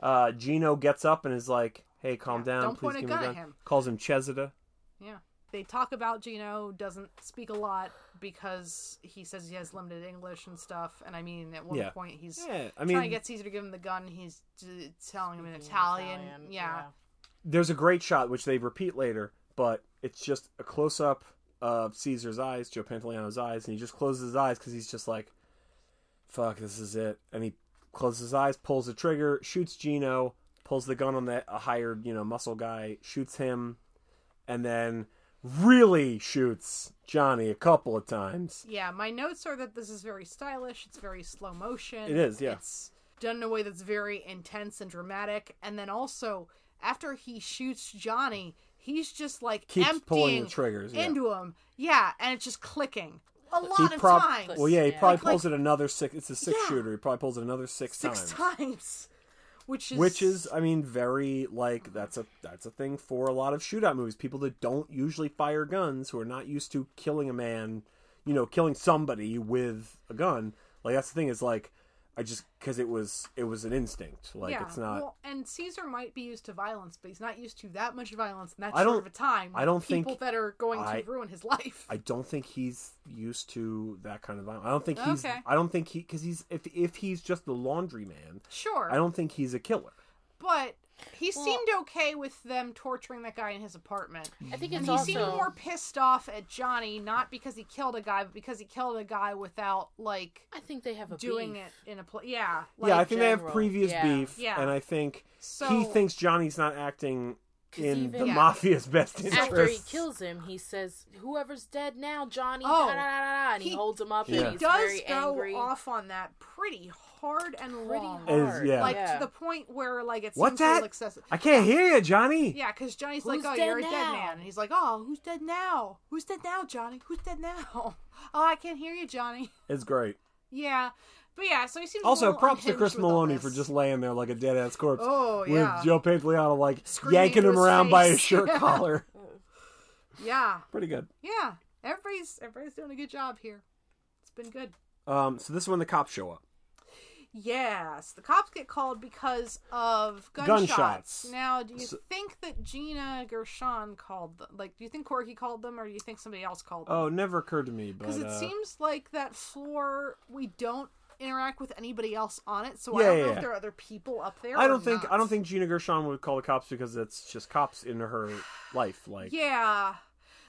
Speaker 2: Uh, Gino gets up and is like, hey, calm
Speaker 3: Yeah,
Speaker 2: down.
Speaker 3: don't
Speaker 2: Please
Speaker 3: point a
Speaker 2: give me
Speaker 3: gun
Speaker 2: a
Speaker 3: at
Speaker 2: gun.
Speaker 3: him.
Speaker 2: Calls him Chesida.
Speaker 3: yeah they talk about Gino doesn't speak a lot because he says he has limited English and stuff and I mean at one
Speaker 2: Yeah.
Speaker 3: point he's
Speaker 2: Yeah, I
Speaker 3: trying to
Speaker 2: mean,
Speaker 3: get Caesar to give him the gun he's d- telling him in
Speaker 4: Being
Speaker 3: Italian, yeah.
Speaker 2: there's a great shot which they repeat later, but it's just a close up of Caesar's eyes, Joe Pantoliano's eyes, and he just closes his eyes because he's just like, "Fuck, this is it." And he closes his eyes, pulls the trigger, shoots Gino, pulls the gun on that a hired you know muscle guy, shoots him, and then really shoots Johnny a couple of times.
Speaker 3: Yeah, my notes are that this is very stylish. It's very slow motion.
Speaker 2: It is, yeah.
Speaker 3: It's done in a way that's very intense and dramatic. And then also, after he shoots Johnny, he's just like
Speaker 2: Keeps
Speaker 3: emptying
Speaker 2: pulling the triggers. Yeah.
Speaker 3: into him. Yeah, and it's just clicking a lot
Speaker 2: He
Speaker 3: of
Speaker 2: prob-
Speaker 3: times.
Speaker 2: Well, yeah, he
Speaker 4: Yeah.
Speaker 2: probably
Speaker 3: Like-
Speaker 2: pulls it another six. It's a six
Speaker 3: Yeah.
Speaker 2: shooter. He probably pulls it another six,
Speaker 3: six times. which is
Speaker 2: which is i mean very like that's a that's a thing for a lot of shootout movies people that don't usually fire guns who are not used to killing a man you know killing somebody with a gun like that's the thing is like i just because it was it was an instinct like
Speaker 3: yeah.
Speaker 2: it's not
Speaker 3: well, and Caesar might be used to violence, but he's not used to that much violence in that
Speaker 2: I
Speaker 3: short
Speaker 2: don't-
Speaker 3: of a time.
Speaker 2: I don't
Speaker 3: people
Speaker 2: think
Speaker 3: that are going
Speaker 2: I-
Speaker 3: to ruin his life.
Speaker 2: I don't think he's used to that kind of violence. I don't think he's.
Speaker 3: Okay.
Speaker 2: I don't think he because he's if if he's just the laundry man.
Speaker 3: sure,
Speaker 2: I don't think he's a killer.
Speaker 3: but he
Speaker 4: Well-
Speaker 3: seemed okay with them torturing that guy in his apartment.
Speaker 4: I think
Speaker 3: And
Speaker 4: it's
Speaker 3: he
Speaker 4: also
Speaker 3: seemed more pissed off at Johnny, not because he killed a guy, but because he killed a guy without like
Speaker 4: I think they have a
Speaker 3: doing
Speaker 4: beef.
Speaker 3: it in a place. Yeah,
Speaker 2: yeah, I
Speaker 3: like,
Speaker 2: think they have
Speaker 4: general.
Speaker 2: previous
Speaker 4: Yeah.
Speaker 2: beef,
Speaker 3: Yeah.
Speaker 2: and I think he
Speaker 3: So-
Speaker 2: thinks Johnny's not acting
Speaker 4: 'Cause
Speaker 2: in
Speaker 4: even-
Speaker 2: the
Speaker 3: Yeah.
Speaker 2: mafia's best interest.
Speaker 4: After he kills him, he says, "Whoever's dead now, Johnny."
Speaker 3: Oh.
Speaker 4: da, da, da, da, da," and he,
Speaker 3: He-
Speaker 4: holds him up.
Speaker 2: he
Speaker 4: and
Speaker 3: he
Speaker 4: he's
Speaker 3: does
Speaker 4: very
Speaker 3: go
Speaker 4: angry.
Speaker 3: off on that pretty hard and
Speaker 4: pretty
Speaker 3: long.
Speaker 2: Is-
Speaker 4: hard.
Speaker 2: yeah.
Speaker 3: Like to the point where like it seems
Speaker 2: What's
Speaker 3: a
Speaker 2: that?
Speaker 3: little excessive.
Speaker 2: I can't hear you, Johnny.
Speaker 3: Yeah, because Johnny's
Speaker 4: Who's
Speaker 3: like, "Oh,
Speaker 4: dead
Speaker 3: you're a
Speaker 4: now?"
Speaker 3: dead man," and he's like, "Oh, who's dead now? Who's dead now, Johnny? Who's dead now? Oh, I can't hear you, Johnny."
Speaker 2: It's great.
Speaker 3: Yeah, but yeah, so he seems. a
Speaker 2: Also,
Speaker 3: little
Speaker 2: props to
Speaker 3: unhinged
Speaker 2: Chris
Speaker 3: with all
Speaker 2: Maloney
Speaker 3: this.
Speaker 2: for just laying there like a dead ass corpse
Speaker 3: Oh,
Speaker 2: with
Speaker 3: yeah.
Speaker 2: Joe Pantoliano like
Speaker 3: Screaming
Speaker 2: yanking
Speaker 3: into
Speaker 2: him
Speaker 3: his
Speaker 2: around by
Speaker 3: face.
Speaker 2: his shirt
Speaker 3: Yeah.
Speaker 2: collar.
Speaker 3: Yeah,
Speaker 2: Pretty good.
Speaker 3: yeah. Everybody's everybody's doing a good job here. It's been good.
Speaker 2: Um, so this is when the cops show up.
Speaker 3: Yes, the cops get called because of gunshots.
Speaker 2: Gunshots.
Speaker 3: Now, do you
Speaker 2: So-
Speaker 3: think that Gina Gershon called them? Like, do you think Corky called them, or do you think somebody else called them?
Speaker 2: Oh, never occurred to me, but
Speaker 3: Because it
Speaker 2: uh,
Speaker 3: seems like that floor we don't interact with anybody else on it, so I
Speaker 2: Yeah,
Speaker 3: don't
Speaker 2: yeah,
Speaker 3: know
Speaker 2: yeah.
Speaker 3: if there are other people up there.
Speaker 2: I
Speaker 3: or
Speaker 2: don't think
Speaker 3: not.
Speaker 2: I don't think Gina Gershon would call the cops because that's just cops in her life. Like
Speaker 3: Yeah,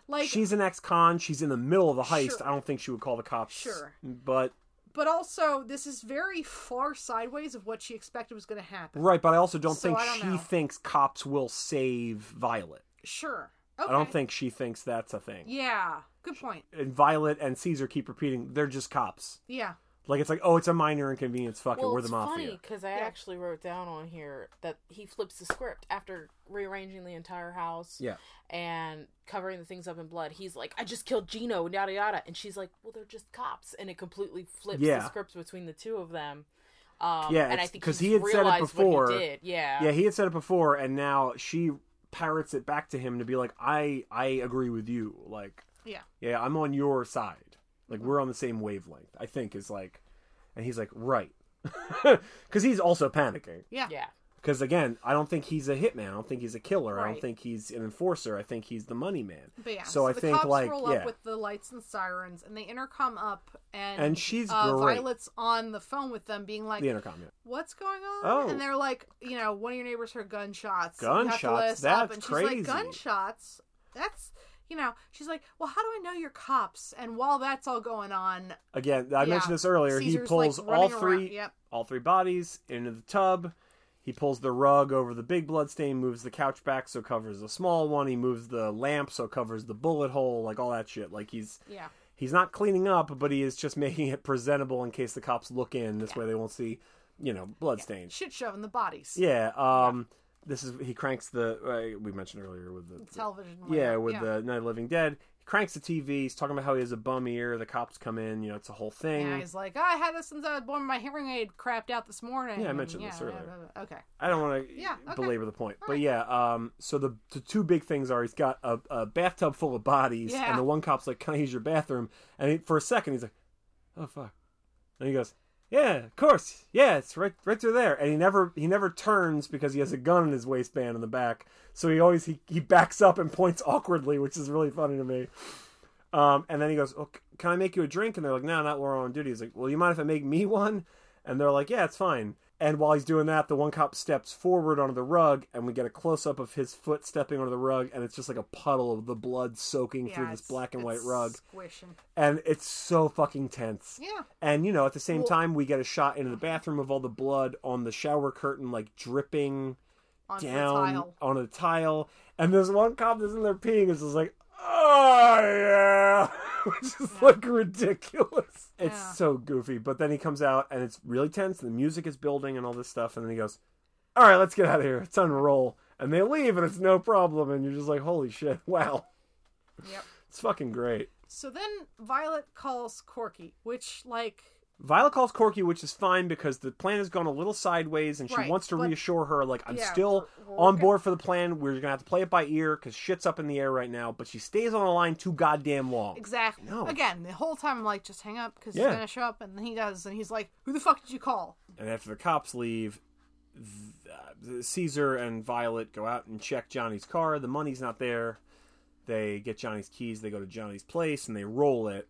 Speaker 3: like
Speaker 2: she's an ex-con, she's in the middle of the heist.
Speaker 3: Sure.
Speaker 2: I don't think she would call the cops.
Speaker 3: Sure.
Speaker 2: but
Speaker 3: but also this is very far sideways of what she expected was going to happen.
Speaker 2: right. But I also don't
Speaker 3: So
Speaker 2: think
Speaker 3: I don't
Speaker 2: she
Speaker 3: know.
Speaker 2: thinks cops will save Violet.
Speaker 3: Sure. Okay.
Speaker 2: I don't think she thinks that's a thing.
Speaker 3: Yeah. Good point.
Speaker 2: And Violet and Caesar keep repeating they're just cops.
Speaker 3: Yeah.
Speaker 2: Like it's like oh, it's a minor inconvenience. Fuck
Speaker 4: Well,
Speaker 2: it, we're
Speaker 4: it's
Speaker 2: the mafia.
Speaker 4: funny because I
Speaker 3: Yeah.
Speaker 4: actually wrote down on here that he flips the script after rearranging the entire house
Speaker 2: Yeah,
Speaker 4: and covering the things up in blood. He's like, "I just killed Gino," and yada yada, and she's like, "Well, they're just cops," and it completely flips the
Speaker 2: Yeah.
Speaker 4: script between the two of them. Um,
Speaker 2: Yeah,
Speaker 4: and I
Speaker 2: it's-
Speaker 4: think
Speaker 2: 'cause
Speaker 4: he's
Speaker 2: he had said it
Speaker 4: realized what he
Speaker 2: before.
Speaker 4: did. Yeah,
Speaker 2: yeah. He had said it before, and now she parrots it back to him to be like, I I agree with you. Like
Speaker 3: Yeah.
Speaker 2: yeah, I'm on your side. Like we're on the same wavelength. I think is like, and he's like, right, because he's also panicking.
Speaker 3: Yeah.
Speaker 4: yeah.
Speaker 2: Because again, I don't think he's a hitman. I don't think he's a killer. I
Speaker 3: Right.
Speaker 2: don't think he's an enforcer. I think he's the money man.
Speaker 3: But yeah,
Speaker 2: So, I
Speaker 3: the
Speaker 2: think
Speaker 3: cops
Speaker 2: like
Speaker 3: roll
Speaker 2: yeah,
Speaker 3: up with the lights and sirens, and they intercom up, and
Speaker 2: And she's
Speaker 3: uh,
Speaker 2: great.
Speaker 3: Violet's on the phone with them, being like,
Speaker 2: the intercom. Yeah.
Speaker 3: "What's going on?"
Speaker 2: Oh.
Speaker 3: And they're like, "You know, one of your neighbors heard gunshots. You have to
Speaker 2: Gunshots?
Speaker 3: let us up."
Speaker 2: That's
Speaker 3: And she's
Speaker 2: crazy.
Speaker 3: like, "Gunshots? That's." You know, she's like, "Well, how do I know you're cops?" And while that's all going on,
Speaker 2: Again, I
Speaker 3: Yeah.
Speaker 2: mentioned this earlier. he
Speaker 3: Caesar's, like,
Speaker 2: pulls all
Speaker 3: running around-
Speaker 2: three,
Speaker 3: yep.
Speaker 2: all three bodies into the tub. He pulls the rug over the big blood stain, moves the couch back so it covers the small one. He moves the lamp so it covers the bullet hole, like all that shit. Like he's
Speaker 3: yeah,
Speaker 2: he's not cleaning up, but he is just making it presentable in case the cops look in. This way, they won't see, you know, bloodstains.
Speaker 3: shit shoving the bodies.
Speaker 2: Yeah. Um. This is he cranks the uh, we mentioned earlier with the
Speaker 3: television.
Speaker 2: yeah
Speaker 3: window.
Speaker 2: with the Night of the Living Dead. He cranks the TV. He's talking about how he has a bum ear. The cops come in. You know, it's a whole thing.
Speaker 3: And he's like, I had this since I was born. My hearing aid crapped out this morning.
Speaker 2: Yeah, I
Speaker 3: and
Speaker 2: mentioned this earlier.
Speaker 3: blah, blah, blah. Okay.
Speaker 2: I don't want to
Speaker 3: Yeah, okay.
Speaker 2: belabor the point, but yeah. Um, so the, the two big things are he's got a, a bathtub full of bodies,
Speaker 3: Yeah.
Speaker 2: and the one cop's like, "Can I use your bathroom?" And he, for a second, he's like, "Oh fuck," and he goes, "Yeah, of course, yeah, it's right, right through there." And he never he never turns because he has a gun in his waistband in the back, so he always he, he backs up and points awkwardly, which is really funny to me. Um, and then he goes, oh, c- "Can I make you a drink?" And they're like, "No, not while we're on duty." He's like, "Well, you mind if I make me one?" And they're like, "Yeah, it's fine." And while he's doing that, the one cop steps forward onto the rug, and we get a close up of his foot stepping onto the rug, and it's just like a puddle of the blood soaking
Speaker 3: Yeah,
Speaker 2: through this
Speaker 3: it's-
Speaker 2: black and white
Speaker 3: it's
Speaker 2: rug,
Speaker 3: Squishing.
Speaker 2: and it's so fucking tense.
Speaker 3: Yeah.
Speaker 2: And you know, at the same
Speaker 3: Well-
Speaker 2: time, we get a shot into the bathroom of all the blood on the shower curtain, like dripping
Speaker 3: On
Speaker 2: down
Speaker 3: tile.
Speaker 2: on a tile, and there's one cop that's in there peeing is just like, oh yeah, which is like ridiculous. It's
Speaker 3: Yeah.
Speaker 2: so goofy. But then he comes out and it's really tense. And the music is building and all this stuff, and then he goes, "All right, let's get out of here. It's on a roll." And they leave, and it's no problem. And you're just like, "Holy shit! Wow,
Speaker 3: Yep.
Speaker 2: it's fucking great."
Speaker 3: So then Violet calls Corky, which like
Speaker 2: Violet calls Corky, which is fine because the plan has gone a little sideways, and she
Speaker 3: Right,
Speaker 2: wants to
Speaker 3: but-
Speaker 2: reassure her, like, I'm
Speaker 3: Yeah,
Speaker 2: still
Speaker 3: we're- we're
Speaker 2: on
Speaker 3: okay.
Speaker 2: board for the plan. We're gonna have to play it by ear because shit's up in the air right now. But she stays on the line too goddamn long.
Speaker 3: Exactly.
Speaker 2: No.
Speaker 3: Again, the whole time I'm like, just hang up because
Speaker 2: Yeah.
Speaker 3: he's gonna show up, and he does, and he's like, "Who the fuck did you call?"
Speaker 2: And after the cops leave, th- uh, Caesar and Violet go out and check Johnny's car. The money's not there. They get Johnny's keys. They go to Johnny's place and they roll it.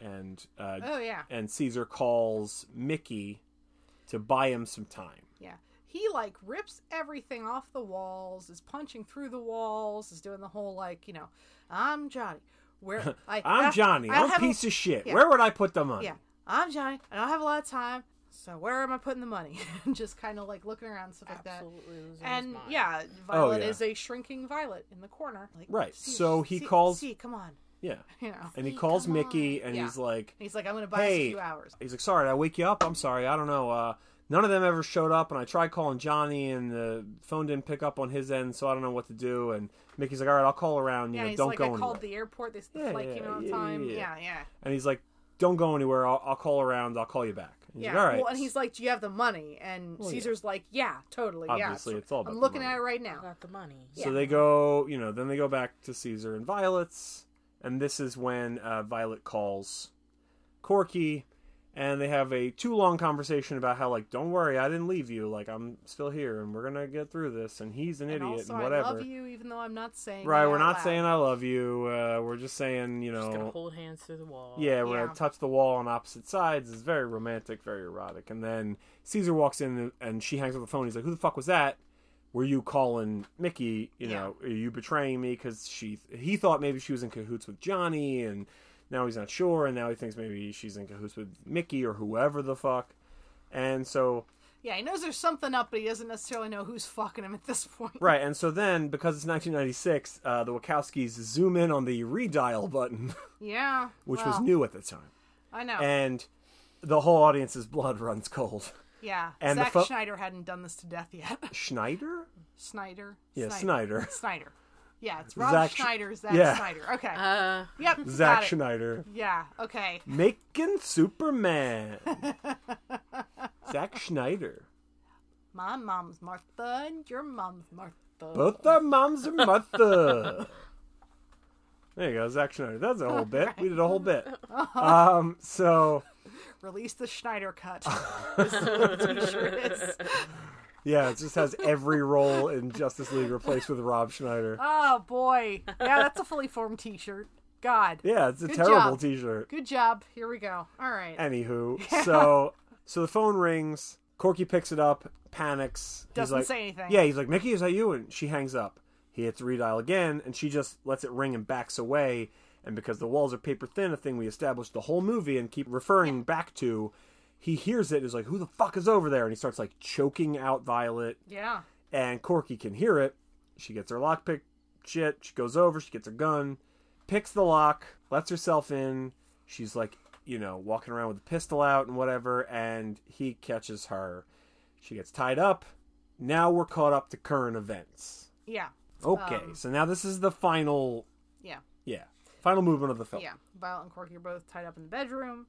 Speaker 2: And uh,
Speaker 3: Oh yeah,
Speaker 2: and Caesar calls Mickey to buy him some time.
Speaker 3: yeah. He like rips everything off the walls, is punching through the walls, is doing the whole like, you know, I'm Johnny. Where I,
Speaker 2: I'm
Speaker 3: I-
Speaker 2: Johnny.
Speaker 3: I
Speaker 2: I'm a
Speaker 3: have a-
Speaker 2: piece of shit.
Speaker 3: yeah.
Speaker 2: Where would I put the money?
Speaker 3: Yeah, I'm Johnny. I don't have a lot of time, so where am I putting the money? And just kind of like looking around and stuff like that.
Speaker 4: Absolutely. losing his
Speaker 3: And
Speaker 4: mind.
Speaker 3: yeah, Violet
Speaker 2: Oh, yeah.
Speaker 3: is a shrinking Violet in the corner. Like,
Speaker 2: Right.
Speaker 3: "See,
Speaker 2: So he
Speaker 3: see-
Speaker 2: calls-
Speaker 3: See, come on.
Speaker 2: Yeah.
Speaker 3: You know.
Speaker 2: And he calls
Speaker 4: come
Speaker 2: Mickey and
Speaker 3: Yeah.
Speaker 2: he's like,
Speaker 3: He's like, I'm gonna buy us
Speaker 2: Hey.
Speaker 3: a few hours.
Speaker 2: he's like, sorry, did I wake you up? I'm sorry. I don't know. Uh, none of them ever showed up, and I tried calling Johnny, and the phone didn't pick up on his end, so I don't know what to do. And Mickey's like, all right, I'll call around. You
Speaker 3: Yeah,
Speaker 2: know,
Speaker 3: he's
Speaker 2: don't
Speaker 3: like,
Speaker 2: go
Speaker 3: I
Speaker 2: anywhere.
Speaker 3: called the airport. They, the
Speaker 2: Yeah,
Speaker 3: flight
Speaker 2: yeah,
Speaker 3: came in on
Speaker 2: yeah,
Speaker 3: time.
Speaker 2: yeah,
Speaker 3: Yeah,
Speaker 2: yeah.
Speaker 3: yeah.
Speaker 2: And he's like, don't go anywhere. I'll, I'll call around. I'll call you back. And he's
Speaker 3: Yeah.
Speaker 2: like, all right.
Speaker 3: Well, and he's like, "Do you have the money?" And
Speaker 2: yeah.
Speaker 3: Caesar's like, "Yeah, totally. yeah,
Speaker 2: Obviously, it's all about
Speaker 3: I'm
Speaker 2: the
Speaker 3: looking
Speaker 2: money.
Speaker 3: at it right
Speaker 4: I
Speaker 3: now.
Speaker 4: got the money.
Speaker 2: So they go, you know, then they go back to Caesar and Violet's, and this is when uh, Violet calls Corky, and they have a too long conversation about how, like, don't worry, I didn't leave you, like, I'm still here, and we're gonna get through this, and he's an
Speaker 3: and
Speaker 2: idiot
Speaker 3: also,
Speaker 2: and whatever.
Speaker 3: I love you, even though I'm not saying.
Speaker 2: right?
Speaker 3: it
Speaker 2: We're
Speaker 3: out
Speaker 2: not
Speaker 3: loud.
Speaker 2: saying I love you. Uh, we're just saying, you
Speaker 4: Just gonna
Speaker 2: know,
Speaker 4: hold hands through the wall.
Speaker 2: yeah, we're
Speaker 3: Yeah.
Speaker 2: gonna touch the wall on opposite sides. It's very romantic, very erotic. And then Caesar walks in, and she hangs up the phone. He's like, "Who the fuck was that? Were you calling Mickey? You know, are you betraying me?" Because she, he thought maybe she was in cahoots with Johnny, and now he's not sure, and now he thinks maybe she's in cahoots with Mickey or whoever the fuck. And so,
Speaker 3: Yeah, he knows there's something up, but he doesn't necessarily know who's fucking him at this point.
Speaker 2: right, and so then because it's 1996, uh, the Wachowskis zoom in on the redial button,
Speaker 3: Yeah.
Speaker 2: which was
Speaker 3: well,
Speaker 2: new at the time,
Speaker 3: I know.
Speaker 2: and the whole audience's blood runs cold.
Speaker 3: yeah.
Speaker 2: and the
Speaker 3: Zack
Speaker 2: fo-
Speaker 3: Schneider hadn't done this to death yet.
Speaker 2: Schneider?
Speaker 3: Snyder.
Speaker 2: Yeah, Snyder.
Speaker 3: Snyder. Yeah, it's Rob
Speaker 2: Zack Sch-
Speaker 3: Schneider. Zack
Speaker 2: yeah.
Speaker 3: Snyder. Okay.
Speaker 4: Uh,
Speaker 3: yep.
Speaker 2: Zack
Speaker 3: got it.
Speaker 2: Schneider.
Speaker 3: Yeah. Okay.
Speaker 2: Making Superman. Zack Schneider.
Speaker 3: My mom's Martha and your mom's Martha.
Speaker 2: Both our moms are Martha. There you go, Zack Schneider. That's a whole bit. We did a whole bit. Um, so
Speaker 3: Release the Schneider cut. This is what the t-shirt is.
Speaker 2: yeah, it just has every role in Justice League replaced with Rob Schneider.
Speaker 3: Oh boy. Yeah, that's a fully formed T-shirt. God.
Speaker 2: Yeah, it's a
Speaker 3: Good
Speaker 2: terrible
Speaker 3: job.
Speaker 2: T-shirt.
Speaker 3: Good job. Here we go. All right.
Speaker 2: Anywho, so so the phone rings. Corky picks it up, panics. He's
Speaker 3: Doesn't
Speaker 2: like-
Speaker 3: say anything.
Speaker 2: Yeah, he's like, "Mickey, is that you?" And she hangs up. He hits redial again, and she just lets it ring and backs away. And because the walls are paper thin, a thing we established the whole movie and keep referring back to, he hears it. And is like, "Who the fuck is over there?" And he starts like choking out Violet,
Speaker 3: Yeah.
Speaker 2: and Corky can hear it. She gets her lockpick shit. She goes over. She gets her gun, picks the lock, lets herself in. She's like, you know, walking around with a pistol out and whatever. And he catches her. She gets tied up. Now we're caught up to current events.
Speaker 3: Yeah.
Speaker 2: Okay,
Speaker 3: Um,
Speaker 2: so now this is the final,
Speaker 3: Yeah.
Speaker 2: yeah, final movement of the film.
Speaker 3: Yeah. Violet and Corky are both tied up in the bedroom.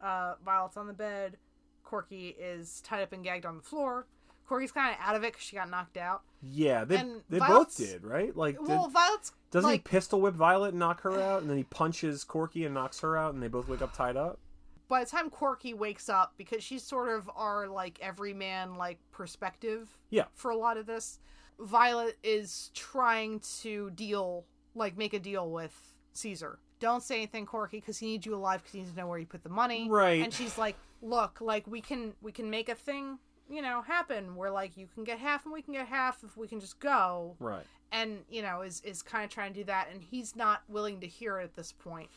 Speaker 3: Uh, Violet's on the bed. Corky is tied up and gagged on the floor. Corky's kind of out of it because she got knocked out.
Speaker 2: Yeah, they
Speaker 3: And
Speaker 2: they
Speaker 3: Violet's-
Speaker 2: both did right. Like, did,
Speaker 3: Well, Violet's
Speaker 2: doesn't
Speaker 3: like,
Speaker 2: he pistol whip Violet and knock her out, and then he punches Corky and knocks her out, and they both wake up tied up.
Speaker 3: by the time Corky wakes up, because she's sort of our like everyman like perspective
Speaker 2: Yeah,
Speaker 3: for a lot of this, Violet is trying to deal like make a deal with Caesar. Don't say anything, Corky, because he needs you alive because he needs to know where you put the money.
Speaker 2: Right.
Speaker 3: And she's like, look, like we can we can make a thing, you know, happen where like you can get half and we can get half if we can just go.
Speaker 2: right.
Speaker 3: And you know is is kind of trying to do that, and he's not willing to hear it at this point.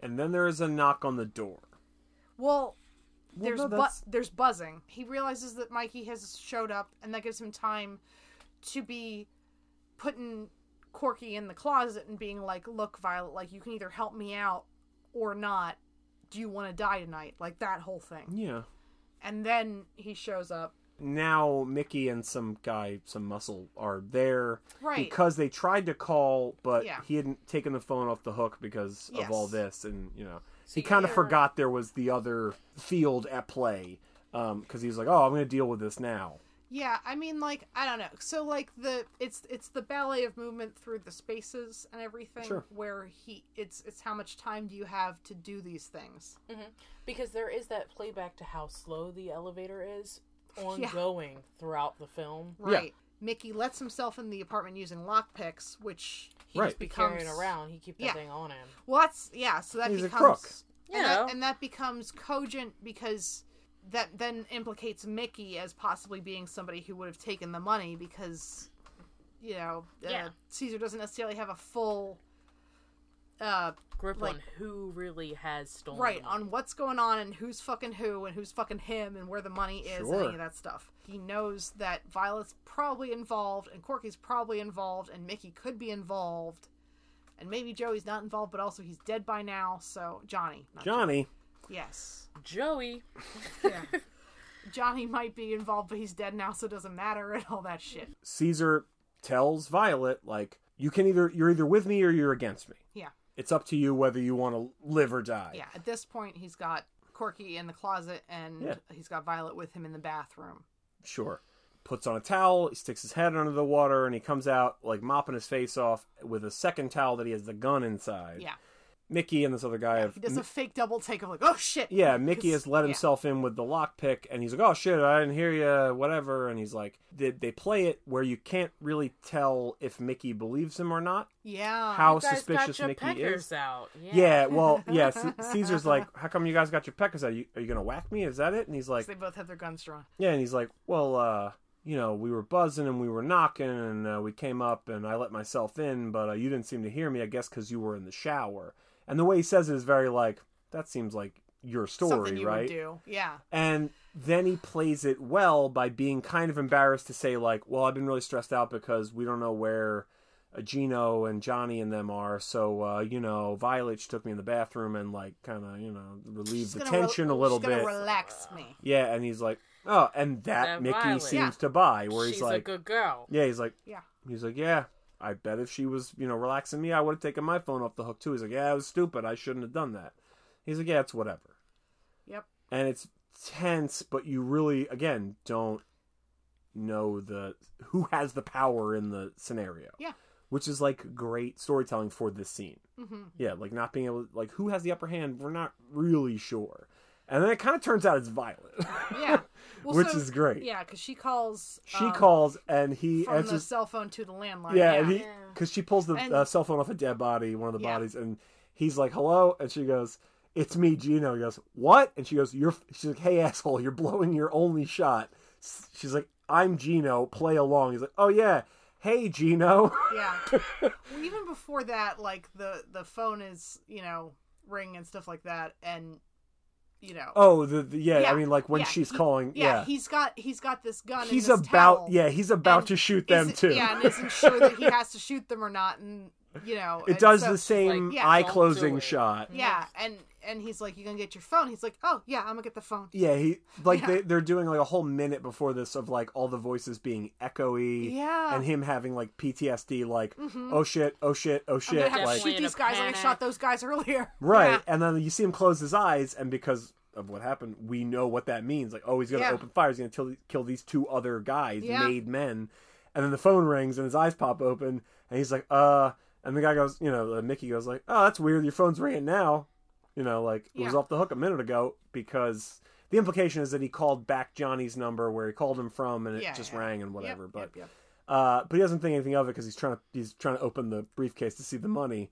Speaker 2: And then there is a knock on the door.
Speaker 3: Well, there's
Speaker 2: no,
Speaker 3: bu-
Speaker 2: that's-
Speaker 3: there's buzzing. He realizes that Mikey has showed up, and that gives him time to be putting Corky in the closet and being like, "Look, Violet, like you can either help me out or not. Do you want to die tonight?" Like that whole thing.
Speaker 2: Yeah.
Speaker 3: And then he shows up.
Speaker 2: Now Mickey and some guy, some muscle, are there
Speaker 3: Right.
Speaker 2: because they tried to call, but
Speaker 3: Yeah.
Speaker 2: he hadn't taken the phone off the hook because
Speaker 3: Yes.
Speaker 2: of all this, and you know. he kind of forgot there was the other field at play because he's like, oh, I'm going to deal with this now.
Speaker 3: Yeah, I mean, like I don't know. So like the it's it's the ballet of movement through the spaces and everything.
Speaker 2: Sure.
Speaker 3: Where he it's it's how much time do you have to do these things?
Speaker 4: because there is that playback to how slow the elevator is ongoing throughout the film.
Speaker 3: Right. Mickey lets himself in the apartment using lockpicks, which
Speaker 4: He
Speaker 2: Right.
Speaker 4: just be carrying
Speaker 3: Becomes-
Speaker 4: around. He keep that
Speaker 3: yeah.
Speaker 4: thing on him.
Speaker 3: well, that's yeah. So that
Speaker 2: He's a
Speaker 3: becomes
Speaker 2: crook.
Speaker 3: And, that,
Speaker 4: Yeah.
Speaker 3: and that becomes cogent because that then implicates Mickey as possibly being somebody who would have taken the money because you know uh,
Speaker 4: Yeah.
Speaker 3: Caesar doesn't necessarily have a full. Uh,
Speaker 4: Grip
Speaker 3: Like-
Speaker 4: on who really has stolen.
Speaker 3: right
Speaker 4: the money.
Speaker 3: on what's going on and who's fucking who and who's fucking him and where the money is
Speaker 2: Sure.
Speaker 3: and any of that stuff. He knows that Violet's probably involved and Corky's probably involved and Mickey could be involved and maybe Joey's not involved, but also he's dead by now. So Johnny, not
Speaker 2: Johnny,
Speaker 3: Joey. yes,
Speaker 4: Joey.
Speaker 3: Johnny might be involved, but he's dead now, so it doesn't matter and all that shit.
Speaker 2: Caesar tells Violet, like, you can either, you're either with me or you're against me.
Speaker 3: Yeah,
Speaker 2: It's up to you whether you want to live or die.
Speaker 3: yeah. At this point, he's got Corky in the closet and
Speaker 2: Yeah.
Speaker 3: he's got Violet with him in the bathroom.
Speaker 2: Sure. Puts on a towel, he sticks his head under the water, and he comes out, like, mopping his face off with a second towel that he has the gun inside.
Speaker 3: Yeah,
Speaker 2: Mickey and this other guy have.
Speaker 3: he does a fake double take of like, oh shit.
Speaker 2: yeah, Mickey has let
Speaker 3: yeah.
Speaker 2: himself in with the lockpick, and he's like, "Oh shit, I didn't hear you, whatever." And he's like, "They, they play it where you can't really tell if Mickey believes him or not,
Speaker 3: Yeah.
Speaker 2: how
Speaker 4: You guys
Speaker 2: suspicious
Speaker 4: got your
Speaker 2: Mickey
Speaker 4: peckers
Speaker 2: is."
Speaker 4: out. Yeah.
Speaker 2: Yeah, well, yeah. C- Caesar's like, "How come you guys got your peckers out? Are you, are you gonna whack me? Is that it?" And he's like,
Speaker 3: they both have their guns drawn.
Speaker 2: Yeah, and he's like, well, uh, you know, we were buzzing and we were knocking and uh, we came up and I let myself in, but uh, you didn't seem to hear me, I guess, because you were in the shower. And the way he says it is very like, that seems like your
Speaker 3: Something
Speaker 2: story,
Speaker 3: you would
Speaker 2: right?
Speaker 3: do. Yeah.
Speaker 2: And then he plays it well by being kind of embarrassed to say, like, well, I've been really stressed out because we don't know where uh, Gino and Johnny and them are. So, uh, you know, Violet she took me in the bathroom and, like, kind of, you know, relieved the
Speaker 3: gonna re-
Speaker 2: tension a little
Speaker 3: she's gonna
Speaker 2: bit.
Speaker 3: relax me.
Speaker 2: Yeah, and he's like, oh, and that
Speaker 4: That
Speaker 2: Mickey
Speaker 4: Violet.
Speaker 2: seems
Speaker 3: Yeah.
Speaker 2: to buy. Where
Speaker 4: She's
Speaker 2: he's like,
Speaker 4: a good girl.
Speaker 2: yeah, he's like,
Speaker 3: Yeah.
Speaker 2: he's like, yeah. I bet if she was, you know, relaxing me, I would have taken my phone off the hook too. He's like, yeah, I was stupid. I shouldn't have done that. He's like, yeah, it's whatever.
Speaker 3: Yep.
Speaker 2: And it's tense, but you really, again, don't know the who has the power in the scenario.
Speaker 3: Yeah.
Speaker 2: Which is like great storytelling for this scene.
Speaker 3: hmm
Speaker 2: Yeah, like not being able, like who has the upper hand? We're not really sure. And then it kind of turns out it's Violet.
Speaker 3: Yeah. Well,
Speaker 2: Which
Speaker 3: so-
Speaker 2: is great.
Speaker 3: Yeah, because she calls.
Speaker 2: She
Speaker 3: um,
Speaker 2: calls and he
Speaker 3: from the
Speaker 2: answers.
Speaker 3: cell phone to the landline.
Speaker 2: yeah, and he
Speaker 4: Yeah.
Speaker 2: because she pulls the
Speaker 3: And-
Speaker 2: uh, cell phone off a dead body, one of the
Speaker 3: Yeah.
Speaker 2: bodies, and he's like, "Hello," and she goes, "It's me, Gino." He goes, "What?" And she goes, "You're." She's like, "Hey, asshole, you're blowing your only shot." S- She's like, "I'm Gino. Play along." He's like, "Oh yeah, hey Gino."
Speaker 3: Yeah. well, even before that, like the the phone is you know ring and stuff like that, and you know.
Speaker 2: Oh, the, the yeah,
Speaker 3: Yeah,
Speaker 2: I mean, like when
Speaker 3: yeah,
Speaker 2: she's
Speaker 3: he-
Speaker 2: calling,
Speaker 3: yeah,
Speaker 2: yeah,
Speaker 3: He's got he's got this gun. and
Speaker 2: he's
Speaker 3: this
Speaker 2: about
Speaker 3: towel.
Speaker 2: yeah, he's about
Speaker 3: And
Speaker 2: to shoot
Speaker 3: Isn't-
Speaker 2: them too.
Speaker 3: Yeah, and isn't sure that he has to shoot them or not, and you know
Speaker 2: it
Speaker 3: and
Speaker 2: does
Speaker 3: so-
Speaker 2: the same
Speaker 4: like,
Speaker 3: yeah,
Speaker 2: eye
Speaker 4: don't do
Speaker 2: closing
Speaker 4: it.
Speaker 2: shot.
Speaker 3: Yeah, and and he's like, "You gonna get your phone?" He's like, "Oh yeah, I'm gonna get the phone."
Speaker 2: Yeah, he like
Speaker 3: Yeah.
Speaker 2: They, they're doing like a whole minute before this of like all the voices being echoey,
Speaker 3: Yeah. Mm-hmm.
Speaker 2: and him having like PTSD, like oh shit, oh shit, oh
Speaker 3: I'm
Speaker 2: shit,
Speaker 3: gonna
Speaker 2: like
Speaker 3: have to shoot
Speaker 4: Definitely in
Speaker 3: these
Speaker 4: a
Speaker 3: guys like I
Speaker 4: panic.
Speaker 3: shot those guys earlier.
Speaker 2: right,
Speaker 3: Yeah.
Speaker 2: and then you see him close his eyes, and because of what happened, we know what that means. Like oh, he's gonna
Speaker 3: Yeah.
Speaker 2: open fire, he's gonna kill, kill these two other guys,
Speaker 3: Yeah.
Speaker 2: made men, and then the phone rings and his eyes pop open, and he's like uh, and the guy goes, you know, uh, Mickey goes like oh that's weird, your phone's ringing now, you know, like it was
Speaker 3: Yeah.
Speaker 2: off the hook a minute ago because the implication is that he called back Johnny's number where he called him from and it
Speaker 3: Yeah,
Speaker 2: just
Speaker 3: yeah.
Speaker 2: rang and
Speaker 3: Yep,
Speaker 2: whatever.
Speaker 3: yep,
Speaker 2: but
Speaker 3: yep.
Speaker 2: uh, but he doesn't think anything of it because he's trying to he's trying to open the briefcase to see the money.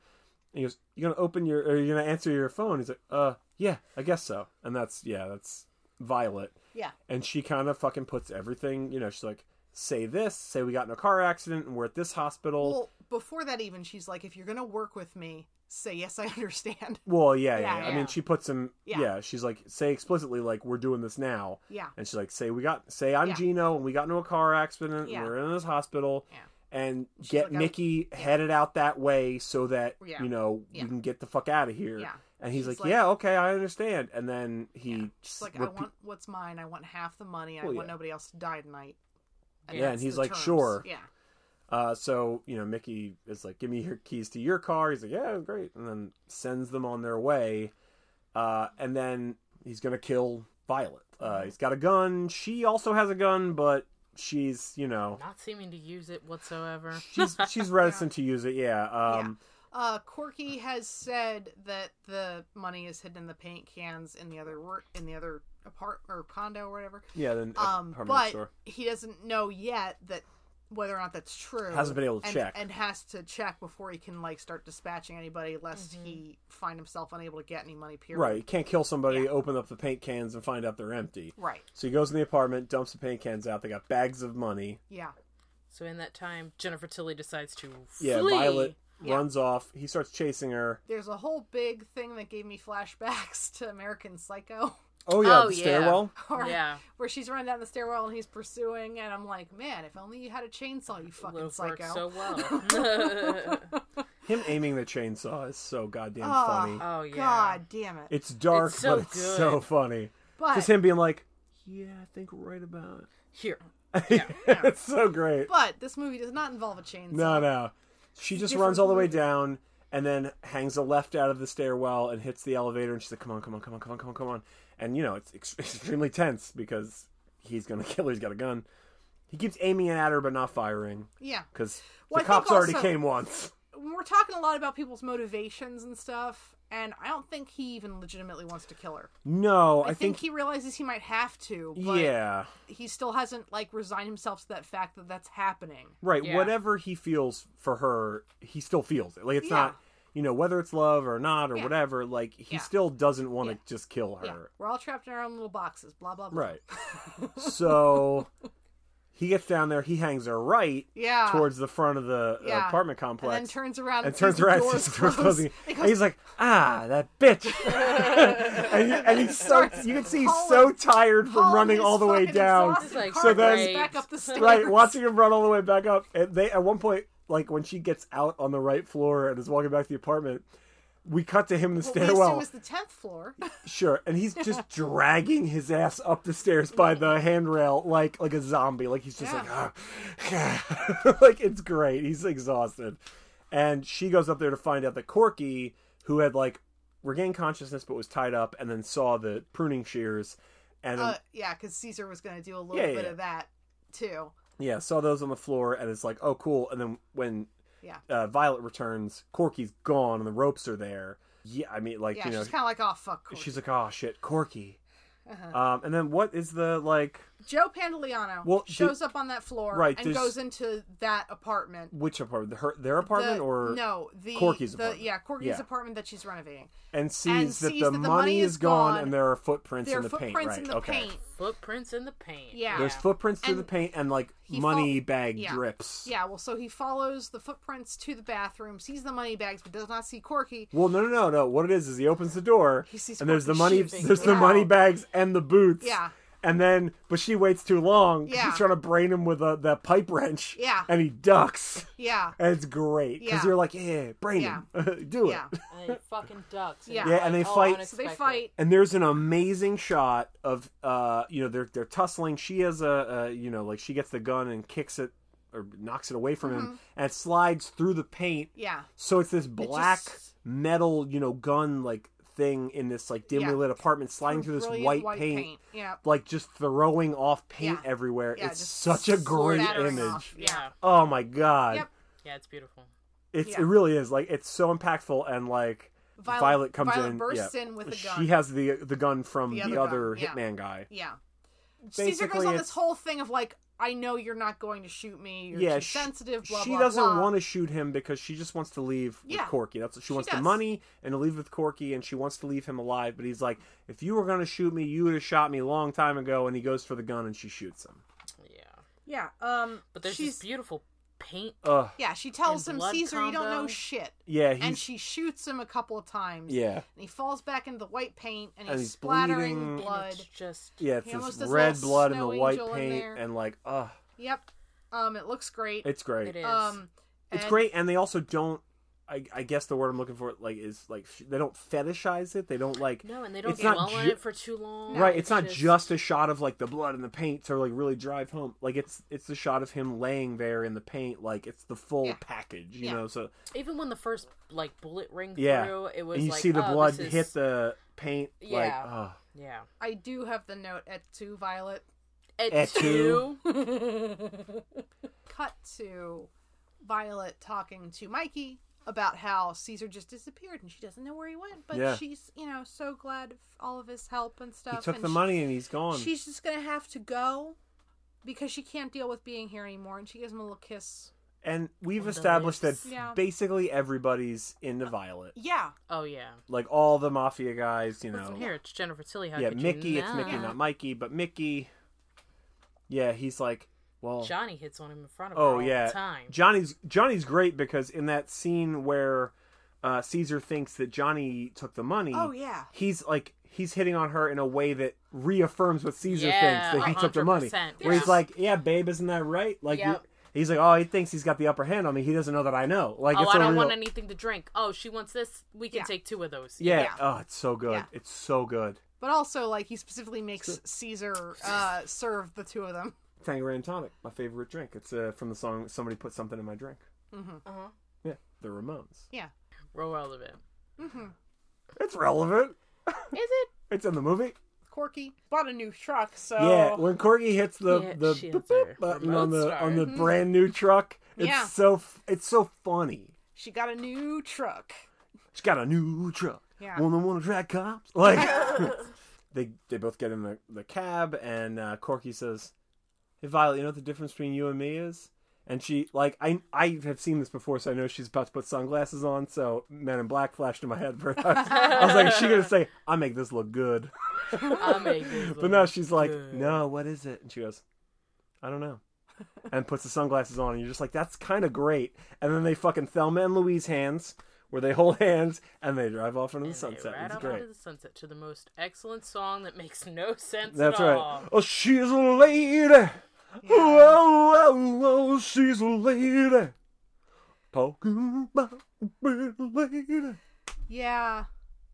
Speaker 2: And he goes, "You gonna open your? Or you gonna answer your phone?" He's like, "Uh, yeah, I guess so." And that's yeah, that's Violet,
Speaker 3: yeah,
Speaker 2: and she kind of fucking puts everything. You know, she's like, "Say this. Say we got in a car accident and we're at this hospital."
Speaker 3: Well, before that, even she's like, if you're gonna work with me, say yes, I understand.
Speaker 2: Well, yeah, yeah.
Speaker 3: Yeah,
Speaker 2: I
Speaker 4: yeah.
Speaker 2: mean, she puts him. Yeah.
Speaker 3: Yeah.
Speaker 2: she's like, say explicitly, like we're doing this now,
Speaker 3: Yeah,
Speaker 2: and she's like, say we got, say I'm
Speaker 3: Yeah.
Speaker 2: Gino, and we got into a car accident,
Speaker 3: Yeah.
Speaker 2: and we're in this hospital,
Speaker 3: Yeah.
Speaker 2: and
Speaker 3: She's
Speaker 2: get
Speaker 3: like, I-
Speaker 2: Mickey headed out that way so that
Speaker 3: Yeah.
Speaker 2: you know
Speaker 3: Yeah.
Speaker 2: we can get the fuck out of here.
Speaker 3: yeah.
Speaker 2: And he's
Speaker 3: She's
Speaker 2: like,
Speaker 3: like-
Speaker 2: yeah, okay, I understand. And then he
Speaker 3: She's
Speaker 2: s-
Speaker 3: like, I
Speaker 2: repeat-
Speaker 3: want what's mine. I want half the money. I
Speaker 2: Well,
Speaker 3: want
Speaker 2: yeah.
Speaker 3: nobody else to die tonight.
Speaker 2: Yeah, and
Speaker 3: that's
Speaker 2: he's
Speaker 3: the
Speaker 2: like, sure.
Speaker 3: Yeah,
Speaker 2: Uh, so you know, Mickey is like, "Give me your keys to your car." He's like, "Yeah, great," and then sends them on their way. Uh, and then he's gonna kill Violet. Uh,
Speaker 3: Mm-hmm.
Speaker 2: he's got a gun. She also has a gun, but she's you know
Speaker 4: Not seeming to use it whatsoever.
Speaker 2: she's she's reticent to use it. Yeah. Um,
Speaker 3: Uh, Corky has said that the money is hidden in the paint cans in the other work in the other apart or condo or whatever.
Speaker 2: yeah. Then
Speaker 3: Um,
Speaker 2: apartment
Speaker 3: but
Speaker 2: store.
Speaker 3: he doesn't know yet that whether or not that's true.
Speaker 2: Hasn't been able to
Speaker 3: and,
Speaker 2: check.
Speaker 3: and has to check before he can like start dispatching anybody, lest
Speaker 4: Mm-hmm.
Speaker 3: he find himself unable to get any money. Period.
Speaker 2: Right. You can't kill somebody. Open up the paint cans and find out they're empty.
Speaker 3: Right.
Speaker 2: So he goes in the apartment, dumps the paint cans out. They got bags of money.
Speaker 3: Yeah.
Speaker 4: so in that time, Jennifer Tilly decides to
Speaker 2: Yeah,
Speaker 4: flee.
Speaker 2: Violet
Speaker 3: Yeah.
Speaker 2: runs off. He starts chasing her.
Speaker 3: There's a whole big thing that gave me flashbacks to American Psycho.
Speaker 2: Oh yeah,
Speaker 4: Oh,
Speaker 2: the
Speaker 4: yeah.
Speaker 2: stairwell.
Speaker 3: Or,
Speaker 4: Yeah.
Speaker 3: Where she's running down the stairwell and he's pursuing, and I'm like, man, if only you had a chainsaw, you fucking
Speaker 4: Would've worked
Speaker 3: psycho.
Speaker 4: so well.
Speaker 2: Him aiming the chainsaw is so goddamn
Speaker 3: Ah.
Speaker 2: funny.
Speaker 4: oh yeah.
Speaker 3: God damn it.
Speaker 2: It's dark,
Speaker 4: It's so
Speaker 2: but it's so
Speaker 4: good.
Speaker 2: funny.
Speaker 3: But
Speaker 2: Just him being like, "Yeah, I think we're right about
Speaker 4: Here.
Speaker 2: it." it's so great.
Speaker 3: but this movie does not involve a chainsaw.
Speaker 2: No, no. She just runs all the way down and then hangs a left out of the stairwell and hits the elevator. And she's like, "Come on, come on, come on, come on, come on, come on!" And you know, it's ex- extremely tense because he's gonna kill her. He's got a gun. He keeps aiming it at her, but not firing
Speaker 3: Yeah.
Speaker 2: because
Speaker 3: Well,
Speaker 2: the
Speaker 3: I think
Speaker 2: cops already
Speaker 3: also-
Speaker 2: came once.
Speaker 3: We're talking a lot about people's motivations and stuff, and I don't think he even legitimately wants to kill her.
Speaker 2: No, I,
Speaker 3: I, think, he realizes he might have to, but
Speaker 2: yeah,
Speaker 3: he still hasn't, like, resigned himself to that fact that that's happening.
Speaker 2: right.
Speaker 4: Yeah.
Speaker 2: Whatever he feels for her, he still feels it. Like it's
Speaker 3: Yeah.
Speaker 2: not, you know, whether it's love or not or
Speaker 3: Yeah.
Speaker 2: whatever. Like he
Speaker 3: Yeah.
Speaker 2: still doesn't want to
Speaker 3: Yeah.
Speaker 2: just kill her.
Speaker 3: Yeah. We're all trapped in our own little boxes, blah, blah, blah.
Speaker 2: Right. so he gets down there. He hangs her right
Speaker 3: Yeah.
Speaker 2: towards the front of the uh,
Speaker 3: Yeah.
Speaker 2: apartment
Speaker 3: and
Speaker 2: complex,
Speaker 3: then turns around and,
Speaker 2: and turns
Speaker 3: sees the
Speaker 2: around.
Speaker 3: doors
Speaker 2: sees the door's
Speaker 3: closed.
Speaker 2: closing.
Speaker 3: He
Speaker 2: and
Speaker 3: goes,
Speaker 2: he's like, "Ah, that bitch!" and, he, and he's so you can see he's so
Speaker 3: Hauling-
Speaker 2: tired from
Speaker 3: "Paul
Speaker 2: running
Speaker 3: is
Speaker 2: all the way
Speaker 3: fucking
Speaker 2: down.
Speaker 3: exhausted.
Speaker 4: Like,
Speaker 3: Car
Speaker 2: so
Speaker 3: goes
Speaker 2: then-
Speaker 3: back up the stairs.
Speaker 2: Right, watching him run all the way back up. And they at one point, like when she gets out on the right floor and is walking back to the apartment. We cut to him in the
Speaker 3: What we
Speaker 2: stairwell.
Speaker 3: assume is the tenth floor.
Speaker 2: Sure, and he's just dragging his ass up the stairs by the handrail like like a zombie. Like he's just like, "Ah." like it's great. He's exhausted, and she goes up there to find out that Corky, who had like regained consciousness but was tied up, and then saw the pruning shears, and
Speaker 3: Uh, yeah, because Caesar was going to do a little
Speaker 2: Yeah, yeah,
Speaker 3: bit
Speaker 2: yeah.
Speaker 3: of that too.
Speaker 2: yeah, saw those on the floor, and it's like, oh cool. And then when
Speaker 3: Yeah.
Speaker 2: uh, Violet returns, Corky's gone, and the ropes are there. Yeah, I mean, like
Speaker 3: Yeah,
Speaker 2: you know,
Speaker 3: she's kind of like, oh fuck. Corky." Uh-huh.
Speaker 2: she's like, oh shit, Corky. Um, and then what is the like?
Speaker 3: Joe Pantoliano
Speaker 2: Well,
Speaker 3: shows up on that floor
Speaker 2: Right,
Speaker 3: and
Speaker 2: there's-
Speaker 3: goes into that apartment.
Speaker 2: which apartment? The- Her, their apartment
Speaker 3: The-
Speaker 2: or
Speaker 3: no the
Speaker 2: Corky's
Speaker 3: the,
Speaker 2: apartment?
Speaker 3: Yeah, Corky's
Speaker 2: Yeah.
Speaker 3: apartment that she's renovating.
Speaker 2: and sees
Speaker 3: and
Speaker 2: that
Speaker 3: sees
Speaker 2: the
Speaker 3: that the
Speaker 2: money,
Speaker 3: money
Speaker 2: is
Speaker 3: is
Speaker 2: gone,
Speaker 3: gone.
Speaker 2: and there are footprints
Speaker 3: There
Speaker 2: in
Speaker 3: are
Speaker 2: the
Speaker 3: footprints
Speaker 2: paint. Right?
Speaker 3: in the
Speaker 2: okay.
Speaker 3: paint.
Speaker 4: Footprints in the paint.
Speaker 3: Yeah.
Speaker 2: There's footprints through
Speaker 3: And
Speaker 2: the paint and like
Speaker 3: he
Speaker 2: money
Speaker 3: fol-
Speaker 2: bag
Speaker 3: yeah.
Speaker 2: drips.
Speaker 3: Yeah, well, so he follows the footprints to the bathroom, sees the money bags, but does not see Corky.
Speaker 2: Well, no, no, no, no. What it is is he opens the door
Speaker 3: He sees
Speaker 2: and there's the
Speaker 3: fucking
Speaker 2: money,
Speaker 3: shoes.
Speaker 2: there's the
Speaker 3: Yeah.
Speaker 2: money bags and the boots.
Speaker 3: Yeah.
Speaker 2: And then, but she waits too long. 'cause
Speaker 3: Yeah.
Speaker 2: She's trying to brain him with a, that pipe wrench.
Speaker 3: Yeah.
Speaker 2: And he ducks.
Speaker 3: Yeah,
Speaker 2: And it's great because
Speaker 3: Yeah.
Speaker 2: you're like, yeah, brain him, do it.
Speaker 3: yeah,
Speaker 4: And they fucking ducks.
Speaker 3: Yeah.
Speaker 4: you're
Speaker 2: Yeah, and they fight-
Speaker 3: so they
Speaker 4: "Oh, unexpected.
Speaker 3: fight.
Speaker 2: and there's an amazing shot of uh you know they're they're tussling she has a, a you know like she gets the gun and kicks it or knocks it away from
Speaker 3: Mm-hmm.
Speaker 2: him and it slides through the paint
Speaker 3: Yeah,
Speaker 2: so it's this black
Speaker 3: just-
Speaker 2: metal you know gun like thing in this like dimly
Speaker 3: Yeah.
Speaker 2: lit apartment sliding through, this
Speaker 3: Brilliant
Speaker 2: white, paint,
Speaker 3: Yeah,
Speaker 2: like just throwing off paint
Speaker 3: Yeah.
Speaker 2: everywhere
Speaker 3: Yeah,
Speaker 2: it's
Speaker 3: just
Speaker 2: such a great
Speaker 3: splattering
Speaker 2: image
Speaker 3: off.
Speaker 4: Yeah.
Speaker 2: oh my god
Speaker 3: Yep.
Speaker 4: Yeah, it's beautiful.
Speaker 2: it's
Speaker 3: Yeah.
Speaker 2: it really is like it's so impactful and like Violet, comes
Speaker 3: Violet
Speaker 2: in.
Speaker 3: bursts
Speaker 2: yeah.
Speaker 3: in with a
Speaker 2: She
Speaker 3: gun.
Speaker 2: has the the gun from the,
Speaker 3: The
Speaker 2: other,
Speaker 3: other gun, yeah.
Speaker 2: hitman guy.
Speaker 3: yeah. Caesar goes
Speaker 2: Basically,
Speaker 3: on
Speaker 2: it's-
Speaker 3: this whole thing of like, I know you're not going to shoot me. You're
Speaker 2: Yeah,
Speaker 3: too
Speaker 2: she-
Speaker 3: sensitive. Blah
Speaker 2: she
Speaker 3: blah.
Speaker 2: doesn't
Speaker 3: blah.
Speaker 2: want to shoot him because she just wants to leave
Speaker 3: Yeah.
Speaker 2: with Corky. That's she wants the
Speaker 3: does.
Speaker 2: money and to leave with Corky, and she wants to leave him alive. But he's like, if you were going to shoot me, you would have shot me a long time ago. And he goes for the gun, and she shoots him.
Speaker 4: Yeah.
Speaker 3: Yeah. Um.
Speaker 4: But there's
Speaker 3: she's
Speaker 4: this beautiful paint.
Speaker 2: Ugh.
Speaker 3: yeah. She tells
Speaker 4: and
Speaker 3: him,
Speaker 4: blood
Speaker 3: Caesar, you don't
Speaker 4: combo.
Speaker 3: know shit.
Speaker 2: Yeah, he's
Speaker 3: And she shoots him a couple of times.
Speaker 2: yeah,
Speaker 3: And he falls back into the white paint, and he's,
Speaker 2: And he's
Speaker 3: splattering
Speaker 2: bleeding.
Speaker 4: And
Speaker 3: blood.
Speaker 4: it's just.
Speaker 2: yeah. It's
Speaker 3: He almost
Speaker 2: this
Speaker 3: does a
Speaker 2: red
Speaker 3: little
Speaker 2: blood and the
Speaker 3: snow
Speaker 2: white
Speaker 3: angel in
Speaker 2: paint,
Speaker 3: there.
Speaker 2: and like, ugh,
Speaker 3: Yep. Um. It looks great.
Speaker 2: it's great.
Speaker 4: It is.
Speaker 3: um.
Speaker 2: It's
Speaker 3: and-
Speaker 2: great, and they also don't I, I guess the word I'm looking for like is like sh- they don't fetishize it. They don't like
Speaker 4: No, and they don't
Speaker 2: It's
Speaker 4: dwell
Speaker 2: not
Speaker 4: on
Speaker 2: ju-
Speaker 4: it for too long.
Speaker 2: right. It's not
Speaker 4: just-
Speaker 2: just a shot of like the blood and the paint to like really drive home. Like it's it's the shot of him laying there in the paint. Like it's the full
Speaker 3: Yeah.
Speaker 2: package, you
Speaker 3: Yeah.
Speaker 2: know. So
Speaker 4: even when the first like bullet ring
Speaker 2: Yeah.
Speaker 4: through, it was
Speaker 2: and you
Speaker 4: like,
Speaker 2: see the
Speaker 4: oh,
Speaker 2: blood
Speaker 4: this is-
Speaker 2: hit the paint. Like
Speaker 4: Yeah.
Speaker 2: oh,
Speaker 4: yeah
Speaker 3: I do have the note at two Violet
Speaker 4: at,
Speaker 2: At
Speaker 4: two.
Speaker 2: two.
Speaker 3: cut to Violet talking to Mikey about how Caesar just disappeared and she doesn't know where he went, but
Speaker 2: Yeah.
Speaker 3: she's you know so glad of all of his help and stuff.
Speaker 2: he took
Speaker 3: and
Speaker 2: the
Speaker 3: she-
Speaker 2: money and he's gone.
Speaker 3: She's just gonna have to go because she can't deal with being here anymore, and she gives him a little kiss.
Speaker 2: And we've
Speaker 4: On the
Speaker 2: established that
Speaker 4: lips.
Speaker 3: Yeah.
Speaker 2: basically everybody's into Violet.
Speaker 3: Yeah,
Speaker 4: Oh yeah.
Speaker 2: Like all the mafia guys, you know.
Speaker 4: Listen here, it's Jennifer Tilly. How
Speaker 2: yeah,
Speaker 4: could you
Speaker 2: Mickey. It's
Speaker 4: not?
Speaker 2: Mickey,
Speaker 3: Yeah.
Speaker 2: not Mikey, but Mickey. Yeah, he's like, well,
Speaker 4: Johnny hits on him in front of her
Speaker 2: oh
Speaker 4: all
Speaker 2: yeah,
Speaker 4: the time.
Speaker 2: Johnny's Johnny's great because in that scene where uh, Caesar thinks that Johnny took the money,
Speaker 3: Oh, yeah.
Speaker 2: he's like he's hitting on her in a way that reaffirms what Caesar
Speaker 4: Yeah,
Speaker 2: thinks that he took the money.
Speaker 4: 100%.
Speaker 2: Where
Speaker 4: Yeah.
Speaker 2: he's like, yeah, babe, isn't that right? Like.
Speaker 4: Yep.
Speaker 2: He's like, oh, he thinks he's got the upper hand on me. He doesn't know that I know. Like,
Speaker 4: oh,
Speaker 2: it's
Speaker 4: I
Speaker 2: a
Speaker 4: don't
Speaker 2: real...
Speaker 4: want anything to drink. Oh, she wants this. We can
Speaker 3: Yeah.
Speaker 4: take two of those.
Speaker 2: Yeah.
Speaker 3: Yeah.
Speaker 2: Oh, it's so good.
Speaker 3: Yeah.
Speaker 2: It's so good.
Speaker 3: but also like he specifically makes Caesar uh, serve the two of them.
Speaker 2: Tangerine tonic, my favorite drink. It's uh, from the song "Somebody Put Something in My Drink."
Speaker 3: Mm-hmm.
Speaker 4: Uh-huh.
Speaker 2: Yeah, the Ramones.
Speaker 3: Yeah,
Speaker 4: Roll out of it.
Speaker 2: It's relevant.
Speaker 4: Is it?
Speaker 2: It's in the movie.
Speaker 3: Corky bought a new truck, so
Speaker 2: Yeah, when Corgi hits the
Speaker 4: Yeah,
Speaker 2: the
Speaker 4: she
Speaker 2: boop,
Speaker 4: is a
Speaker 2: boop button
Speaker 4: remote
Speaker 2: on the
Speaker 4: star.
Speaker 2: on the brand new truck, it's
Speaker 3: Yeah.
Speaker 2: so f- it's so funny.
Speaker 3: she got a new truck.
Speaker 2: She's got a new truck.
Speaker 3: Yeah.
Speaker 2: One want to track cops. Like they they both get in the, the cab and uh, Corky says, "Hey Violet, you know what the difference between you and me is?" And she like I I have seen this before, so I know she's about to put sunglasses on. So Men in Black flashed in my head for a time. I was like, "Is she gonna say I make this look good?"
Speaker 4: I made this
Speaker 2: But now
Speaker 4: one.
Speaker 2: she's like,
Speaker 4: Good.
Speaker 2: "No, what is it?" And she goes, "I don't know." And puts the sunglasses on, and you're just like, "That's kind of great." And then they fucking Thelma and Louise hands, where they hold hands and they drive off into the
Speaker 4: And they
Speaker 2: sunset.
Speaker 4: ride
Speaker 2: It's
Speaker 4: off
Speaker 2: great.
Speaker 4: Into the sunset to the most excellent song that makes no sense
Speaker 2: That's
Speaker 4: at
Speaker 2: right.
Speaker 4: all.
Speaker 2: Oh, she's a lady. Oh, oh, oh, she's a lady. Talking about being a lady.
Speaker 3: Yeah.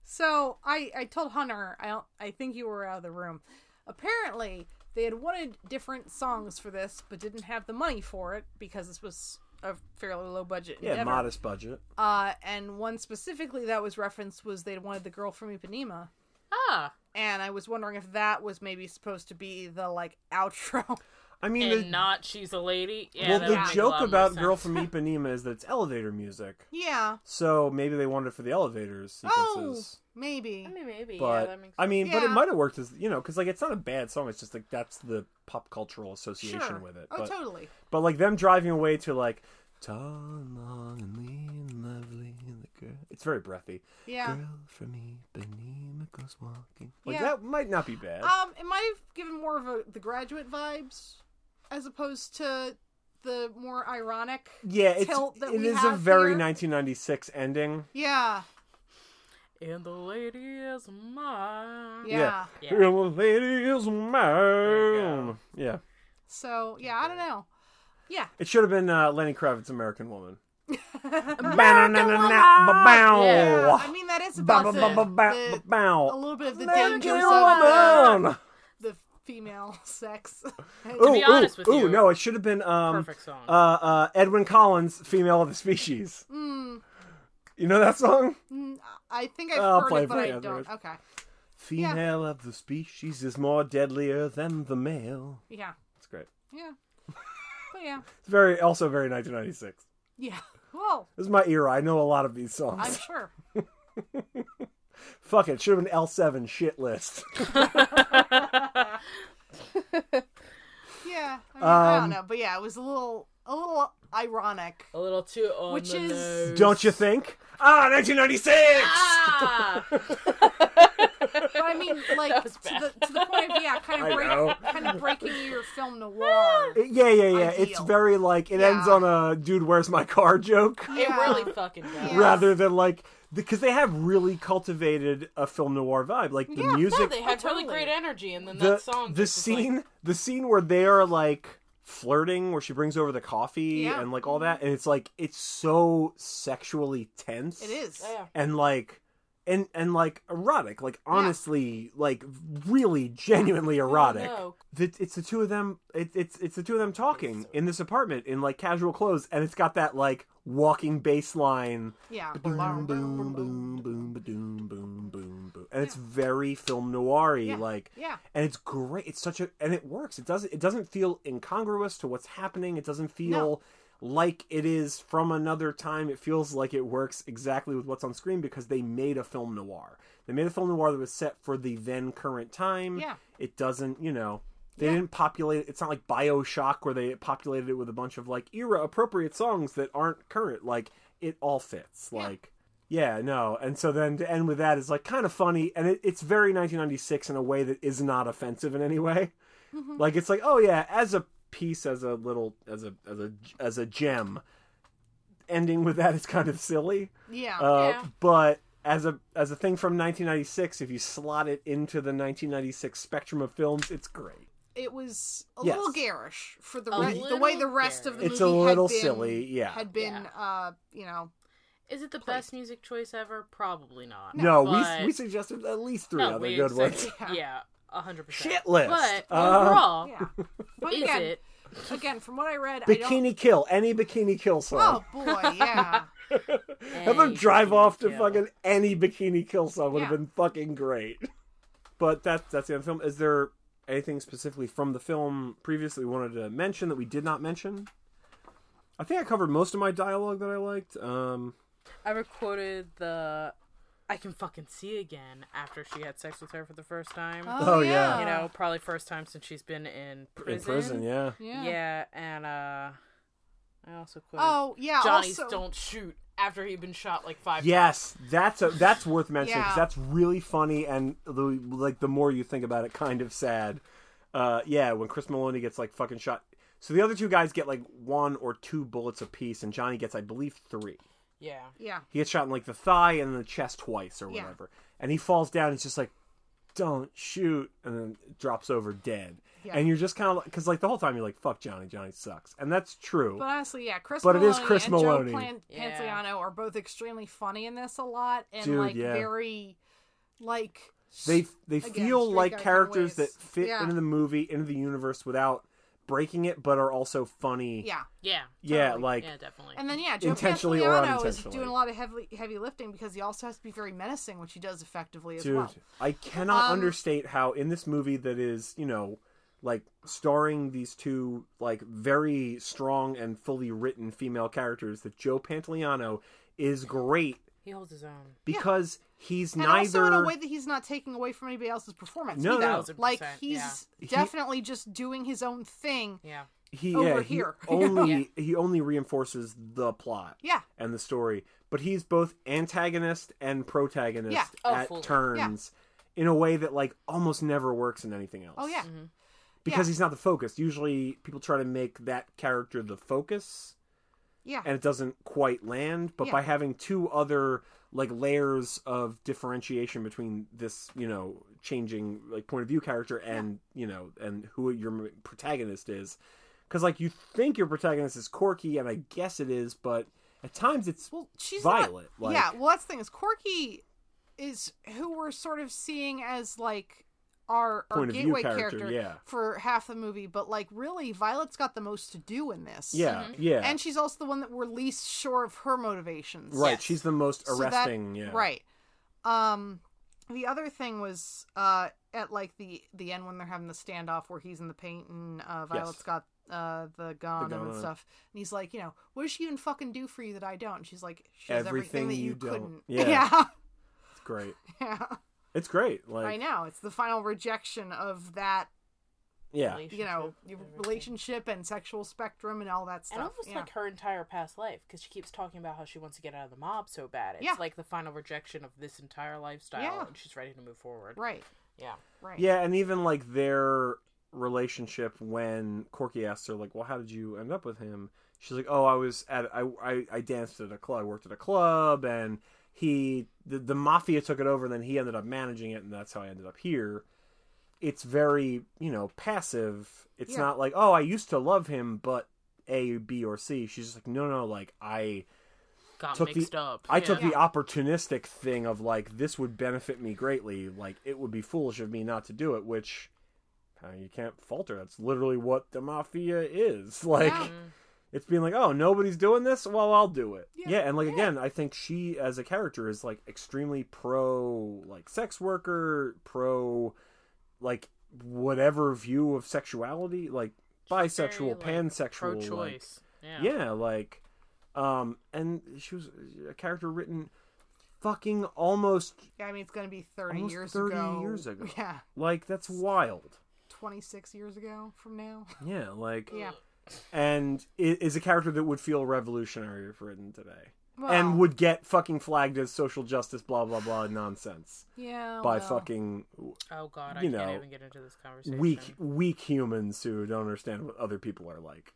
Speaker 3: So I I told Hunter I don't, I think you were out of the room. Apparently they had wanted different songs for this, but didn't have the money for it because this was a fairly low budget.
Speaker 2: Yeah,
Speaker 3: endeavor.
Speaker 2: modest budget.
Speaker 3: Uh, and one specifically that was referenced was they wanted the girl from Ipanema,
Speaker 4: Ah,
Speaker 3: and I was wondering if that was maybe supposed to be the like outro.
Speaker 2: I mean,
Speaker 4: and
Speaker 2: the,
Speaker 4: not she's a lady. Yeah,
Speaker 2: well,
Speaker 4: that
Speaker 2: the
Speaker 4: would make a lot
Speaker 2: joke
Speaker 4: more
Speaker 2: about
Speaker 4: sense.
Speaker 2: "Girl from Ipanema" is that it's elevator music.
Speaker 3: yeah. Oh,
Speaker 2: So maybe they wanted it for the
Speaker 4: Oh!
Speaker 2: elevator sequences.
Speaker 3: Maybe.
Speaker 4: I mean, maybe. yeah,
Speaker 2: But
Speaker 4: that makes
Speaker 2: I mean, but
Speaker 3: Yeah.
Speaker 2: it might have worked as you know, because like it's not a bad song. It's just like that's the pop cultural association
Speaker 3: Sure.
Speaker 2: with it.
Speaker 3: Oh,
Speaker 2: but,
Speaker 3: totally.
Speaker 2: But like them driving away to like tall and long and lean and lovely and the girl it's very breathy.
Speaker 3: Yeah.
Speaker 2: Girl from Ipanema goes walking. Like
Speaker 3: Yeah.
Speaker 2: that might not be bad.
Speaker 3: Um, it might have given more of a the graduate vibes as opposed to the more ironic.
Speaker 2: yeah, it's
Speaker 3: tilt that
Speaker 2: it
Speaker 3: we
Speaker 2: is a
Speaker 3: have
Speaker 2: very
Speaker 3: here.
Speaker 2: 1996 ending.
Speaker 3: Yeah,
Speaker 4: And the lady is mine.
Speaker 3: yeah.
Speaker 4: Yeah.
Speaker 2: Girl, the lady is
Speaker 4: go.
Speaker 2: mine. Yeah.
Speaker 3: So yeah, I don't know. Yeah,
Speaker 2: It should have been uh, Lenny Kravitz, American Woman.
Speaker 4: Yeah.
Speaker 3: yeah. I mean that is about the, the- a
Speaker 2: Ba-ba-ba-ba-ba-bow.
Speaker 3: little bit of the
Speaker 2: American
Speaker 3: dangers of uh,
Speaker 2: Woman!
Speaker 3: the female sex.
Speaker 2: Ooh,
Speaker 4: be
Speaker 2: ooh,
Speaker 4: honest with
Speaker 2: ooh,
Speaker 4: you,
Speaker 2: no, it should have been um,
Speaker 4: Perfect song.
Speaker 2: uh, uh, Edwin Collins, "Female of the Species."
Speaker 3: Hmm.
Speaker 2: You know that song?
Speaker 3: I think I've
Speaker 2: I'll
Speaker 3: heard
Speaker 2: play
Speaker 3: it, but I
Speaker 2: for you
Speaker 3: don't.
Speaker 2: afterwards.
Speaker 3: Okay.
Speaker 2: Female of the species is more deadlier than the male.
Speaker 3: Yeah.
Speaker 2: It's great.
Speaker 3: Yeah. But yeah.
Speaker 2: It's very also very 1996.
Speaker 3: Yeah. Well,
Speaker 2: This is my era. I know a lot of these songs.
Speaker 3: I'm sure.
Speaker 2: Fuck it, should have been L7 shit list.
Speaker 3: Yeah. I, mean, I
Speaker 2: Um,
Speaker 3: don't know, but yeah, it was a little a little ironic.
Speaker 4: a little too on
Speaker 3: Which
Speaker 4: the
Speaker 3: is-
Speaker 4: nose.
Speaker 2: Don't you think? Ah, 1996.
Speaker 4: Ah!
Speaker 3: But I mean, like to the, to the point of yeah, kind
Speaker 2: I
Speaker 3: of
Speaker 2: know.
Speaker 3: break, kind of breaking your film noir.
Speaker 2: It- yeah, yeah, yeah.
Speaker 3: Ideal.
Speaker 2: It's very like it
Speaker 3: Yeah.
Speaker 2: ends on a dude, where's my car joke.
Speaker 4: It
Speaker 3: Yeah.
Speaker 4: really fucking does.
Speaker 3: Yeah.
Speaker 2: rather than like because they have really cultivated a film noir vibe like the
Speaker 3: Yeah, no,
Speaker 2: music
Speaker 4: They had
Speaker 3: Oh,
Speaker 4: really
Speaker 3: totally.
Speaker 4: great energy, and then
Speaker 2: the
Speaker 4: that song.
Speaker 2: the
Speaker 4: just was like-
Speaker 2: scene the scene where they are like flirting where she brings over the coffee
Speaker 3: Yeah.
Speaker 2: and like all that and it's like it's so sexually tense
Speaker 3: It is.
Speaker 4: Yeah.
Speaker 2: and like and and like erotic like honestly like really genuinely erotic
Speaker 4: no.
Speaker 2: The- it's the two of them it, it's it's the two of them talking in this apartment in like casual clothes and it's got that like walking bass line
Speaker 3: Yeah.
Speaker 2: boom boom boom boom boom boom boom boom and it's very film noir
Speaker 3: Yeah.
Speaker 2: like
Speaker 3: Yeah.
Speaker 2: and it's great it's such a and it works it doesn't it doesn't feel incongruous to what's happening it doesn't feel like it is from another time it feels like it works exactly with what's on screen because they made a film noir they made a film noir that was set for the then current time
Speaker 3: Yeah.
Speaker 2: it doesn't you know they
Speaker 3: Yeah.
Speaker 2: didn't populate it's not like bioshock where they populated it with a bunch of like era appropriate songs that aren't current like it all fits
Speaker 3: Yeah.
Speaker 2: like yeah, no. And so then to end with that is like kind of funny, and it, it's very 1996 in a way that is not offensive in any way.
Speaker 3: Mm-hmm.
Speaker 2: Like it's like, oh yeah, as a piece, as a little, as a as a as a gem. Ending with that is kind of silly,
Speaker 3: Oh, Yeah.
Speaker 2: uh,
Speaker 4: Yeah.
Speaker 2: but as a as a thing from 1996, if you slot it into the 1996 spectrum of films, it's great.
Speaker 3: it was a
Speaker 2: Yes.
Speaker 3: little garish for the
Speaker 4: A
Speaker 3: re- the way
Speaker 4: little
Speaker 3: the rest of the
Speaker 2: It's a
Speaker 3: movie
Speaker 2: little
Speaker 3: had been,
Speaker 2: silly, yeah.
Speaker 3: had been uh you know
Speaker 4: Is it the
Speaker 3: Place.
Speaker 4: best music choice ever? Probably not.
Speaker 2: No,
Speaker 4: But-
Speaker 2: we we suggested at least three
Speaker 4: No,
Speaker 2: other
Speaker 4: we
Speaker 2: good
Speaker 4: said-
Speaker 2: ones.
Speaker 3: ones.
Speaker 4: Yeah, a hundred percent.
Speaker 2: Shit list.
Speaker 4: But
Speaker 2: Uh,
Speaker 4: overall,
Speaker 3: yeah but
Speaker 4: is
Speaker 3: again
Speaker 4: it?
Speaker 3: again from what I read I don't
Speaker 2: Bikini Kill, any Bikini Kill song.
Speaker 3: oh boy yeah
Speaker 2: Have them
Speaker 4: Hey,
Speaker 2: drive off to
Speaker 4: yeah.
Speaker 2: fucking any Bikini Kill song would have
Speaker 3: Yeah.
Speaker 2: been fucking great. But that's that's the end of the film. Is there anything specifically from the film previously we wanted to mention that we did not mention? I think I covered most of my dialogue that I liked. Um,
Speaker 4: I recorded the. I can fucking see again after she had sex with her for the first time.
Speaker 2: Oh, yeah.
Speaker 4: You know, probably first time since she's been in prison.
Speaker 2: in prison, yeah.
Speaker 3: yeah,
Speaker 4: Yeah, and uh, I also quoted
Speaker 3: oh yeah
Speaker 4: Johnny's
Speaker 3: also
Speaker 4: don't shoot after he'd been shot like five.
Speaker 2: Yes, that's a, that's worth mentioning 'cause
Speaker 3: Yeah.
Speaker 2: that's really funny and the, like the more you think about it, kind of sad. Uh, yeah, when Chris Maloney gets like fucking shot. So the other two guys get like one or two bullets apiece, and Johnny gets, I believe, three.
Speaker 4: Yeah.
Speaker 3: yeah
Speaker 2: He gets shot in like the thigh and the chest twice or
Speaker 3: Yeah.
Speaker 2: whatever. And he falls down. He's just like, don't shoot. And then drops over dead.
Speaker 3: Yeah.
Speaker 2: And you're just kind of like, because like the whole time you're like, fuck Johnny. Johnny sucks. And that's true.
Speaker 3: But honestly, yeah, Chris
Speaker 2: But it
Speaker 3: Maloney
Speaker 2: is Chris
Speaker 3: and
Speaker 2: Maloney.
Speaker 3: Joe Plan-
Speaker 4: Yeah.
Speaker 3: Pantoliano are both extremely funny in this a lot and
Speaker 2: Dude,
Speaker 3: like
Speaker 2: yeah.
Speaker 3: very like
Speaker 2: they they
Speaker 3: Again,
Speaker 2: feel
Speaker 3: straight
Speaker 2: like
Speaker 3: guy kind of
Speaker 2: characters that
Speaker 3: ways.
Speaker 2: fit
Speaker 3: Yeah.
Speaker 2: into the movie, into the universe without breaking it, but are also funny.
Speaker 3: yeah.
Speaker 4: Yeah.
Speaker 2: Yeah,
Speaker 3: Totally.
Speaker 2: like
Speaker 4: yeah, definitely.
Speaker 3: And then yeah, Joe
Speaker 2: Intentionally or
Speaker 3: Pantoliano is
Speaker 2: unintentionally.
Speaker 3: doing a lot of heavy heavy lifting because he also has to be very menacing, which he does effectively as
Speaker 2: Dude,
Speaker 3: well.
Speaker 2: I cannot
Speaker 3: Um,
Speaker 2: understate how in this movie that is, you know, like starring these two like very strong and fully written female characters that Joe Pantoliano is great
Speaker 4: he holds his own.
Speaker 2: because he's
Speaker 3: And
Speaker 2: neither
Speaker 3: also in a way that he's not taking away from anybody else's performance.
Speaker 2: No, no.
Speaker 3: either. like
Speaker 4: 1000%,
Speaker 3: he's
Speaker 2: yeah.
Speaker 3: definitely just doing his own thing.
Speaker 4: Yeah.
Speaker 2: he
Speaker 3: over
Speaker 2: yeah,
Speaker 3: here.
Speaker 2: he only he only reinforces the plot
Speaker 3: Yeah,
Speaker 2: and the story, but he's both antagonist and protagonist
Speaker 3: Yeah.
Speaker 4: Oh,
Speaker 2: at
Speaker 4: fully.
Speaker 2: turns in a way that like almost never works in anything else.
Speaker 3: Oh, yeah.
Speaker 2: Because
Speaker 3: Yeah.
Speaker 2: he's not the focus. Usually people try to make that character the focus
Speaker 3: yeah,
Speaker 2: and it doesn't quite land, but
Speaker 3: Yeah.
Speaker 2: by having two other like layers of differentiation between this, you know, changing like point of view character and, you know, and who your protagonist is. Cuz like you think your protagonist is quirky and I guess it is, but at times it's
Speaker 3: Well, she's
Speaker 2: Violet,
Speaker 3: Not,
Speaker 2: like-
Speaker 3: yeah, well, that's the thing is Corky is who we're sort of seeing as like our, our
Speaker 2: Point of view
Speaker 3: gateway
Speaker 2: character, yeah.
Speaker 3: for half the movie, but like really, Violet's got the most to do in this.
Speaker 2: yeah, yeah.
Speaker 3: mm-hmm. and she's also the one that we're least sure of her motivations.
Speaker 2: Right,
Speaker 4: Yes.
Speaker 2: she's the most
Speaker 3: So that-
Speaker 2: arresting. yeah,
Speaker 3: Right. Um, the other thing was uh at like the the end when they're having the standoff where he's in the paint and uh, Violet's
Speaker 2: Yes.
Speaker 3: got uh the gun,
Speaker 2: The
Speaker 3: on him
Speaker 2: gun.
Speaker 3: and stuff, and he's like, you know, what does she even fucking do for you that I don't? And she's like, she does everything,
Speaker 2: Everything
Speaker 3: that
Speaker 2: you
Speaker 3: you,
Speaker 2: don't.
Speaker 3: couldn't.
Speaker 2: Yeah.
Speaker 3: Yeah.
Speaker 2: It's great.
Speaker 3: yeah.
Speaker 2: It's great. Like
Speaker 3: I know. It's the final rejection of that,
Speaker 2: Yeah,
Speaker 3: you know, your relationship and sexual spectrum and all that stuff.
Speaker 4: And almost
Speaker 3: yeah.
Speaker 4: like her entire past life, because she keeps talking about how she wants to get out of the mob so bad. It's
Speaker 3: Yeah.
Speaker 4: like the final rejection of this entire lifestyle,
Speaker 3: Yeah.
Speaker 4: and she's ready to move forward.
Speaker 3: right.
Speaker 4: Yeah.
Speaker 3: Right.
Speaker 2: yeah, and even like their relationship when Corky asks her like, "Well, how did you end up with him?" She's like, "Oh, I was at I I, I danced at a club. I worked at a club, and he the, the mafia took it over, and then he ended up managing it, and that's how I ended up here." it's very you know passive it's
Speaker 3: Yeah.
Speaker 2: not like oh i used to love him but a b or c she's just like no no like i
Speaker 4: Got
Speaker 2: Took the-
Speaker 4: mixed up.
Speaker 2: i took
Speaker 4: Yeah.
Speaker 2: the opportunistic thing of like this would benefit me greatly like it would be foolish of me not to do it which uh, you can't falter that's literally what the mafia is like Mm-hmm.
Speaker 3: Yeah.
Speaker 2: it's being like oh nobody's doing this well i'll do it yeah,
Speaker 3: Yeah.
Speaker 2: and like
Speaker 3: Yeah.
Speaker 2: again i think she as a character is like extremely pro like sex worker pro like whatever view of sexuality like bisexual
Speaker 4: like,
Speaker 2: pansexual like-
Speaker 4: pro-choice. yeah.
Speaker 2: yeah. like um and she was a character written fucking almost
Speaker 3: Yeah, I mean it's gonna be thirty
Speaker 2: Almost
Speaker 3: years
Speaker 2: 30
Speaker 3: ago.
Speaker 2: years ago.
Speaker 3: Yeah,
Speaker 2: like that's wild
Speaker 3: twenty six years ago from now.
Speaker 2: yeah like
Speaker 3: Yeah,
Speaker 2: and i- is a character that would feel revolutionary if written today
Speaker 3: well,
Speaker 2: and would get fucking flagged as social justice blah blah blah nonsense
Speaker 3: yeah
Speaker 2: by
Speaker 3: well,
Speaker 2: fucking
Speaker 4: Oh god, I
Speaker 2: You
Speaker 4: can't
Speaker 2: know,
Speaker 4: even get into this conversation.
Speaker 2: weak weak humans who don't understand what other people are like.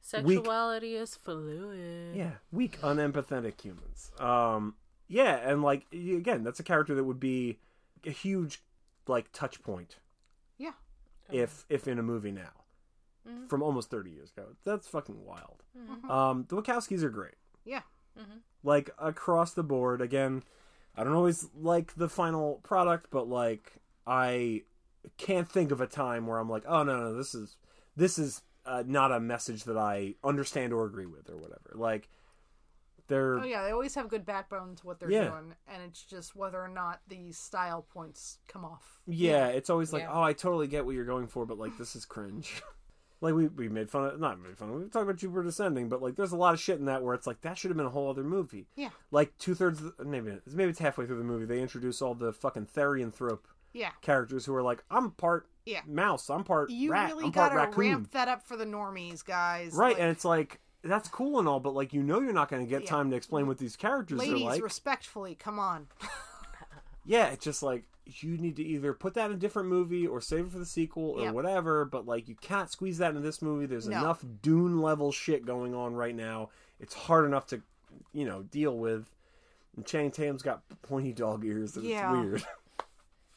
Speaker 4: Sexuality is fluid.
Speaker 2: Yeah, weak unempathetic humans. Um yeah, and like y- again, that's a character that would be a huge like touch point
Speaker 3: yeah.
Speaker 2: if if in a movie now.
Speaker 3: Mm-hmm.
Speaker 4: Mhm.
Speaker 2: From almost 30 years ago. That's fucking wild.
Speaker 4: Mhm.
Speaker 2: Um the Wachowskis are great.
Speaker 3: Yeah.
Speaker 2: like across the board again i don't always like the final product but like i can't think of a time where i'm like oh no no this is this is uh, not a message that i understand or agree with or whatever like they're
Speaker 3: Oh yeah, they always have good backbone to what they're
Speaker 2: Yeah.
Speaker 3: doing, and it's just whether or not the style points come off.
Speaker 2: yeah, it's always like
Speaker 4: Yeah.
Speaker 2: oh i totally get what you're going for but like this is cringe like we, we made fun of not made fun of we talked about jupiter descending but like there's a lot of shit in that where it's like that should have been a whole other movie
Speaker 3: Yeah,
Speaker 2: like two-thirds of the, maybe it's- maybe it's halfway through the movie they introduce all the fucking therianthrope
Speaker 3: yeah,
Speaker 2: characters who are like, I'm part
Speaker 3: yeah.
Speaker 2: mouse, I'm part
Speaker 3: You
Speaker 2: rat,
Speaker 3: really
Speaker 2: I'm part
Speaker 3: gotta
Speaker 2: raccoon.
Speaker 3: ramp that up for the normies, guys.
Speaker 2: right,
Speaker 3: Like,
Speaker 2: and it's like that's cool and all, but like you know you're not going to get
Speaker 3: Yeah.
Speaker 2: time to explain what these characters
Speaker 3: ladies,
Speaker 2: are like.
Speaker 3: respectfully, come on.
Speaker 2: yeah, it's just like you need to either put that in a different movie or save it for the sequel or
Speaker 3: Yep.
Speaker 2: whatever, but like you can't squeeze that into this movie. There's
Speaker 3: No.
Speaker 2: enough Dune level shit going on right now. It's hard enough to, you know, deal with. And Channing Tatum's got pointy dog ears and
Speaker 3: Yeah.
Speaker 2: it's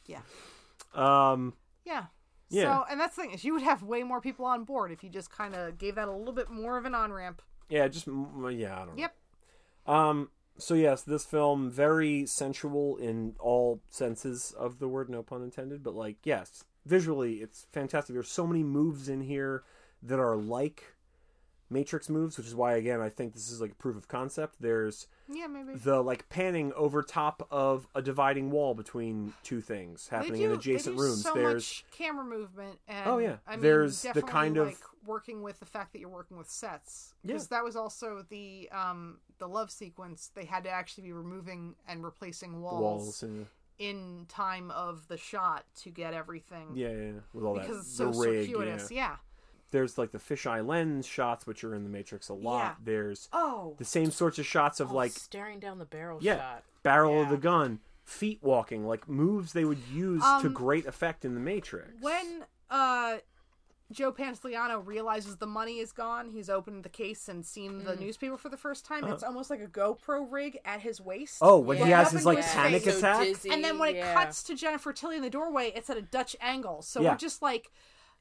Speaker 3: Yeah,
Speaker 2: weird. Um
Speaker 3: yeah.
Speaker 2: Yeah.
Speaker 3: So, and that's the thing is, you would have way more people on board if you just kind of gave that a little bit more of an on ramp.
Speaker 2: yeah, just mm, yeah, I don't know.
Speaker 3: Yep.
Speaker 2: Um. So yes, this film very sensual in all senses of the word, no pun intended. But like, yes, visually it's fantastic. There's so many moves in here that are like Matrix moves, which is why again I think this is like a proof of concept. There's
Speaker 3: Yeah, maybe.
Speaker 2: the like panning over top of a dividing wall between two things happening
Speaker 3: they do,
Speaker 2: in adjacent
Speaker 3: they do
Speaker 2: rooms.
Speaker 3: So
Speaker 2: There's
Speaker 3: much camera movement and
Speaker 2: Oh, yeah.
Speaker 3: I mean,
Speaker 2: There's the
Speaker 3: definitely,
Speaker 2: kind of-
Speaker 3: like working with the fact that you're working with sets
Speaker 2: Yeah.
Speaker 3: because that was also the um the love sequence they had to actually be removing and replacing walls,
Speaker 2: walls and
Speaker 3: in time of the shot to get everything
Speaker 2: yeah, yeah, yeah, with all
Speaker 3: because
Speaker 2: that
Speaker 3: it's so
Speaker 2: the rig.
Speaker 3: circuitous
Speaker 2: yeah.
Speaker 3: yeah.
Speaker 2: There's like the fisheye lens shots, which are in the Matrix a lot.
Speaker 3: Yeah.
Speaker 2: There's
Speaker 3: oh
Speaker 2: the same sorts of shots of
Speaker 4: Oh,
Speaker 2: like
Speaker 4: staring down the barrel
Speaker 2: yeah
Speaker 4: shot.
Speaker 2: barrel of
Speaker 3: Yeah.
Speaker 2: the gun feet walking like moves they would use to
Speaker 3: Um,
Speaker 2: great effect in the matrix
Speaker 3: when uh Joe Pantoliano realizes the money is gone. He's opened the case and seen the newspaper for the first time. It's almost like a GoPro rig at his waist.
Speaker 2: Uh-huh. oh when he
Speaker 3: Yeah.
Speaker 2: has his
Speaker 3: Nothing
Speaker 2: like
Speaker 3: was
Speaker 2: panic
Speaker 3: fake.
Speaker 4: So
Speaker 2: attack
Speaker 4: dizzy,
Speaker 3: and then when
Speaker 4: yeah.
Speaker 3: it cuts to Jennifer Tilly in the doorway, it's at a Dutch angle. So
Speaker 2: Yeah.
Speaker 3: we're just like,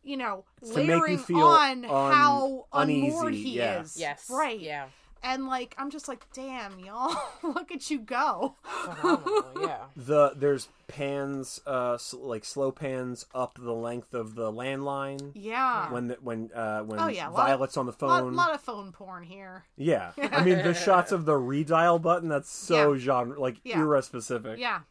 Speaker 3: you know,
Speaker 2: It's to make you
Speaker 3: layering
Speaker 2: feel
Speaker 3: on
Speaker 2: un-
Speaker 3: how unmoored
Speaker 2: uneasy,
Speaker 3: he
Speaker 2: yeah.
Speaker 3: is.
Speaker 4: Yes.
Speaker 3: Right.
Speaker 4: Yeah.
Speaker 3: And like, I'm just like, damn, y'all, look at you go.
Speaker 4: Phenomenal. yeah.
Speaker 2: the there's pans uh s like slow pans up the length of the landline
Speaker 3: Yeah.
Speaker 2: when the, when uh when
Speaker 3: Oh, yeah, a lot of-
Speaker 2: violet's on the
Speaker 3: lot,
Speaker 2: phone
Speaker 3: lot of phone porn here.
Speaker 2: yeah i mean the shots of the redial button that's so genre like
Speaker 3: Yeah.
Speaker 2: era specific
Speaker 3: Yeah.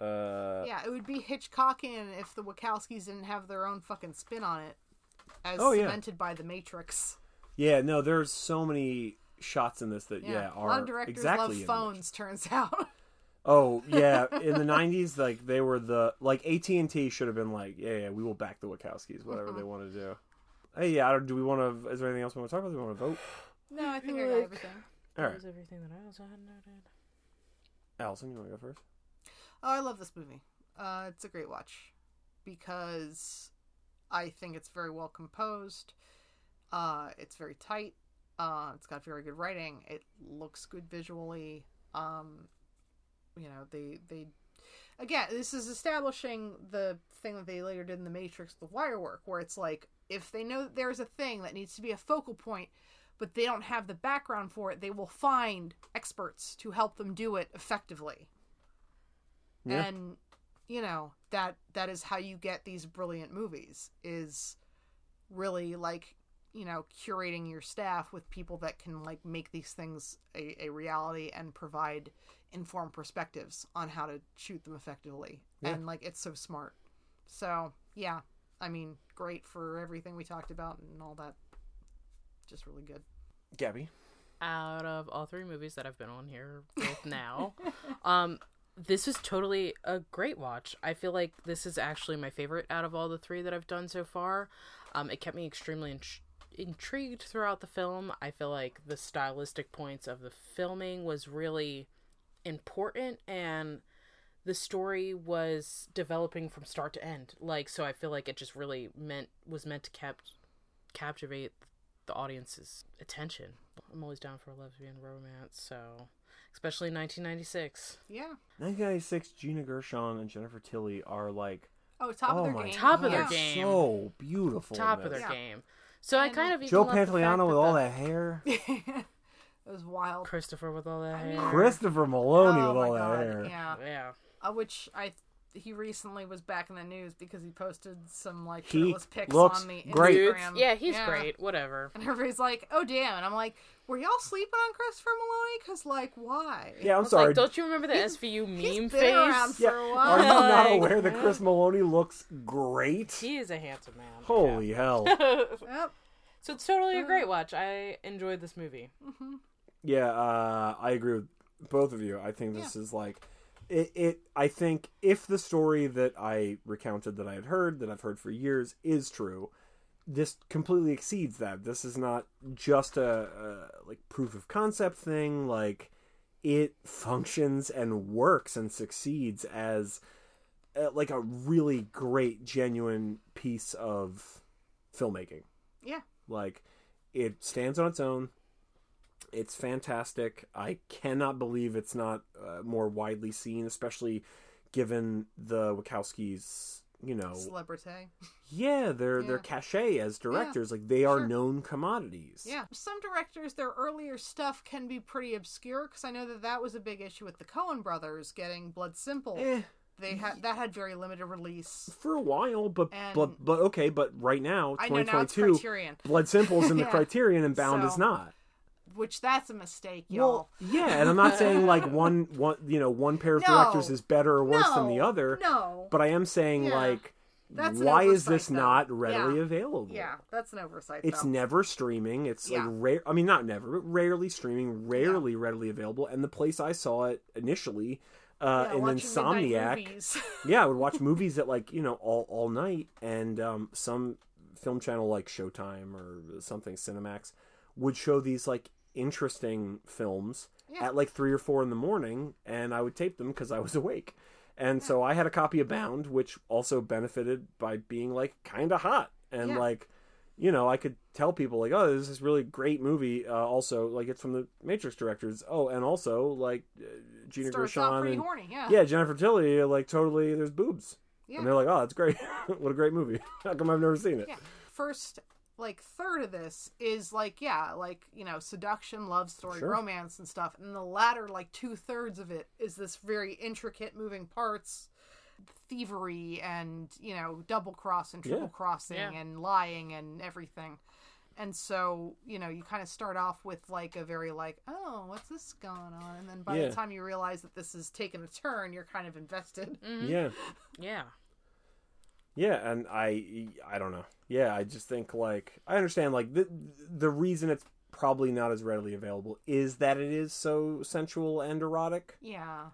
Speaker 2: uh
Speaker 3: Yeah. It would be Hitchcockian if the Wachowskis didn't have their own fucking spin on it. As
Speaker 2: Oh, yeah.
Speaker 3: cemented by the Matrix.
Speaker 2: yeah no there's so many shots in this that yeah,
Speaker 3: Yeah.
Speaker 2: are
Speaker 3: a lot of directors
Speaker 2: exactly in
Speaker 3: love
Speaker 2: the
Speaker 3: phones, turns out.
Speaker 2: Oh yeah, in the '90s, like they were the like AT and T should have been like, yeah, yeah, we will back the Wachowskis, whatever
Speaker 3: Uh-huh.
Speaker 2: they want to do. Hey, yeah, I don't, do we want to? Is there anything else we want to talk about? Do we want to vote?
Speaker 3: no, I think I got everything.
Speaker 2: All
Speaker 4: That
Speaker 2: right,
Speaker 4: was everything that I also had noted.
Speaker 2: Allison, you want to go first?
Speaker 3: Oh, I love this movie. Uh, it's a great watch because I think it's very well composed. Uh, it's very tight. Uh, it's got very good writing. It looks good visually. Um, you know, they they again, this is establishing the thing that they later did in The Matrix, the wire work, where it's like if they know that there's a thing that needs to be a focal point, but they don't have the background for it, they will find experts to help them do it effectively.
Speaker 2: Yeah.
Speaker 3: And you know that that is how you get these brilliant movies is really like you know curating your staff with people that can like make these things a, a reality and provide informed perspectives on how to shoot them effectively
Speaker 2: Yeah.
Speaker 3: and like it's so smart so yeah i mean great for everything we talked about and all that just really good
Speaker 2: Gabby.
Speaker 4: out of all three movies that I've been on here with now, um, this was totally a great watch. I feel like this is actually my favorite out of all the three that I've done so far. Um, it kept me extremely intr intrigued throughout the film. I feel like the stylistic points of the filming was really important and the story was developing from start to end. Like so I feel like it just really meant was meant to cap- captivate the audience's attention. I'm always down for a lesbian romance, so especially 1996.
Speaker 3: yeah
Speaker 2: 1996, Gina Gershon and Jennifer Tilly are like
Speaker 3: oh top
Speaker 2: oh
Speaker 3: of their
Speaker 2: my
Speaker 3: game
Speaker 4: Top of their
Speaker 3: Yeah.
Speaker 2: God,
Speaker 4: game.
Speaker 2: So beautiful. in
Speaker 4: Top of
Speaker 2: this.
Speaker 4: their
Speaker 3: Yeah.
Speaker 4: game. So I
Speaker 3: And
Speaker 4: kind of even
Speaker 2: Joe
Speaker 4: love the fact
Speaker 2: Pantoliano with
Speaker 4: that
Speaker 2: all
Speaker 4: the-
Speaker 2: that hair.
Speaker 3: it was wild
Speaker 4: Christopher with all that
Speaker 3: I
Speaker 4: hair.
Speaker 3: mean-
Speaker 2: Christopher Maloney
Speaker 3: oh
Speaker 2: with
Speaker 3: my
Speaker 2: all that
Speaker 3: god
Speaker 2: hair.
Speaker 3: yeah
Speaker 4: yeah.
Speaker 3: uh, which I he recently was back in the news because he posted some like
Speaker 2: He
Speaker 3: shirtless pics
Speaker 2: looks
Speaker 3: on the
Speaker 2: great.
Speaker 3: Instagram.
Speaker 4: Dudes. Yeah, he's great. Whatever.
Speaker 3: And everybody's like, "Oh damn!" And I'm like, "Were y'all sleeping on Christopher Maloney? Cause like, why?
Speaker 2: Yeah, I'm
Speaker 4: It's
Speaker 2: sorry.
Speaker 4: Like, don't you remember the SVU meme
Speaker 3: he's been
Speaker 4: face?
Speaker 3: around for
Speaker 2: yeah.
Speaker 3: a
Speaker 2: Are
Speaker 3: while.
Speaker 2: you not
Speaker 4: Like,
Speaker 2: aware that Chris Maloney looks great?
Speaker 4: He is a handsome man. yeah.
Speaker 2: Holy hell.
Speaker 3: Yep.
Speaker 4: So it's totally a
Speaker 3: Uh.
Speaker 4: great watch. I enjoyed this movie.
Speaker 2: Yeah, uh, I agree with both of you. I think this is like it, it. I think if the story that I recounted that I had heard that I've heard for years is true, this completely exceeds that. This is not just a, a like proof of concept thing. Like it functions and works and succeeds as uh, like a really great, genuine piece of filmmaking.
Speaker 3: Yeah.
Speaker 2: Like it stands on its own. It's fantastic. I cannot believe it's not uh, more widely seen, especially given the Wachowskis. You know,
Speaker 3: Celebrity.
Speaker 2: yeah, their their
Speaker 3: Yeah.
Speaker 2: cachet as directors, like they are
Speaker 3: Sure.
Speaker 2: known commodities.
Speaker 3: Yeah. Some directors, their earlier stuff can be pretty obscure because I know that that was a big issue with the Coen brothers getting Blood Simple.
Speaker 2: Eh,
Speaker 3: They had that had very limited release.
Speaker 2: for a while, but
Speaker 3: And-
Speaker 2: but but okay, but right now,
Speaker 3: I know
Speaker 2: twenty
Speaker 3: now
Speaker 2: twenty
Speaker 3: it's
Speaker 2: two,
Speaker 3: Criterion,
Speaker 2: Blood Simple's in the
Speaker 3: Yeah.
Speaker 2: Criterion, and Bound
Speaker 3: So-
Speaker 2: is not.
Speaker 3: which that's a mistake, y'all.
Speaker 2: Well, yeah, and I'm not saying like one one you know one pair of
Speaker 3: No.
Speaker 2: directors is better or worse than the
Speaker 3: No,
Speaker 2: other.
Speaker 3: No.
Speaker 2: But I am saying
Speaker 3: Yeah.
Speaker 2: like,
Speaker 3: That's an
Speaker 2: why is this
Speaker 3: oversight, though.
Speaker 2: not readily
Speaker 3: Yeah.
Speaker 2: available?
Speaker 3: yeah, that's an oversight.
Speaker 2: It's
Speaker 3: though.
Speaker 2: never streaming. It's like
Speaker 3: Yeah.
Speaker 2: rare. I mean, not never, but rarely streaming, rarely readily available. And the place I saw it initially, uh,
Speaker 3: Yeah,
Speaker 2: and then
Speaker 3: watching midnight
Speaker 2: Somniac.
Speaker 3: movies.
Speaker 2: yeah, I would watch movies at like you know all all night, and um, some film channel like Showtime or something Cinemax would show these like interesting films
Speaker 3: Yeah.
Speaker 2: at like three or four in the morning, and I would tape them because I was awake. And so I had a copy of Bound, which also benefited by being like kind of hot and
Speaker 3: Yeah.
Speaker 2: like you know I could tell people like oh this is really great movie. Uh, also like it's from the Matrix directors. Oh, and also like uh, Gina
Speaker 3: Starts
Speaker 2: Gershon
Speaker 3: out pretty
Speaker 2: and
Speaker 3: horny, yeah.
Speaker 2: yeah, Jennifer Tilly, like totally, there's boobs,
Speaker 3: Yeah.
Speaker 2: and they're like, oh, that's great. what a great movie. How come I've never seen it?
Speaker 3: Yeah. First like third of this is like yeah, like, you know, seduction, love story,
Speaker 2: Sure.
Speaker 3: romance and stuff. And the latter, like two thirds of it is this very intricate moving parts thievery and, you know, double cross and triple crossing
Speaker 4: Yeah.
Speaker 3: and lying and everything. And so, you know, you kind of start off with like a very like, oh, what's this going on? And then by
Speaker 2: Yeah.
Speaker 3: the time you realize that this has taken a turn, you're kind of invested.
Speaker 2: Yeah,
Speaker 4: Yeah.
Speaker 2: yeah, and I, I don't know. Yeah, I just think like I understand like the the reason it's probably not as readily available is that it is so sensual and erotic.
Speaker 3: Yeah.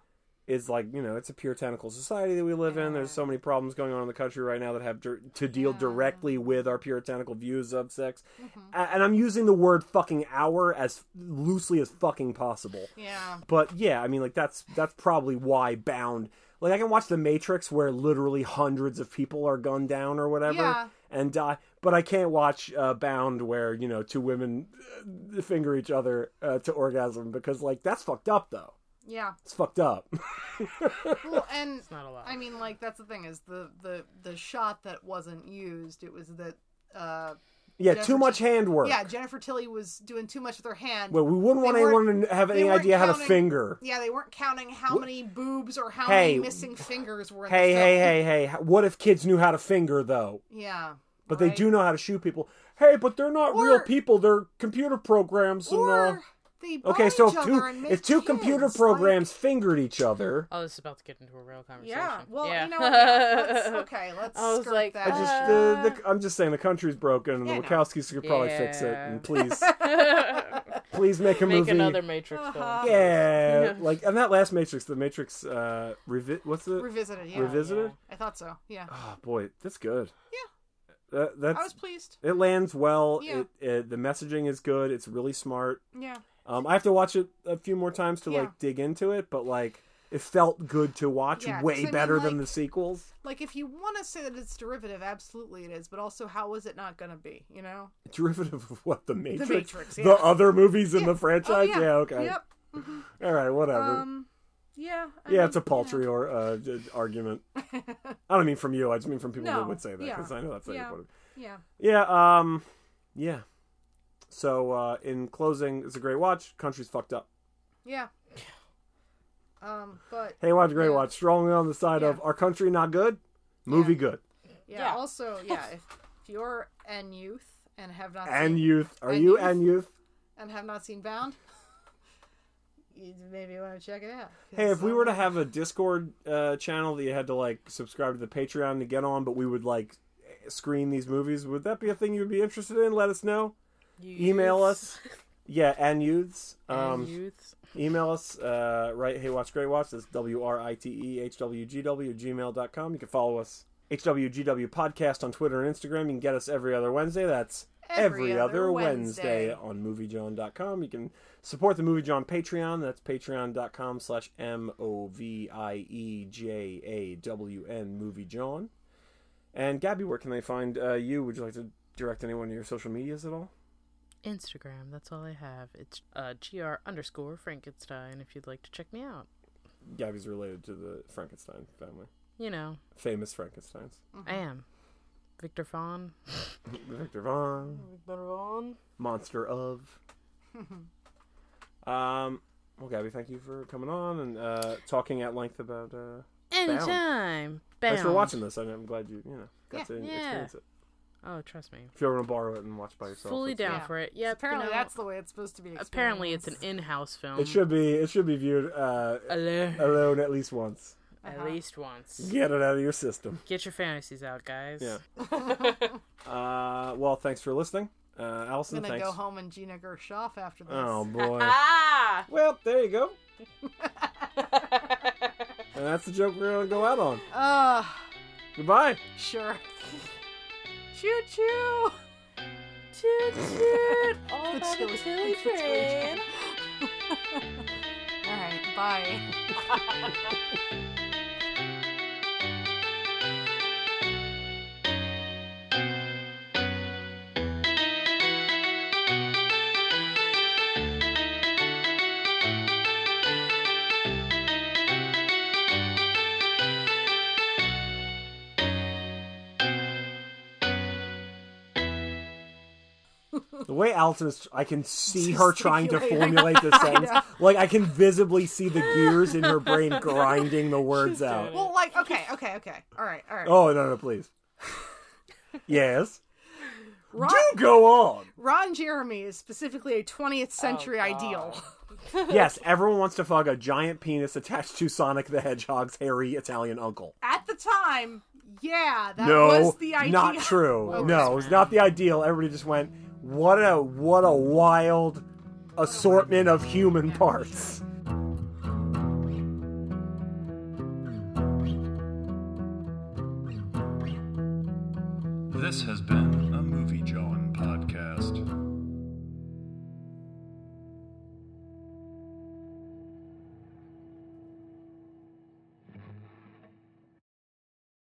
Speaker 2: It's like you know it's a puritanical society that we live in. There's so many problems going on in the country right now that have dir- to deal directly with our puritanical views of sex. A- And I'm using the word fucking hour as loosely as fucking possible.
Speaker 3: Yeah.
Speaker 2: But yeah, I mean, like that's that's probably why Bound. Like I can watch The Matrix where literally hundreds of people are gunned down or whatever
Speaker 3: Yeah.
Speaker 2: and die, but I can't watch uh, Bound where you know two women uh, finger each other uh, to orgasm because like that's fucked up though.
Speaker 3: Yeah.
Speaker 2: It's fucked up.
Speaker 3: Well, and
Speaker 4: It's not a lot.
Speaker 3: I mean, like that's the thing is the the the shot that wasn't used. It was that. Uh,
Speaker 2: yeah,
Speaker 3: Jennifer-
Speaker 2: too much handwork.
Speaker 3: yeah, Jennifer Tilly was doing too much with her hand.
Speaker 2: Well, we wouldn't
Speaker 3: They
Speaker 2: want
Speaker 3: weren't-
Speaker 2: anyone to have
Speaker 3: they
Speaker 2: any
Speaker 3: weren't
Speaker 2: idea how to
Speaker 3: counting-
Speaker 2: finger.
Speaker 3: yeah, they weren't counting how
Speaker 2: Wh-
Speaker 3: many boobs or how
Speaker 2: Hey.
Speaker 3: many missing fingers were in the
Speaker 2: Hey,
Speaker 3: film.
Speaker 2: hey, hey, hey. h- What if kids knew how to finger though?
Speaker 3: Yeah.
Speaker 2: But they
Speaker 3: right?
Speaker 2: do know how to shoot people. Hey, but they're not real
Speaker 3: Or-
Speaker 2: people. They're computer programs and uh,
Speaker 3: Or they buy
Speaker 2: Okay, so
Speaker 3: each
Speaker 2: if two
Speaker 3: other and make
Speaker 2: if two computer
Speaker 3: kids,
Speaker 2: programs fingered each other,
Speaker 4: oh, this is about to get into a real
Speaker 3: like-
Speaker 4: conversation.
Speaker 3: yeah. Well, you know. Yeah, let's, okay, let's.
Speaker 4: I was
Speaker 3: skirt
Speaker 4: like,
Speaker 2: I
Speaker 3: that.
Speaker 2: just
Speaker 4: Uh,
Speaker 2: the, the, I'm just saying the country's broken and
Speaker 3: Yeah,
Speaker 2: the
Speaker 3: no.
Speaker 2: Wachowskis could probably fix it.
Speaker 4: Yeah.
Speaker 2: And please,
Speaker 4: okay.
Speaker 2: please make a
Speaker 4: Make
Speaker 2: movie.
Speaker 4: another Matrix
Speaker 3: Uh-huh.
Speaker 4: film.
Speaker 2: Yeah,
Speaker 4: Yeah.
Speaker 2: like and that last Matrix, the Matrix uh, revi- what's it?
Speaker 3: revisited. Yeah.
Speaker 2: Revis- Visitor?
Speaker 3: I thought so. Yeah.
Speaker 2: Oh boy, that's good. Yeah, that, that's
Speaker 3: I was pleased.
Speaker 2: it lands well.
Speaker 3: Yeah.
Speaker 2: It, it the messaging is good. It's really smart.
Speaker 3: Yeah.
Speaker 2: Um, I have to watch it a few more times to
Speaker 3: Yeah.
Speaker 2: like dig into it, but like it felt good to watch.
Speaker 3: Yeah, 'cause I
Speaker 2: way
Speaker 3: mean,
Speaker 2: better than
Speaker 3: like-
Speaker 2: the sequels.
Speaker 3: Like, if you want to say that it's derivative, absolutely it is. But also, how is it not going to be? You know.
Speaker 2: Derivative of what? The Matrix.
Speaker 3: Matrix, yeah.
Speaker 2: The other movies in
Speaker 3: Yeah.
Speaker 2: the franchise.
Speaker 3: Oh, yeah.
Speaker 2: okay.
Speaker 3: Yep. Mhm.
Speaker 2: All right. Whatever.
Speaker 3: Um. Yeah. I
Speaker 2: yeah,
Speaker 3: mean,
Speaker 2: it's a paltry or uh, d- argument. I don't mean from you. I just mean from people
Speaker 3: No,
Speaker 2: that would say that
Speaker 3: yeah.
Speaker 2: because I know that's how you
Speaker 3: Yeah.
Speaker 2: put it.
Speaker 3: Yeah.
Speaker 2: Yeah. Um. Yeah. So uh, in closing, it's a great watch. Country's fucked up.
Speaker 3: Yeah. Um. But
Speaker 2: Hey, watch, great
Speaker 3: Yeah.
Speaker 2: watch. Strongly on the side of
Speaker 3: Yeah.
Speaker 2: our country not good, movie good,
Speaker 3: yeah.
Speaker 4: Yeah.
Speaker 3: Also, yeah. If, if you're an youth and have not
Speaker 2: and
Speaker 3: seen,
Speaker 2: youth. Are
Speaker 3: And
Speaker 2: you
Speaker 3: youth.
Speaker 2: and youth?
Speaker 3: and have not seen Bound, you maybe want to check it out. 'cause,
Speaker 2: Hey, if we were to
Speaker 3: um,
Speaker 2: have a Discord uh, channel that you had to like subscribe to the Patreon to get on, but we would like screen these movies, would that be a thing you'd be interested in? Let us know. Email us. Yeah, and youths. Um,
Speaker 4: youths.
Speaker 2: Email us, uh, right? Hey, watch great watch. That's W R I T E H W G W gmail.com. You can follow us, HWGW podcast on Twitter and Instagram. You can get us every other Wednesday. That's every, other Wednesday, on moviejohn.com. You can support the Movie John Patreon. That's patreon.com slash M O V I E J A W N Movie John. And Gabby, where can they find uh, you? Would you like to direct anyone to your social medias at all?
Speaker 4: Instagram. That's all I have. It's uh, gr underscore Frankenstein. If you'd like to check me out,
Speaker 2: Gabby's related to the Frankenstein family,
Speaker 4: you know
Speaker 2: famous Frankensteins.
Speaker 3: Mm-hmm.
Speaker 4: I am Victor Vaughn.
Speaker 2: Victor Vaughn,
Speaker 4: Victor Vaughn.
Speaker 2: monster of. um, well, Gabby, thank you for coming on and uh, talking at length about. Uh,
Speaker 4: Anytime.
Speaker 2: thanks for
Speaker 4: Bound.
Speaker 2: watching this, and I'm glad you you know got
Speaker 3: Yeah.
Speaker 2: to
Speaker 4: Yeah.
Speaker 2: experience it.
Speaker 4: Oh, trust me.
Speaker 2: If you ever want to borrow it and watch by yourself,
Speaker 4: Fully
Speaker 2: it's-
Speaker 4: down
Speaker 3: Yeah.
Speaker 4: for it. Yeah.
Speaker 3: Apparently,
Speaker 4: you know,
Speaker 3: that's the way it's supposed to be.
Speaker 4: apparently it's an
Speaker 3: experienced.
Speaker 4: in-house film.
Speaker 2: It should be. It should be viewed uh,
Speaker 4: Alert.
Speaker 2: alone at least once.
Speaker 3: Uh-huh.
Speaker 4: At least once.
Speaker 2: Get it out of your system.
Speaker 4: Get your fantasies out, guys.
Speaker 2: Yeah. Uh, well, thanks for listening, uh, Allison.
Speaker 3: I'm gonna
Speaker 2: thanks.
Speaker 3: go home and Gina Gershoff after this.
Speaker 2: Oh boy.
Speaker 4: Ah!
Speaker 2: well, there you go.
Speaker 4: Ah!
Speaker 2: And that's the joke we're gonna go out on.
Speaker 3: Ugh,
Speaker 2: Goodbye.
Speaker 3: Ah, sure. choo choo.
Speaker 4: toot toot all
Speaker 3: The
Speaker 4: about
Speaker 3: chili-
Speaker 4: the chili
Speaker 3: the chili
Speaker 4: train.
Speaker 3: All right, bye.
Speaker 2: The way Allison is, I can see
Speaker 3: She's
Speaker 2: her trying to
Speaker 3: articulating.
Speaker 2: formulate this
Speaker 3: I
Speaker 2: sentence.
Speaker 3: know.
Speaker 2: Like I can visibly see the gears in her brain grinding the words
Speaker 4: She's doing
Speaker 2: out.
Speaker 4: it.
Speaker 3: Well, like, okay, okay, okay. All right, all right.
Speaker 2: Oh no, no, please. Yes,
Speaker 3: Ron,
Speaker 2: do go on.
Speaker 3: Ron Jeremy is specifically a 20th century ideal.
Speaker 2: Yes, everyone wants to fuck a giant penis attached to Sonic the Hedgehog's hairy Italian uncle.
Speaker 3: At the time, yeah, that
Speaker 2: no,
Speaker 3: was the ideal.
Speaker 2: not true.
Speaker 3: Well,
Speaker 2: no, it's not the ideal. Everybody just went, what a what a wild assortment of human parts.
Speaker 1: This has been